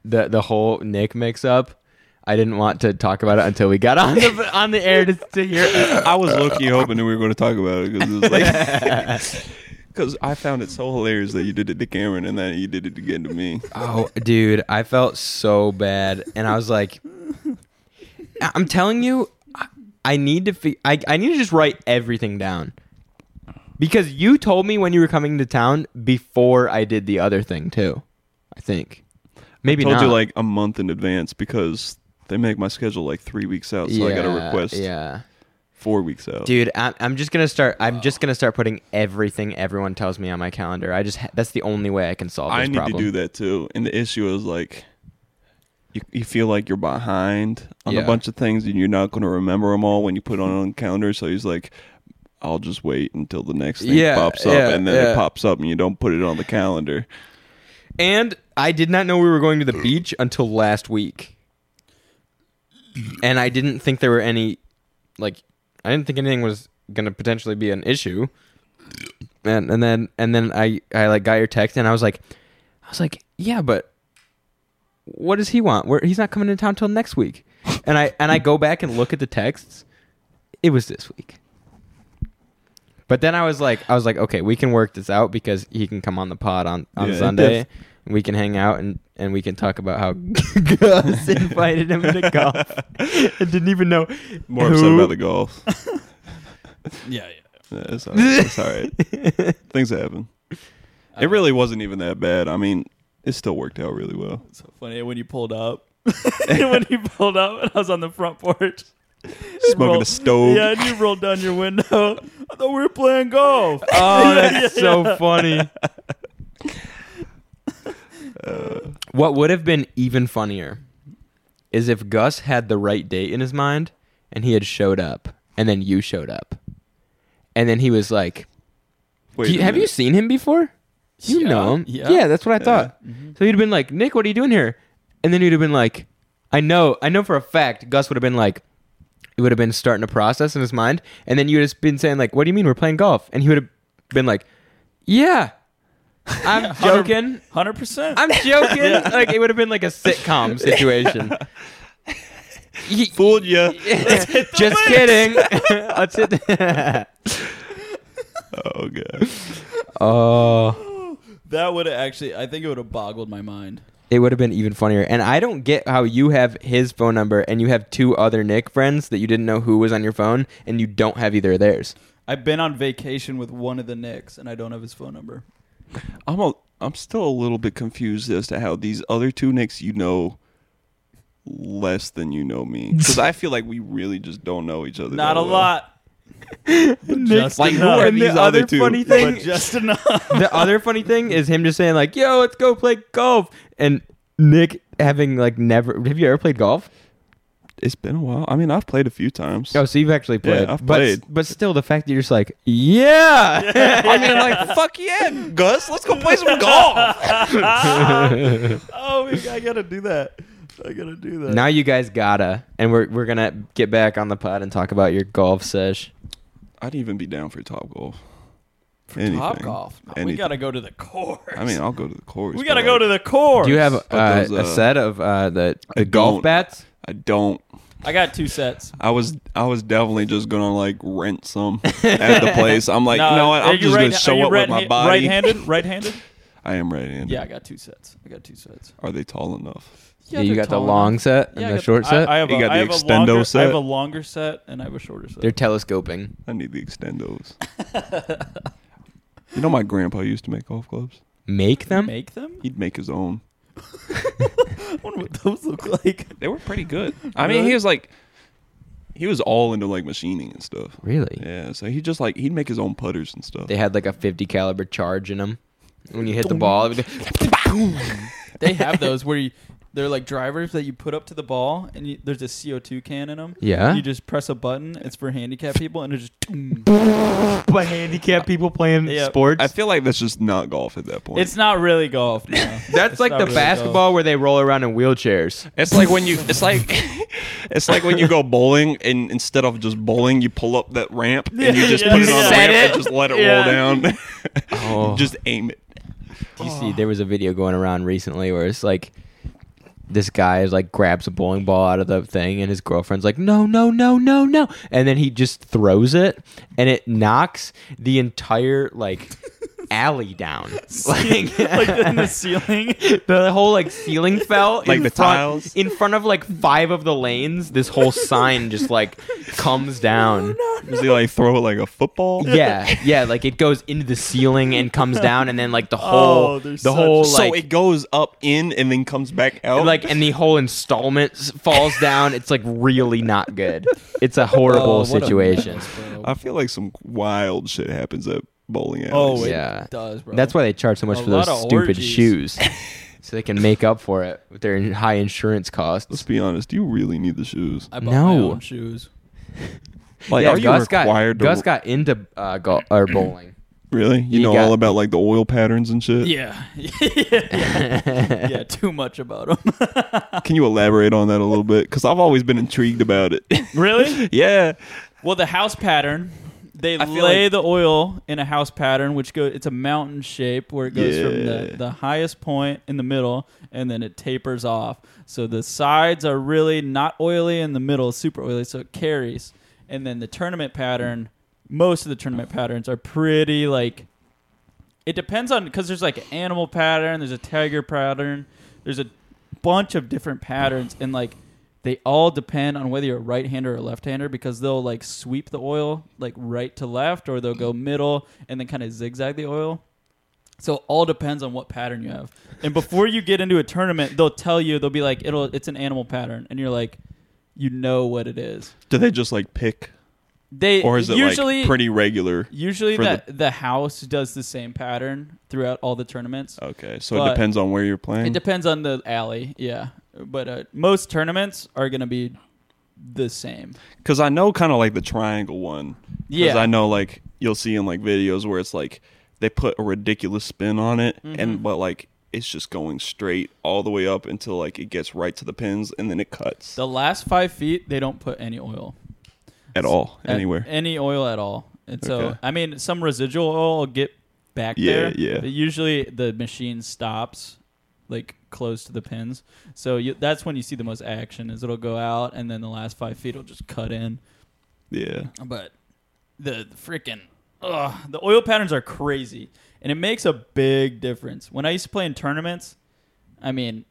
the the whole Nick mix up. I didn't want to talk about it until we got on the [laughs] on the air to, to hear. It. I was lucky hoping that we were going to talk about it because it was like [laughs] [laughs] because I found it so hilarious that you did it to Cameron and then you did it again to me. Oh, dude, I felt so bad, and I was like, I- I'm telling you, I, I need to. Fi- I I need to just write everything down because you told me when you were coming to town before I did the other thing too. I think I maybe told not. you like a month in advance because they make my schedule like three weeks out, so I got to Yeah, request Yeah, four weeks out. dude, I'm I'm just gonna start. I'm just gonna start putting everything everyone tells me on my calendar. I just ha- that's the only way I can solve this I need problem. to do that too. And the issue is like you, you feel like you're behind on Yeah. a bunch of things and you're not going to remember them all when you put it on the calendar. So he's like, I'll just wait until the next thing Yeah, pops up. yeah, and then yeah. it pops up and you don't put it on the calendar. And I did not know we were going to the beach until last week. And I didn't think there were any like I didn't think anything was going to potentially be an issue. And and then and then I I like got your text and I was like I was like, "Yeah, but what does he want? Where he's not coming into town till next week." And I and I go back and look at the texts. It was this week. But then I was like, I was like, okay, we can work this out because he can come on the pod on, on Yeah. Sunday. And we can hang out and, and we can talk about how [laughs] Gus invited him to [laughs] golf. and didn't even know. More upset who- about the golf. [laughs] Yeah, yeah. Yeah, it's all right. It's all [laughs] right. Things happen. It really wasn't even that bad. I mean, it still worked out really well. So funny when you pulled [laughs] up. [laughs] when you pulled up, and I was on the front porch. [laughs] Smoking a stove. Yeah, and you rolled down your window. [laughs] I thought we were playing golf. Oh, that's so funny. what would have been even funnier is if Gus had the right date in his mind and he had showed up and then you showed up. And then he was like, Wait Do you- a have you minute. seen him before? You Yeah, know him. yeah. Mm-hmm. that's what I thought. So he'd have been like, Nick, what are you doing here? And then he'd have been like, I know, I know for a fact Gus would have been like, it would have been starting a process in his mind. And then you'd have been saying, like, what do you mean we're playing golf? And he would have been like, yeah, I'm joking. [laughs] Hundred percent. I'm joking. Like, it would have been like a sitcom situation. He- [laughs] Fooled ya. Just kidding. Let's hit the- Oh, God. [laughs] oh. That would have actually. I think it would have boggled my mind. It would have been even funnier. And I don't get how you have his phone number and you have two other Nick friends that you didn't know who was on your phone and you don't have either of theirs. I've been on vacation with one of the Knicks, and I don't have his phone number. I'm a, I'm still a little bit confused as to how these other two Knicks you know less than you know me because I feel like we really just don't know each other. Not that a well. lot. Just Like, who enough. are And the these other other two, funny but thing? But just enough. the other funny thing is him just saying like, "Yo, let's go play golf," and Nick having like never. Have you ever played golf? It's been a while. I mean, I've played a few times. Oh, so you've actually Yeah, played. I've but, played. But still, the fact that you're just like, yeah, [laughs] I mean, like, fuck yeah, Gus, let's go play some golf. [laughs] oh, we- I gotta do that. I gotta do that. now you guys gotta, and we're we're gonna get back on the pod and talk about your golf sesh. I'd even be down for top golf. For Top golf. We Anything. gotta go to the course. I mean, I'll go to the course. we but, gotta go like, to the course. Do you have But uh, those, a uh, set of uh, the, I the golf don't. bats? I don't. I got two sets. I was I was definitely just gonna like rent some [laughs] at the place. I'm like, Nah, you know what? are I'm you just right- gonna are show you up with my right-hand- body. Right-handed? [laughs] Right-handed? I am right handed. yeah, I got two sets. I got two sets. Are they tall enough? Yeah, you got the long set and Yeah, I the got short I- set. I, have You a, got I the have a extendo longer, I set? have a longer set and I have a shorter set. They're telescoping. I need the extendos. you know, my grandpa used to make golf clubs. Make them. Make them? [laughs] He'd make his own. I wonder what those look like. They were pretty [laughs] good. I mean, he was like, he was all into like machining and stuff. Really? Yeah, so he just like he'd make his own putters and stuff. They had like a 50 caliber charge in them. When you hit the [laughs] ball, it would go- they have those where you, [laughs] they're like drivers that you put up to the ball and you, there's a CO2 can in them. yeah. You just press a button. It's for handicapped people and it just. But handicapped people playing Yeah. sports. I feel like that's just not golf at that point. It's not really golf. no. [laughs] That's It's like not the really basketball where they roll around in wheelchairs. It's like when you it's like [laughs] it's like when you go bowling and instead of just bowling you pull up that ramp and you just yeah, put it yeah. on the Set ramp it. and just let it Yeah. roll down. [laughs] Oh. just aim it. Do you see there was a video going around recently where it's like this guy is like grabs a bowling ball out of the thing and his girlfriend's like no no no no no and then he just throws it and it knocks the entire like alley down [laughs] like [laughs] [laughs] like in [laughs] the ceiling. [laughs] the whole like ceiling fell in Like the front- tiles? in front of like five of the lanes this whole sign just like comes down Does he like throw it like a football? yeah yeah like it goes into the ceiling and comes down and then like the whole Oh, the there's such- whole So like it goes up in and then comes back out. like and the whole installment s- falls down it's like really not good it's a horrible Oh, what a [laughs] situation mess, bro. I feel like some wild shit happens at bowling alleys. Oh, it Yeah. does, bro. that's why they charge so much A for lot those of stupid orgies. [laughs] shoes so they can make up for it with their in- high insurance costs Let's be honest, do you really need the shoes? I bought my No. own shoes. Like yeah, are you Gus required got Gus to got into uh, go- [clears throat] or bowling. really? You He know got- all about like the oil patterns and shit? [laughs] [laughs] Yeah. yeah. Yeah, too much about them. Can you elaborate on that a little bit? Because I've always been intrigued about it. [laughs] [laughs] really? yeah. Well, the house pattern. They I feel lay like- the oil in a house pattern, which go it's a mountain shape where it goes from the, Yeah. the highest point in the middle, and then it tapers off. So the sides are really not oily, and the middle is super oily, so it carries. And then the tournament pattern, most of the tournament patterns are pretty like. It depends on because there's like an animal pattern, there's a tiger pattern, there's a bunch of different patterns, and like they all depend on whether you're a right hander or left hander because they'll like sweep the oil like right to left or they'll go middle and then kind of zigzag the oil. So it all depends on what pattern you have. And before you get into a tournament, they'll tell you they'll be like it'll it's an animal pattern and you're like you know what it is. Do they just like pick They or is it usually like pretty regular? usually [laughs] for that the house does the same pattern throughout all the tournaments. Okay, so it But- depends on where you're playing. It depends on the alley, yeah. But uh, most tournaments are going to be the same. Because I know kind of like the triangle one. Because Yeah. I know like you'll see in like videos where it's like they put a ridiculous spin on it, Mm-hmm. and but like it's just going straight all the way up until like it gets right to the pins, and then it cuts The last five feet, they don't put any oil at all At- anywhere. any oil at all. And so, Okay. I mean, some residual oil will get back Yeah, there. yeah. But usually, the machine stops like close to the pins. So you, that's when you see the most action. Is it'll go out, and then the last five feet will just cut in. yeah, But the, the freaking ugh, the oil patterns are crazy, and it makes a big difference. When I used to play in tournaments, I mean,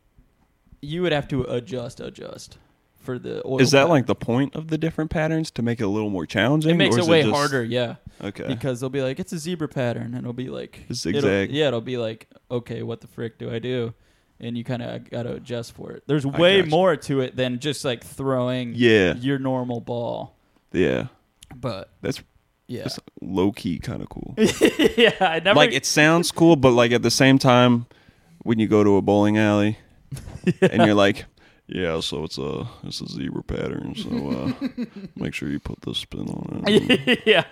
you would have to adjust, adjust for the oil. is that pattern. like the point of the different patterns to make it a little more challenging? It makes or it is way just- harder, yeah, Okay, because they'll be like, it's a zebra pattern, and it'll be like A zigzag. It'll, yeah, it'll be like, okay, what the frick do I do? And you kind of got to adjust for it. There's I way gotcha. more to it than just like throwing Yeah. your normal ball. yeah. But That's yeah, low key kind of cool. [laughs] yeah. I never like it sounds cool, but like at the same time, when you go to a [laughs] bowling alley and you're like, yeah, so it's a it's a zebra pattern, so uh, [laughs] make sure you put this spin on it. [laughs] yeah,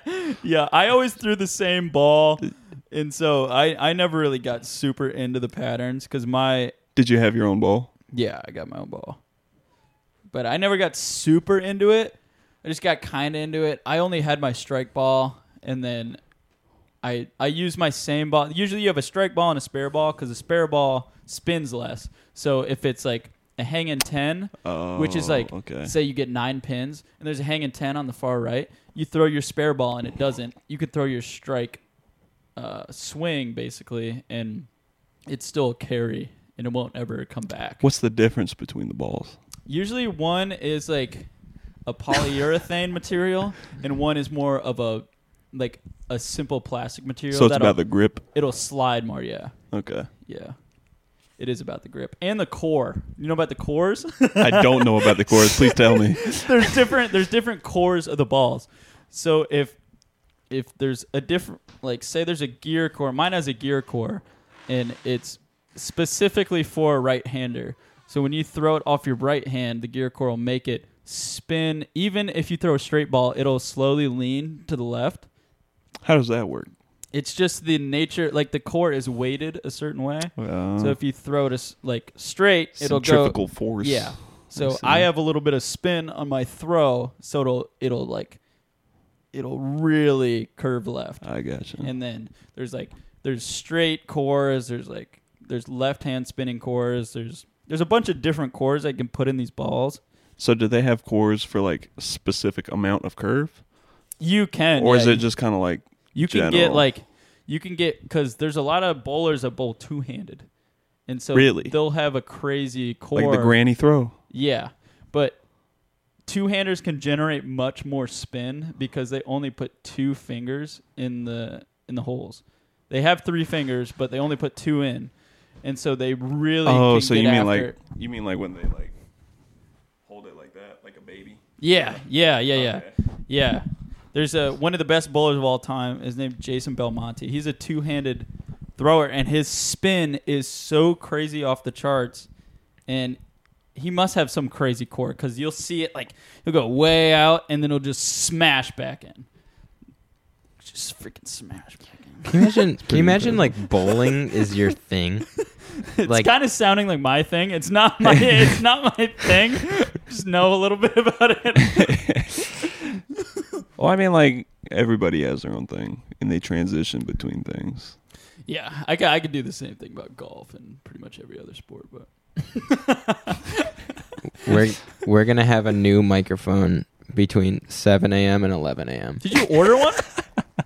yeah. I always threw the same ball, and so I I never really got super into the patterns because my Did you have your own bowl? yeah I got my own ball, but I never got super into it. I just got kind of into it. I only had my strike ball, and then I I use my same ball. Usually you have a strike ball and a spare ball because the spare ball spins less. So if it's like a hanging ten, which is Oh, like okay. say you get nine pins and there's a hanging 10 on the far right you throw your spare ball and it doesn't you could throw your strike uh, swing basically and it's still a carry and it won't ever come back What's the difference between the balls? usually one is like a [laughs] polyurethane material and one is more of a like a simple plastic material So it's that'll- about the grip. it'll slide more yeah Okay. yeah it is about the grip and the core you know about the cores I don't know about the chorus. Please tell [laughs] me. there's different there's different cores of the balls. So if if there's a different like say there's a gear core, mine has a gear core and it's specifically for a right hander. So when you throw it off your right hand, the gear core will make it spin even if you throw a straight ball, it'll slowly lean to the left. How does that work? It's just the nature like the core is weighted a certain way. Uh, So if you throw it as like straight, it'll go centrifugal force. yeah. So see. I have a little bit of spin on my throw, so it'll it'll like it'll really curve left. I gotcha. And then there's like there's straight cores, there's like there's left hand spinning cores, there's there's a bunch of different cores I can put in these balls. so do they have cores for like a specific amount of curve, You can or is yeah, it just kind of like you can get general? like you can get because there's a lot of bowlers that bowl two handed, and so Really? they'll have a crazy core like the granny throw? Yeah, but two handers can generate much more spin because they only put two fingers in the in the holes. They have three fingers, but they only put two in, and so they really. Oh, can so get you mean after like it. you mean like when they like hold it like that, like a baby? Yeah, yeah, yeah, yeah, Okay. yeah. There's a one of the best bowlers of all time. His name's Jason Belmonte. He's a two-handed thrower, and his spin is so crazy off the charts. And he must have some crazy core because you'll see it like he'll go way out, and then he'll just smash back in. Just freaking smash back in. Can you imagine? can you imagine impressive. like bowling is [laughs] your thing? [laughs] It's Like- kind of sounding like my thing. It's not my. [laughs] it's not my thing. Just know a little bit about it. Well, I mean like everybody has their own thing, and they transition between things. Yeah, I could, I could do the same thing about golf and pretty much every other sport, but We're we're gonna have a new microphone between 7 a.m. and 11 [laughs] a.m. Did you order one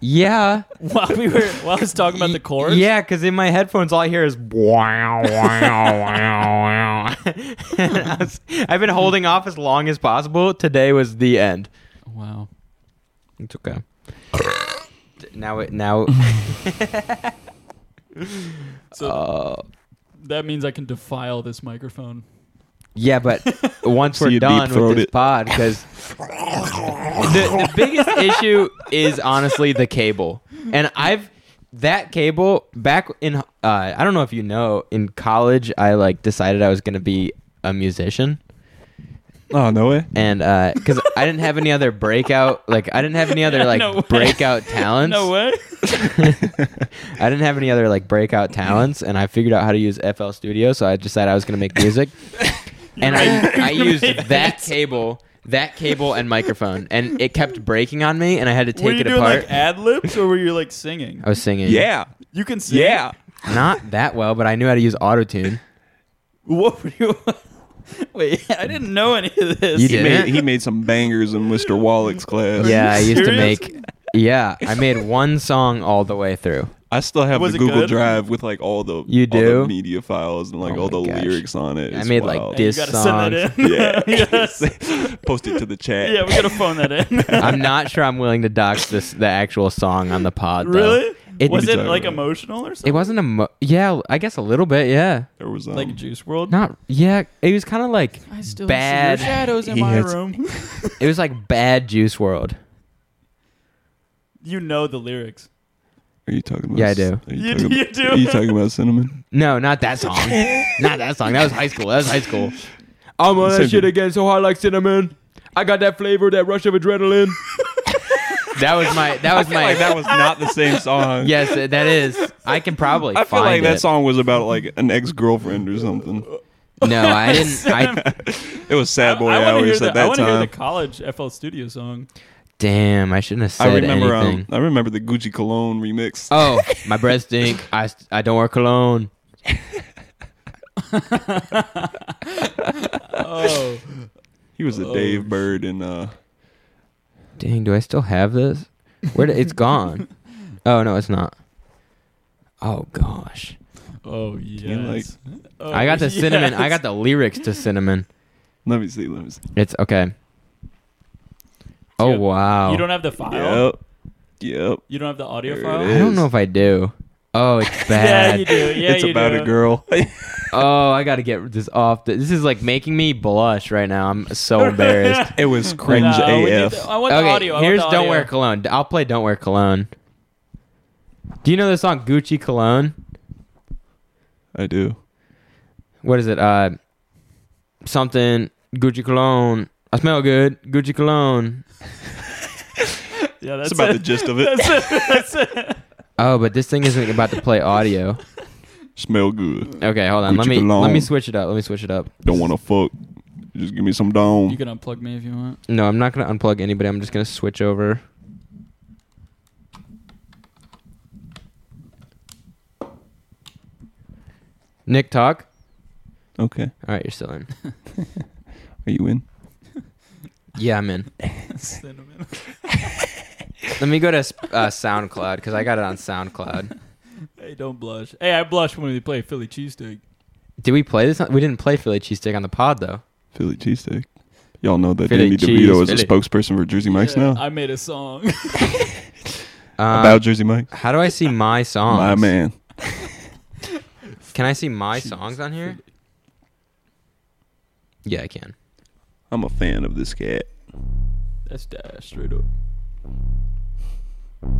Yeah. [laughs] while we were while I was talking about the chords? Yeah, because in my headphones, all I hear is wow, wow, wow, [laughs] wow. I was- I've been holding off as long as possible. Today was the end. Wow. It's okay. now it now. So Uh, that means I can defile this microphone. [laughs] yeah, but once So we're you done with deep-throated. this pod, because the, the biggest issue is honestly the cable, and I've that cable back in. Uh, I don't know if you know. In college, I like decided I was gonna be a musician. Oh no way! and because I didn't have any other breakout, like I didn't have any other like [laughs] No way. breakout talents. No way. [laughs] I didn't have any other like breakout talents, and I figured out how to use FL Studio, so I decided I was gonna make [laughs] music, and I I used that cable. That cable and microphone, and it kept breaking on me, and I had to [laughs] were take you it doing apart. like ad libs or were you like singing? I was singing, Yeah, You can sing. yeah. not that well, but I knew how to use autotune. What were [laughs] you? Wait, I didn't know any of this. You He Yeah. made he made some bangers in Mr. Wallach's class. Yeah, [laughs] I used to serious? make. Yeah, I made one song all the way through. I still have Was the it Google good? Drive with like all the You all the do? media files and like Oh all my the gosh. lyrics on it. I It's made, like, wild. Hey, you diss gotta send that in. [laughs] Yeah. yes. post it to the chat. [laughs] Yeah, we gotta phone that [laughs] in. I'm not sure I'm willing to dox this the actual song on the pod. Though. really? It- was it Sorry. like emotional or something? It wasn't a mo- yeah, I guess a little bit, yeah. There was um, like Juice World. Not yeah, it was kind of like I still Bad. see your shadows in He my has- room. it was like bad Juice World. you know the lyrics. Are you talking about? Yeah, I c- do. Are you, You- talking, you do. Are you talking about [laughs] cinnamon? No, not that [laughs] song. not that song. That was high school. That was high school. I'm on Same that shit thing. again so hard like cinnamon. I got that flavor, that rush of adrenaline. [laughs] that was my. That was my. that was not the same song. yes, uh, that is. I can probably. I feel find like that it. song was about like an ex girlfriend or something. No, I didn't. I [laughs] It was sad boy I, I wanna hear hours the, at I that want to hear the time. college FL Studio [laughs] song. damn. I shouldn't have said I remember. anything. Um, I remember the Gucci cologne remix. oh, my breath stink. I I don't wear cologne. Oh, he was a oh, Dave Bird and uh, Dang, do I still have this? Where did, it's gone? Oh no, it's not. Oh gosh, oh yes. Oh, I got the cinnamon. I [laughs] yes. got the lyrics to cinnamon. let me see, let me see. It's okay. Oh Dude, wow. You don't have the file. Yep, yep. You don't have the audio There it file. I don't is. know if I do. Oh, it's [laughs] Yeah, bad. you do. [laughs] Yeah, it's you about do. a [laughs] girl. oh, I gotta get this off. The, this is like making me blush right now. I'm [laughs] so embarrassed. it was cringe No, we need AF. the- I want okay, the audio. I want here's the "Don't audio. Wear Cologne." D- I'll play "Don't Wear Cologne." Do you know the song Gucci Cologne? I do. What is it? Uh, something Gucci Cologne. I smell good. Gucci Cologne. Yeah, That's that's about it. the gist [laughs] of it. That's it. Oh, but this thing isn't about to play audio. Smell good. Okay, hold on. let Gucci me let me Cologne. switch it up. Let me switch it up. Don't want to fuck. Just give me some You dome. can unplug me if you want. No, I'm not gonna unplug anybody. I'm just gonna switch over. Nick, talk. Okay. All right, you're still in. Are you in? Yeah, I'm in. Cinnamon. Let me go to uh, SoundCloud because I got it on SoundCloud. Hey, don't blush. Hey, I blush when we play Philly cheesesteak. Did we play this? On, we didn't play Philly cheesesteak on the pod though. Philly cheesesteak. Y'all know that Philly Danny cheese, DeVito is Philly. a spokesperson for Jersey Mike's Yeah, now. I made a song. [laughs] Um, About Jersey Mike. how do I see my songs? [laughs] My man. Can I see my songs on here? Yeah, I can. I'm a fan of this cat. That's dash straight up. Oh,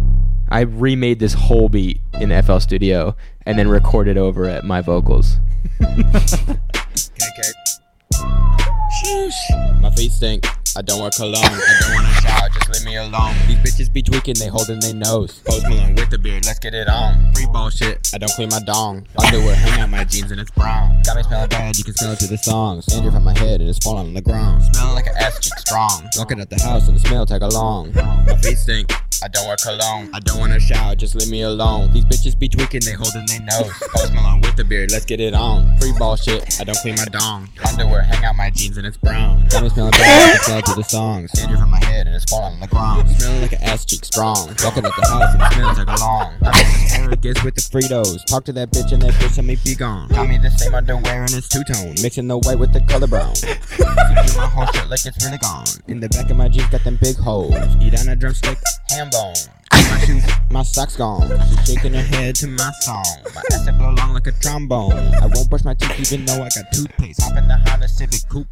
I remade this whole beat in FL Studio and then recorded over it my [laughs] vocals. My feet stink. I don't wear cologne. I don't want to shower. Just leave me alone. These bitches be tweaking. They holding their nose. Post Malone with the beard. Let's get it on. Free bullshit. I don't clean my dong. Underwear hang out my jeans and it's brown. Got me smelling bad. You can smell it through the songs. Danger from my head and it's falling on the ground. Smelling like an ass chick strong. Walking out the house and the smell tag along. My feet stink. I don't wear cologne. I don't want to shower. Just leave me alone. These bitches be tweaking. They holding their [laughs] nose. Post Malone with the beard. Let's get it on. Free ball shit. I don't clean my dong. Underwear hang out my jeans and it's brown. Got me smelling bad. You can smell it through the songs. Danger from my head and it's falling on the ground. Smelling like an ass cheek strong. Walking out the house and the smell tag along. I'm just asparagus with the Fritos. Talk to that bitch and that bitch and me be gone. Got me the same underwear and it's two tone. Mixing the white with the color brown. Do my whole shit like it's really gone. In the back of my jeans got them big holes. Eat on a drumstick, ham bone. My shoes, my socks gone. She's shaking her head to my song. My ass blow long like a trombone. I won't brush my teeth even though I got toothpaste. Hop in the Honda Civic coupe.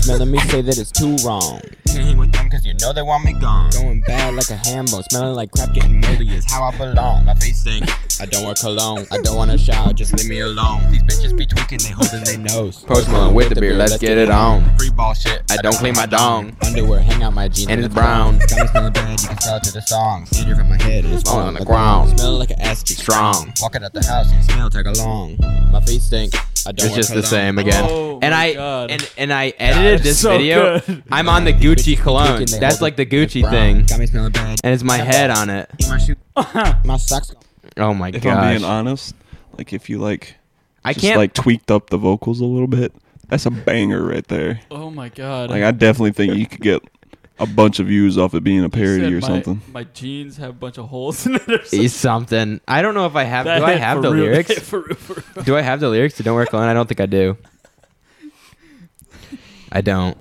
Smelling me say that it's too wrong. Can't hang with them cause you know they want me gone. Going bad like a hambo. Smelling like crap getting moldy is how I belong. My face stink. I don't wear cologne. I don't wanna shower. Just leave me alone. These bitches be tweaking. They holding their nose. Post Malone with the beard. Let's get it on. Free ball shit. I don't clean my dong. Underwear. Hang out my jeans. And it's brown. Got me smelling bad. You can tell it to the songs. Danger from my head. and It's falling on the ground. Smelling like an ass cheek. Strong. Walking out the house and smell tag along. My face stink. I don't It's just the same again. Oh and my I God. and and I edited God, this so video. good. I'm on the Gucci cologne. That's like the Gucci thing, Got me smelling bad. and it's my head on it. My socks. Oh my If I'm being gosh! honest, like if you like I just can't. like tweaked up the vocals a little bit, that's a banger right there. Oh my god. Like I definitely think you could get a bunch of views off it being a You parody said or my, something. My jeans have a bunch of holes in it. Or something. It's something. I don't know if I have. do I [laughs] hit have for the real. lyrics? Hit for real, for real. do I have the lyrics to "Don't Wear Cologne"? I don't think I do. I don't.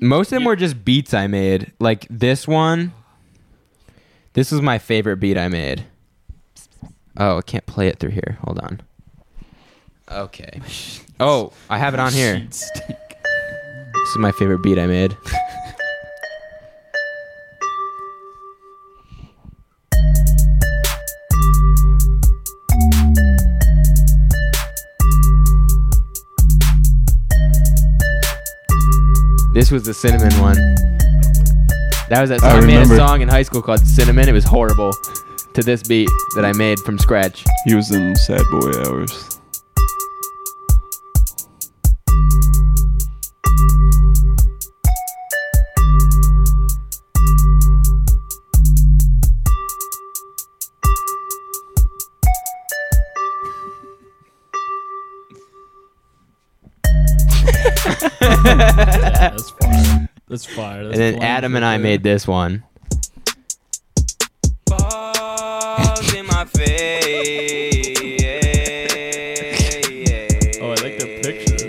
Most of them were just beats I made. Like this one. This was my favorite beat I made. Oh, I can't play it through here. Hold on. Okay. Oh, I have it on here. Jeans stink. This is my favorite beat I made. This was the cinnamon one. That was that song. I I made a remember. song in high school called Cinnamon. It was horrible to this beat that I made from scratch. He was in sad boy hours. [laughs] that's fire. That's fire. And then Adam and I made this one. Oh, I like the picture.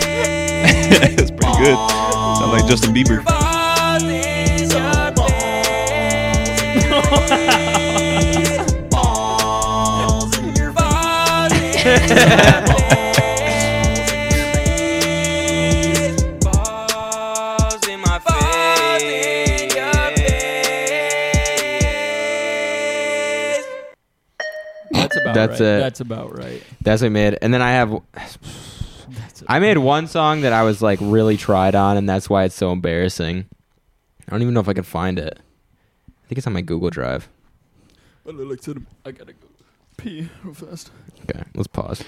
That's pretty good. Sound like [laughs] Justin Bieber. That's about That's right. it. That's about right. That's what I made. And then I have That's it. I made one song that I was like really tried on, and that's why it's so embarrassing. I don't even know if I can find it. I think it's on my Google Drive. I gotta go pee real fast. Okay, let's pause.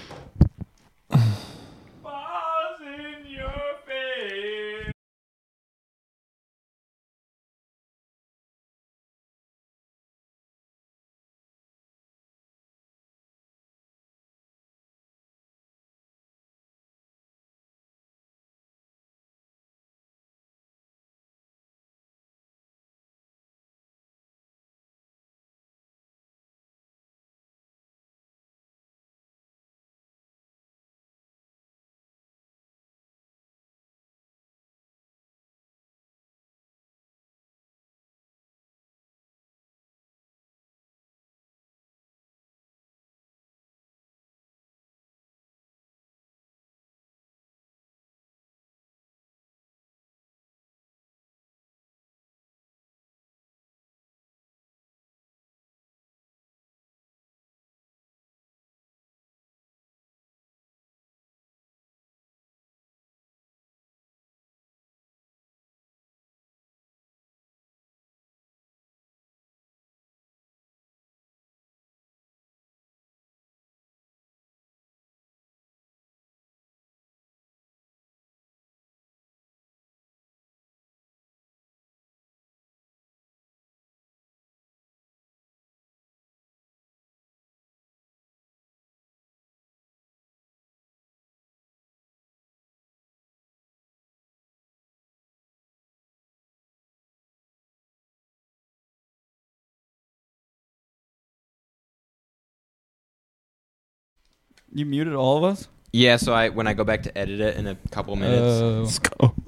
You muted all of us. Yeah, so I when I go back to edit it in a couple minutes. Oh.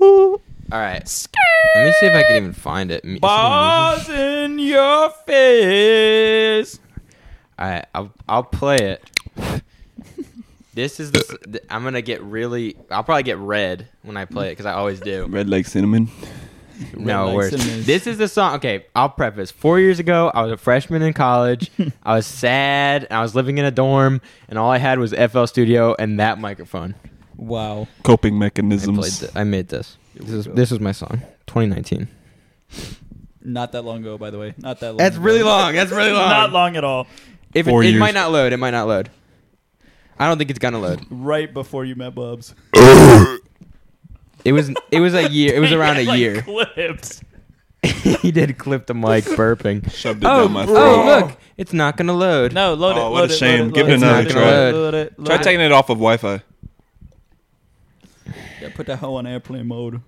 All right. Let me see if I can even find it. Me- is it on YouTube? Balls in your face. All right, I'll I'll play it. [laughs] this is the s- th- I'm gonna get really. I'll probably get red when I play it because I always do. Red like cinnamon. no Red worse. Lights and Mist. This is the song. Okay, I'll preface. Four years ago, I was a freshman in college. I was sad. And I was living in a dorm, and all I had was FL Studio and that microphone. Wow. Coping I played. mechanisms. Th- I made this. Here This we is go. this was my song. 2019. Not that long ago, by the way. Not that long. That's ago. really long. That's really long. Not long at all. If it, Four it years. might not load. It might not load. I don't think it's gonna load. Right before you met Bubs. It was. It was a year. It [laughs] was around a [laughs] Like year. Clips. he did clip the [laughs] mic burping. Shoved it Oh, down my throat. oh, look! It's not gonna load. No, load Oh, it. what load a it, shame. Load it, Give it load another load try. Load it, load it, load Try it. taking it off of Wi-Fi. Yeah, put that hoe on airplane mode.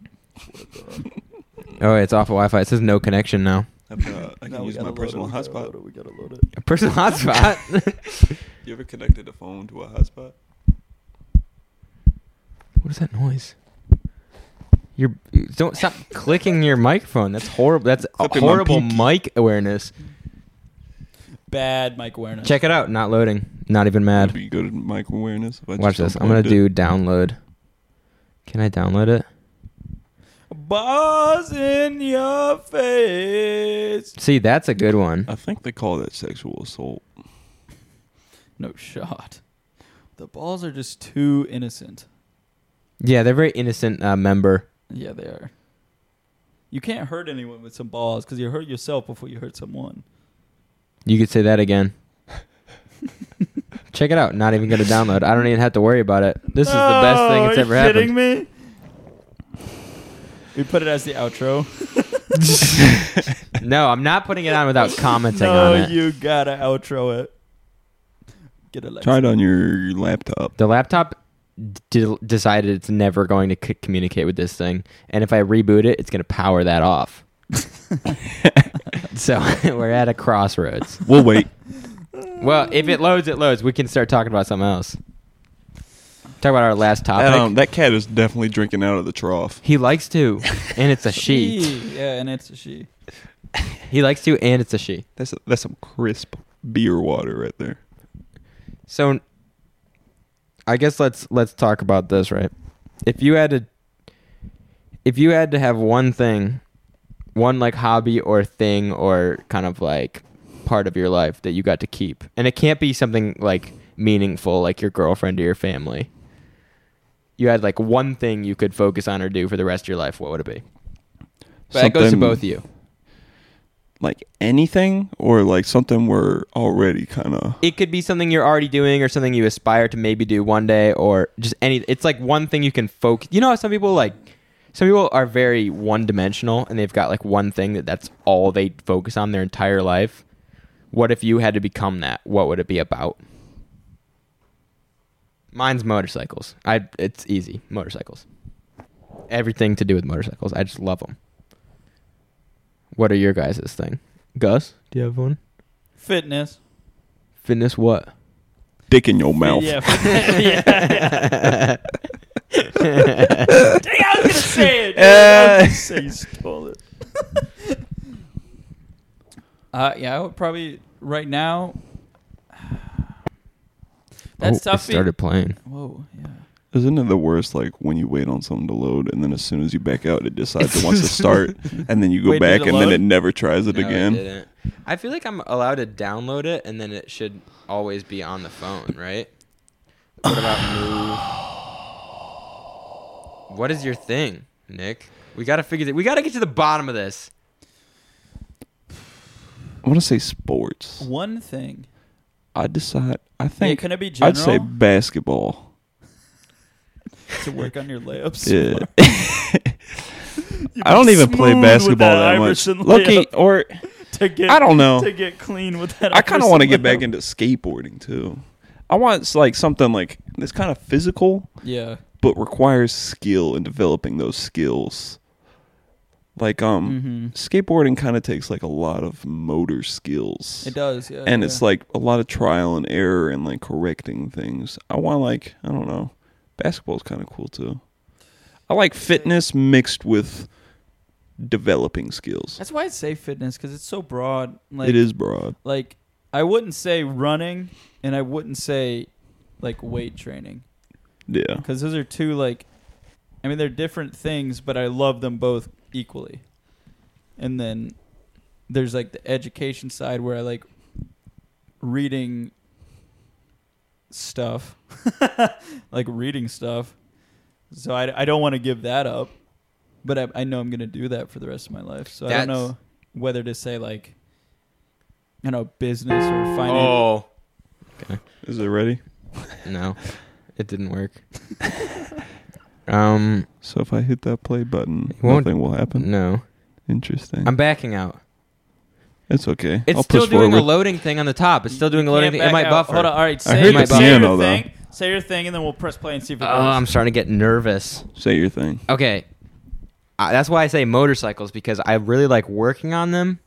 Oh, it's off of Wi-Fi. It says no connection now. I can, uh, I can No, we use gotta my load it, personal we gotta load hotspot. it, We gotta load it. A personal [laughs] hotspot. You ever connected a phone to a hotspot? what is that noise? You're don't stop clicking your microphone. That's horrible. That's a Clipping my horrible pinky. mic awareness. Bad mic awareness. Check it out. Not loading. Not even mad. That'd be good mic awareness. if I Watch just this. I'm gonna unplugged it. do download. Can I download it? Bars in your face. See, that's a good one. I think they call that sexual assault. No shot. The balls are just too innocent. Yeah, they're very innocent uh, member. Yeah, they are. You can't hurt anyone with some balls because you hurt yourself before you hurt someone. You could say that again. Check it out. Not even going to download. I don't even have to worry about it. This is the best thing that's ever Are you happened. kidding me? We put it as the outro. No, I'm not putting it on without commenting [laughs] no, on it. you gotta outro it. Get a Alexa. Try it on your laptop. the laptop d- decided it's never going to c- communicate with this thing, and if I reboot it, it's going to power that [laughs] off. so [laughs] we're at a crossroads. We'll wait. Well, if it loads, it loads. We can start talking about something else. Talk about our last [laughs] topic. That, um, that cat is definitely drinking out of the trough. he likes to, and it's a [laughs] she. Yeah, and it's a she. He likes to, and it's a she. That's a, that's some crisp beer water right there. So, I guess let's let's talk about this, right? If you had to, if you had to have one thing, one like hobby or thing or kind of like part of your life that you got to keep, and it can't be something like meaningful, like your girlfriend or your family. You had like one thing you could focus on or do for the rest of your life. What would it be? But that goes to Something- both of you. Like anything, or like something we're already kind of. it could be something you're already doing or something you aspire to maybe do one day or just any it's like one thing you can focus you know how some people like some people are very one dimensional and they've got like one thing that that's all they focus on their entire life what if you had to become that what would it be about mine's motorcycles i it's easy motorcycles everything to do with motorcycles i just love them what are your guys' thing gus do you have one Fitness. fitness what Dick in your mouth. [laughs] Yeah. fit- yeah. Dang, I was gonna say it. dude. I was gonna say you stole it. uh, yeah, I would probably right now. That's oh, it tough. be- started playing. Whoa, yeah. Isn't it the worst? Like when you wait on something to load, and then as soon as you back out, it decides it [laughs] wants to start, and then you go Wait, did back, it and then load? it never tries it again. I feel like I'm allowed to download it, and then it should always be on the phone, right? What about move? What is your thing, Nick? We gotta figure that. We gotta get to the bottom of this. I want to say sports. One thing. I decide. I Hey, think can it be I'd general say basketball. to work on your layups? [laughs] Yeah. I don't even play smooth with basketball that that, much. Iverson Lucky layup. or to get I don't know. to get clean with that. I kind of upper want to get slip. back into skateboarding too. I want s- like something like that's kind of physical Yeah. but requires skill and developing those skills. Like um Mm-hmm. skateboarding kind of takes like a lot of motor skills. It does. Yeah. and yeah. it's like a lot of trial and error and like correcting things. I want like I don't know, basketball's kind of cool too. I like fitness mixed with developing skills. That's why I say fitness because it's so broad. Like, it is broad. Like I wouldn't say running, and I wouldn't say like weight training Yeah, because those are two like, I mean they're different things, but I love them both equally. And then there's like the education side where I like reading stuff, [laughs] like reading stuff. So I, I don't want to give that up, but I, I know I'm gonna do that for the rest of my life. So I don't That's- know whether to say like, you know, business or finance. Oh is it ready? no, it didn't work. [laughs] um, So if I hit that play button, It won't- nothing will happen. no, Interesting. I'm backing out. it's okay. It's I'll still push doing forward. a loading thing on the top. It's still doing a loading thing. Can't It back might out. buffer. Hold on. All right, I say, heard the say piano, your though. thing. Say your thing, and then we'll press play and see if it Oh, works. I'm starting to get nervous. Say your thing. Okay. I that's why I say motorcycles because I really like working on them.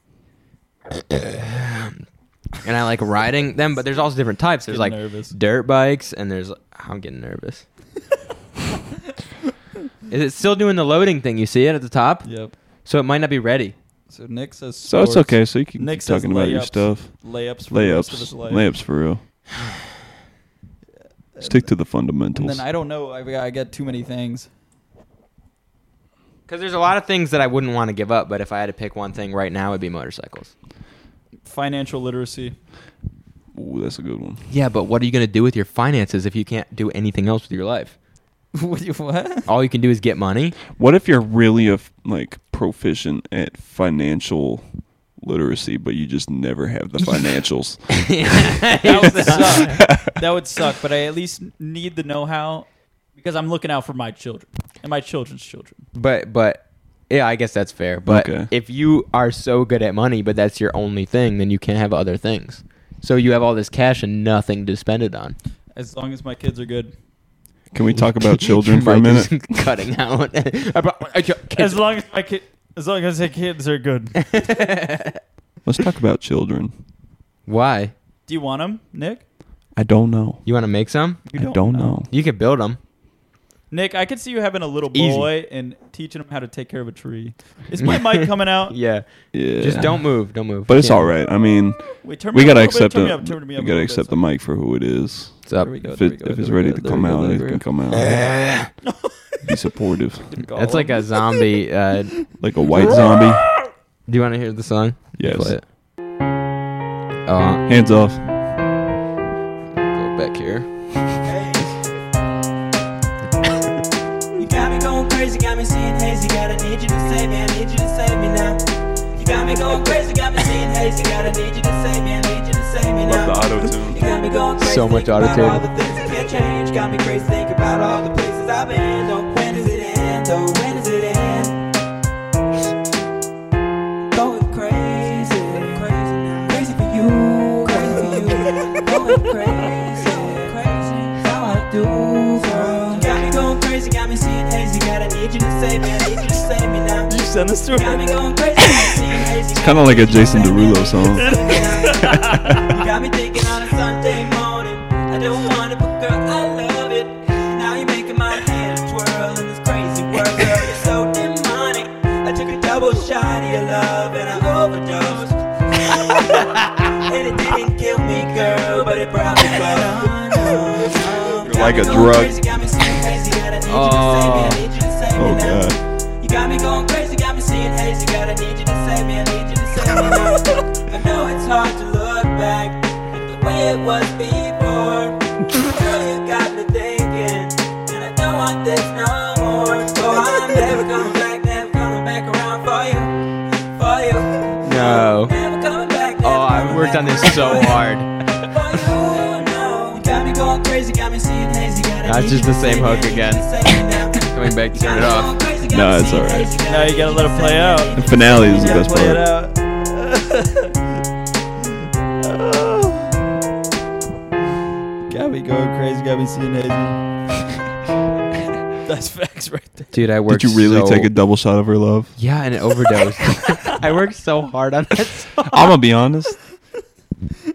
and I like riding them, but there's also different types. There's Getting like nervous. dirt bikes and there's I'm getting nervous. Is it still doing the loading thing? You see it at the top? Yep. So it might not be ready. So Nick says. So it's sports. okay. So you can Nick keep says talking about your layups. stuff. Layups. For the rest of Layups, his life. layups for real. Stick to the fundamentals. And then I don't know. I got, I got too many things. Because there's a lot of things that I wouldn't want to give up, but if I had to pick one thing right now, it'd be motorcycles. Financial literacy. Ooh, that's a good one. Yeah, but what are you going to do with your finances if you can't do anything else with your life? [laughs] what? you- what? All you can do is get [laughs] money. What if you're really a f- like proficient at financial literacy, but you just never [laughs] have the financials? That [laughs] would [laughs] suck. that would suck. But I at least need the know-how because I'm looking out for my children and my children's children. But but yeah, I guess that's fair. But Okay. if you are so good at money, but that's your only thing, then you can't have other things. So you have all this cash and nothing to spend it on. As long as my kids are good. Can we talk [laughs] [laughs] about children for a Mike is minute? [laughs] cutting out. I brought- I ju- As long as my kid. As long as the kids are good. Let's talk about children. [laughs] Why? [laughs] Do you want them, Nick? I don't know. You want to make some? You I don't know. You could build them. Nick, I could see you having a little Easy. boy and teaching him how to take care of a tree. Is my [laughs] mic coming out? [laughs] Yeah. Yeah. Just don't move. Don't move. But it's Yeah. all right. I mean, Wait, turn me we up gotta a little bit, accept turn the me up, turn me up we a gotta little accept bit, the so- mic for who it is. What's up? [laughs] There we go. If, there it, we go, if there it's we ready go, to there come we go, out, there it we can go. come out. [laughs] Be supportive, That's like a zombie. Uh, do like a white zombie. you want to hear the song? Yes. Play it. Uh, Hands off. go back here. You got me going crazy, got me seeing hazy. Gotta need you to save me, I need you to save me now. You got me going crazy, got me seeing hazy. Gotta need you to save me, I need you to save me now. auto You tune. got me going crazy, So much think about autotune. all the things that can't change. Got me crazy, think about all the places I've been. Oh, when does it end? Oh, when does it end? Going crazy, crazy, now. crazy for you, crazy for you. Going crazy, crazy. How I do for you. Got me going crazy, got me seeing hazy. Gotta need you to save me, I need you to save me now. You send this to Got her. me going crazy, got me seeing hazy. It's Kind of like a Jason Derulo song. Got me thinking on a Sunday morning. I don't want it, but girl, I love it. Now you're making my head twirl in this crazy world. Girl, you're so demonic. I took a double shot of your love and I overdosed. and it didn't kill me, girl, but it brought me close. You're like a Got me going drug. crazy, got me so crazy, and I need you to save me, Oh. I need you to save me Oh now. god. You got me going crazy, got me seeing hazy. God, I need you to save me, I need you to save [laughs] me now. I know it's hard to look back at the way it was before. Girl, you got me thinking, and I don't want this no more. So I'm never coming back, never coming back around for you, for you. No. Never coming back. Never Oh, I coming worked back on this around so for you, hard. For you, no. You got me going crazy, got me seeing hazy. God, I That's need just you the to same save me, hook I need you again. to save me now. Coming back to turn it off. No, it's all right. Now you gotta let it play out. The finale is the You gotta best play it part. out. [laughs] Got me going crazy. Got me seeing hazy. [laughs] That's facts right there. Dude, I worked. Did you really so- take a double shot of her love? Yeah, and it [laughs] overdosed. [laughs] I worked so hard on that song. I'm gonna be honest.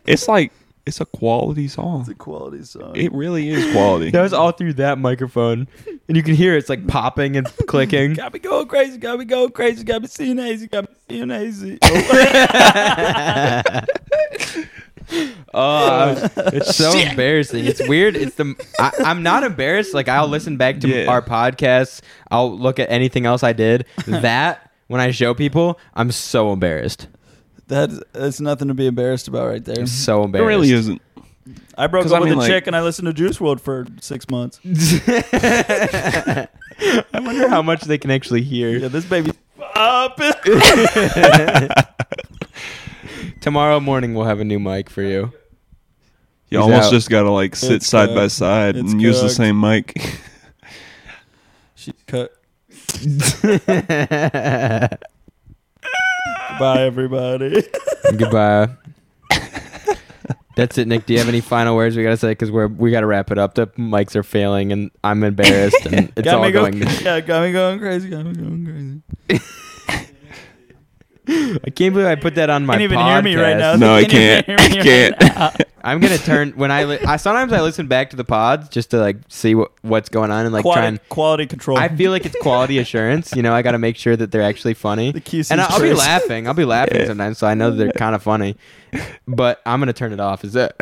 It's like it's a quality song. Quality song. It really is quality. That was all through that microphone, and you can hear it's like popping [laughs] and clicking. [laughs] Got me going crazy. Got me going crazy. Got me seeing hazy. Got me seeing hazy. Oh, it's so embarrassing. It's weird. It's the I, I'm not embarrassed. Like I'll listen back to Yeah. our podcasts. I'll look at anything else I [laughs] did. That when I show people, I'm so embarrassed. That's that's nothing to be embarrassed about right there. I'm so It embarrassed. really isn't. I broke 'Cause up I with mean, a like- chick and I listened to Juice World for six months. [laughs] I wonder how much they can actually hear. Yeah, this baby up. Tomorrow morning we'll have a new mic for you. You He's almost out. just gotta like sit It's side by cooked. side It's and use the cooked. same mic. [laughs] She cut. [laughs] Goodbye. Bye, everybody. That's it, Nick. Do you have any final words we gotta say? Because we're we gotta wrap it up. The mics are failing, and I'm embarrassed, [laughs] and it's all me going. [laughs] Yeah, [laughs] got me going crazy. Got me going crazy. I can't believe I put that on my Can't even hear podcast. me right now. No, I Can't even can't. hear me I right can't. [laughs] [laughs] I'm gonna turn when I, li- I sometimes I listen back to the pods just to like see what what's going on and like try quality, and. quality control. I feel like it's quality [laughs] assurance. You know, I got to make sure that they're actually funny. The QC and I'll, I'll be stress. laughing. I'll be laughing sometimes, so I know that they're kind of funny. But I'm gonna turn it off. Is that?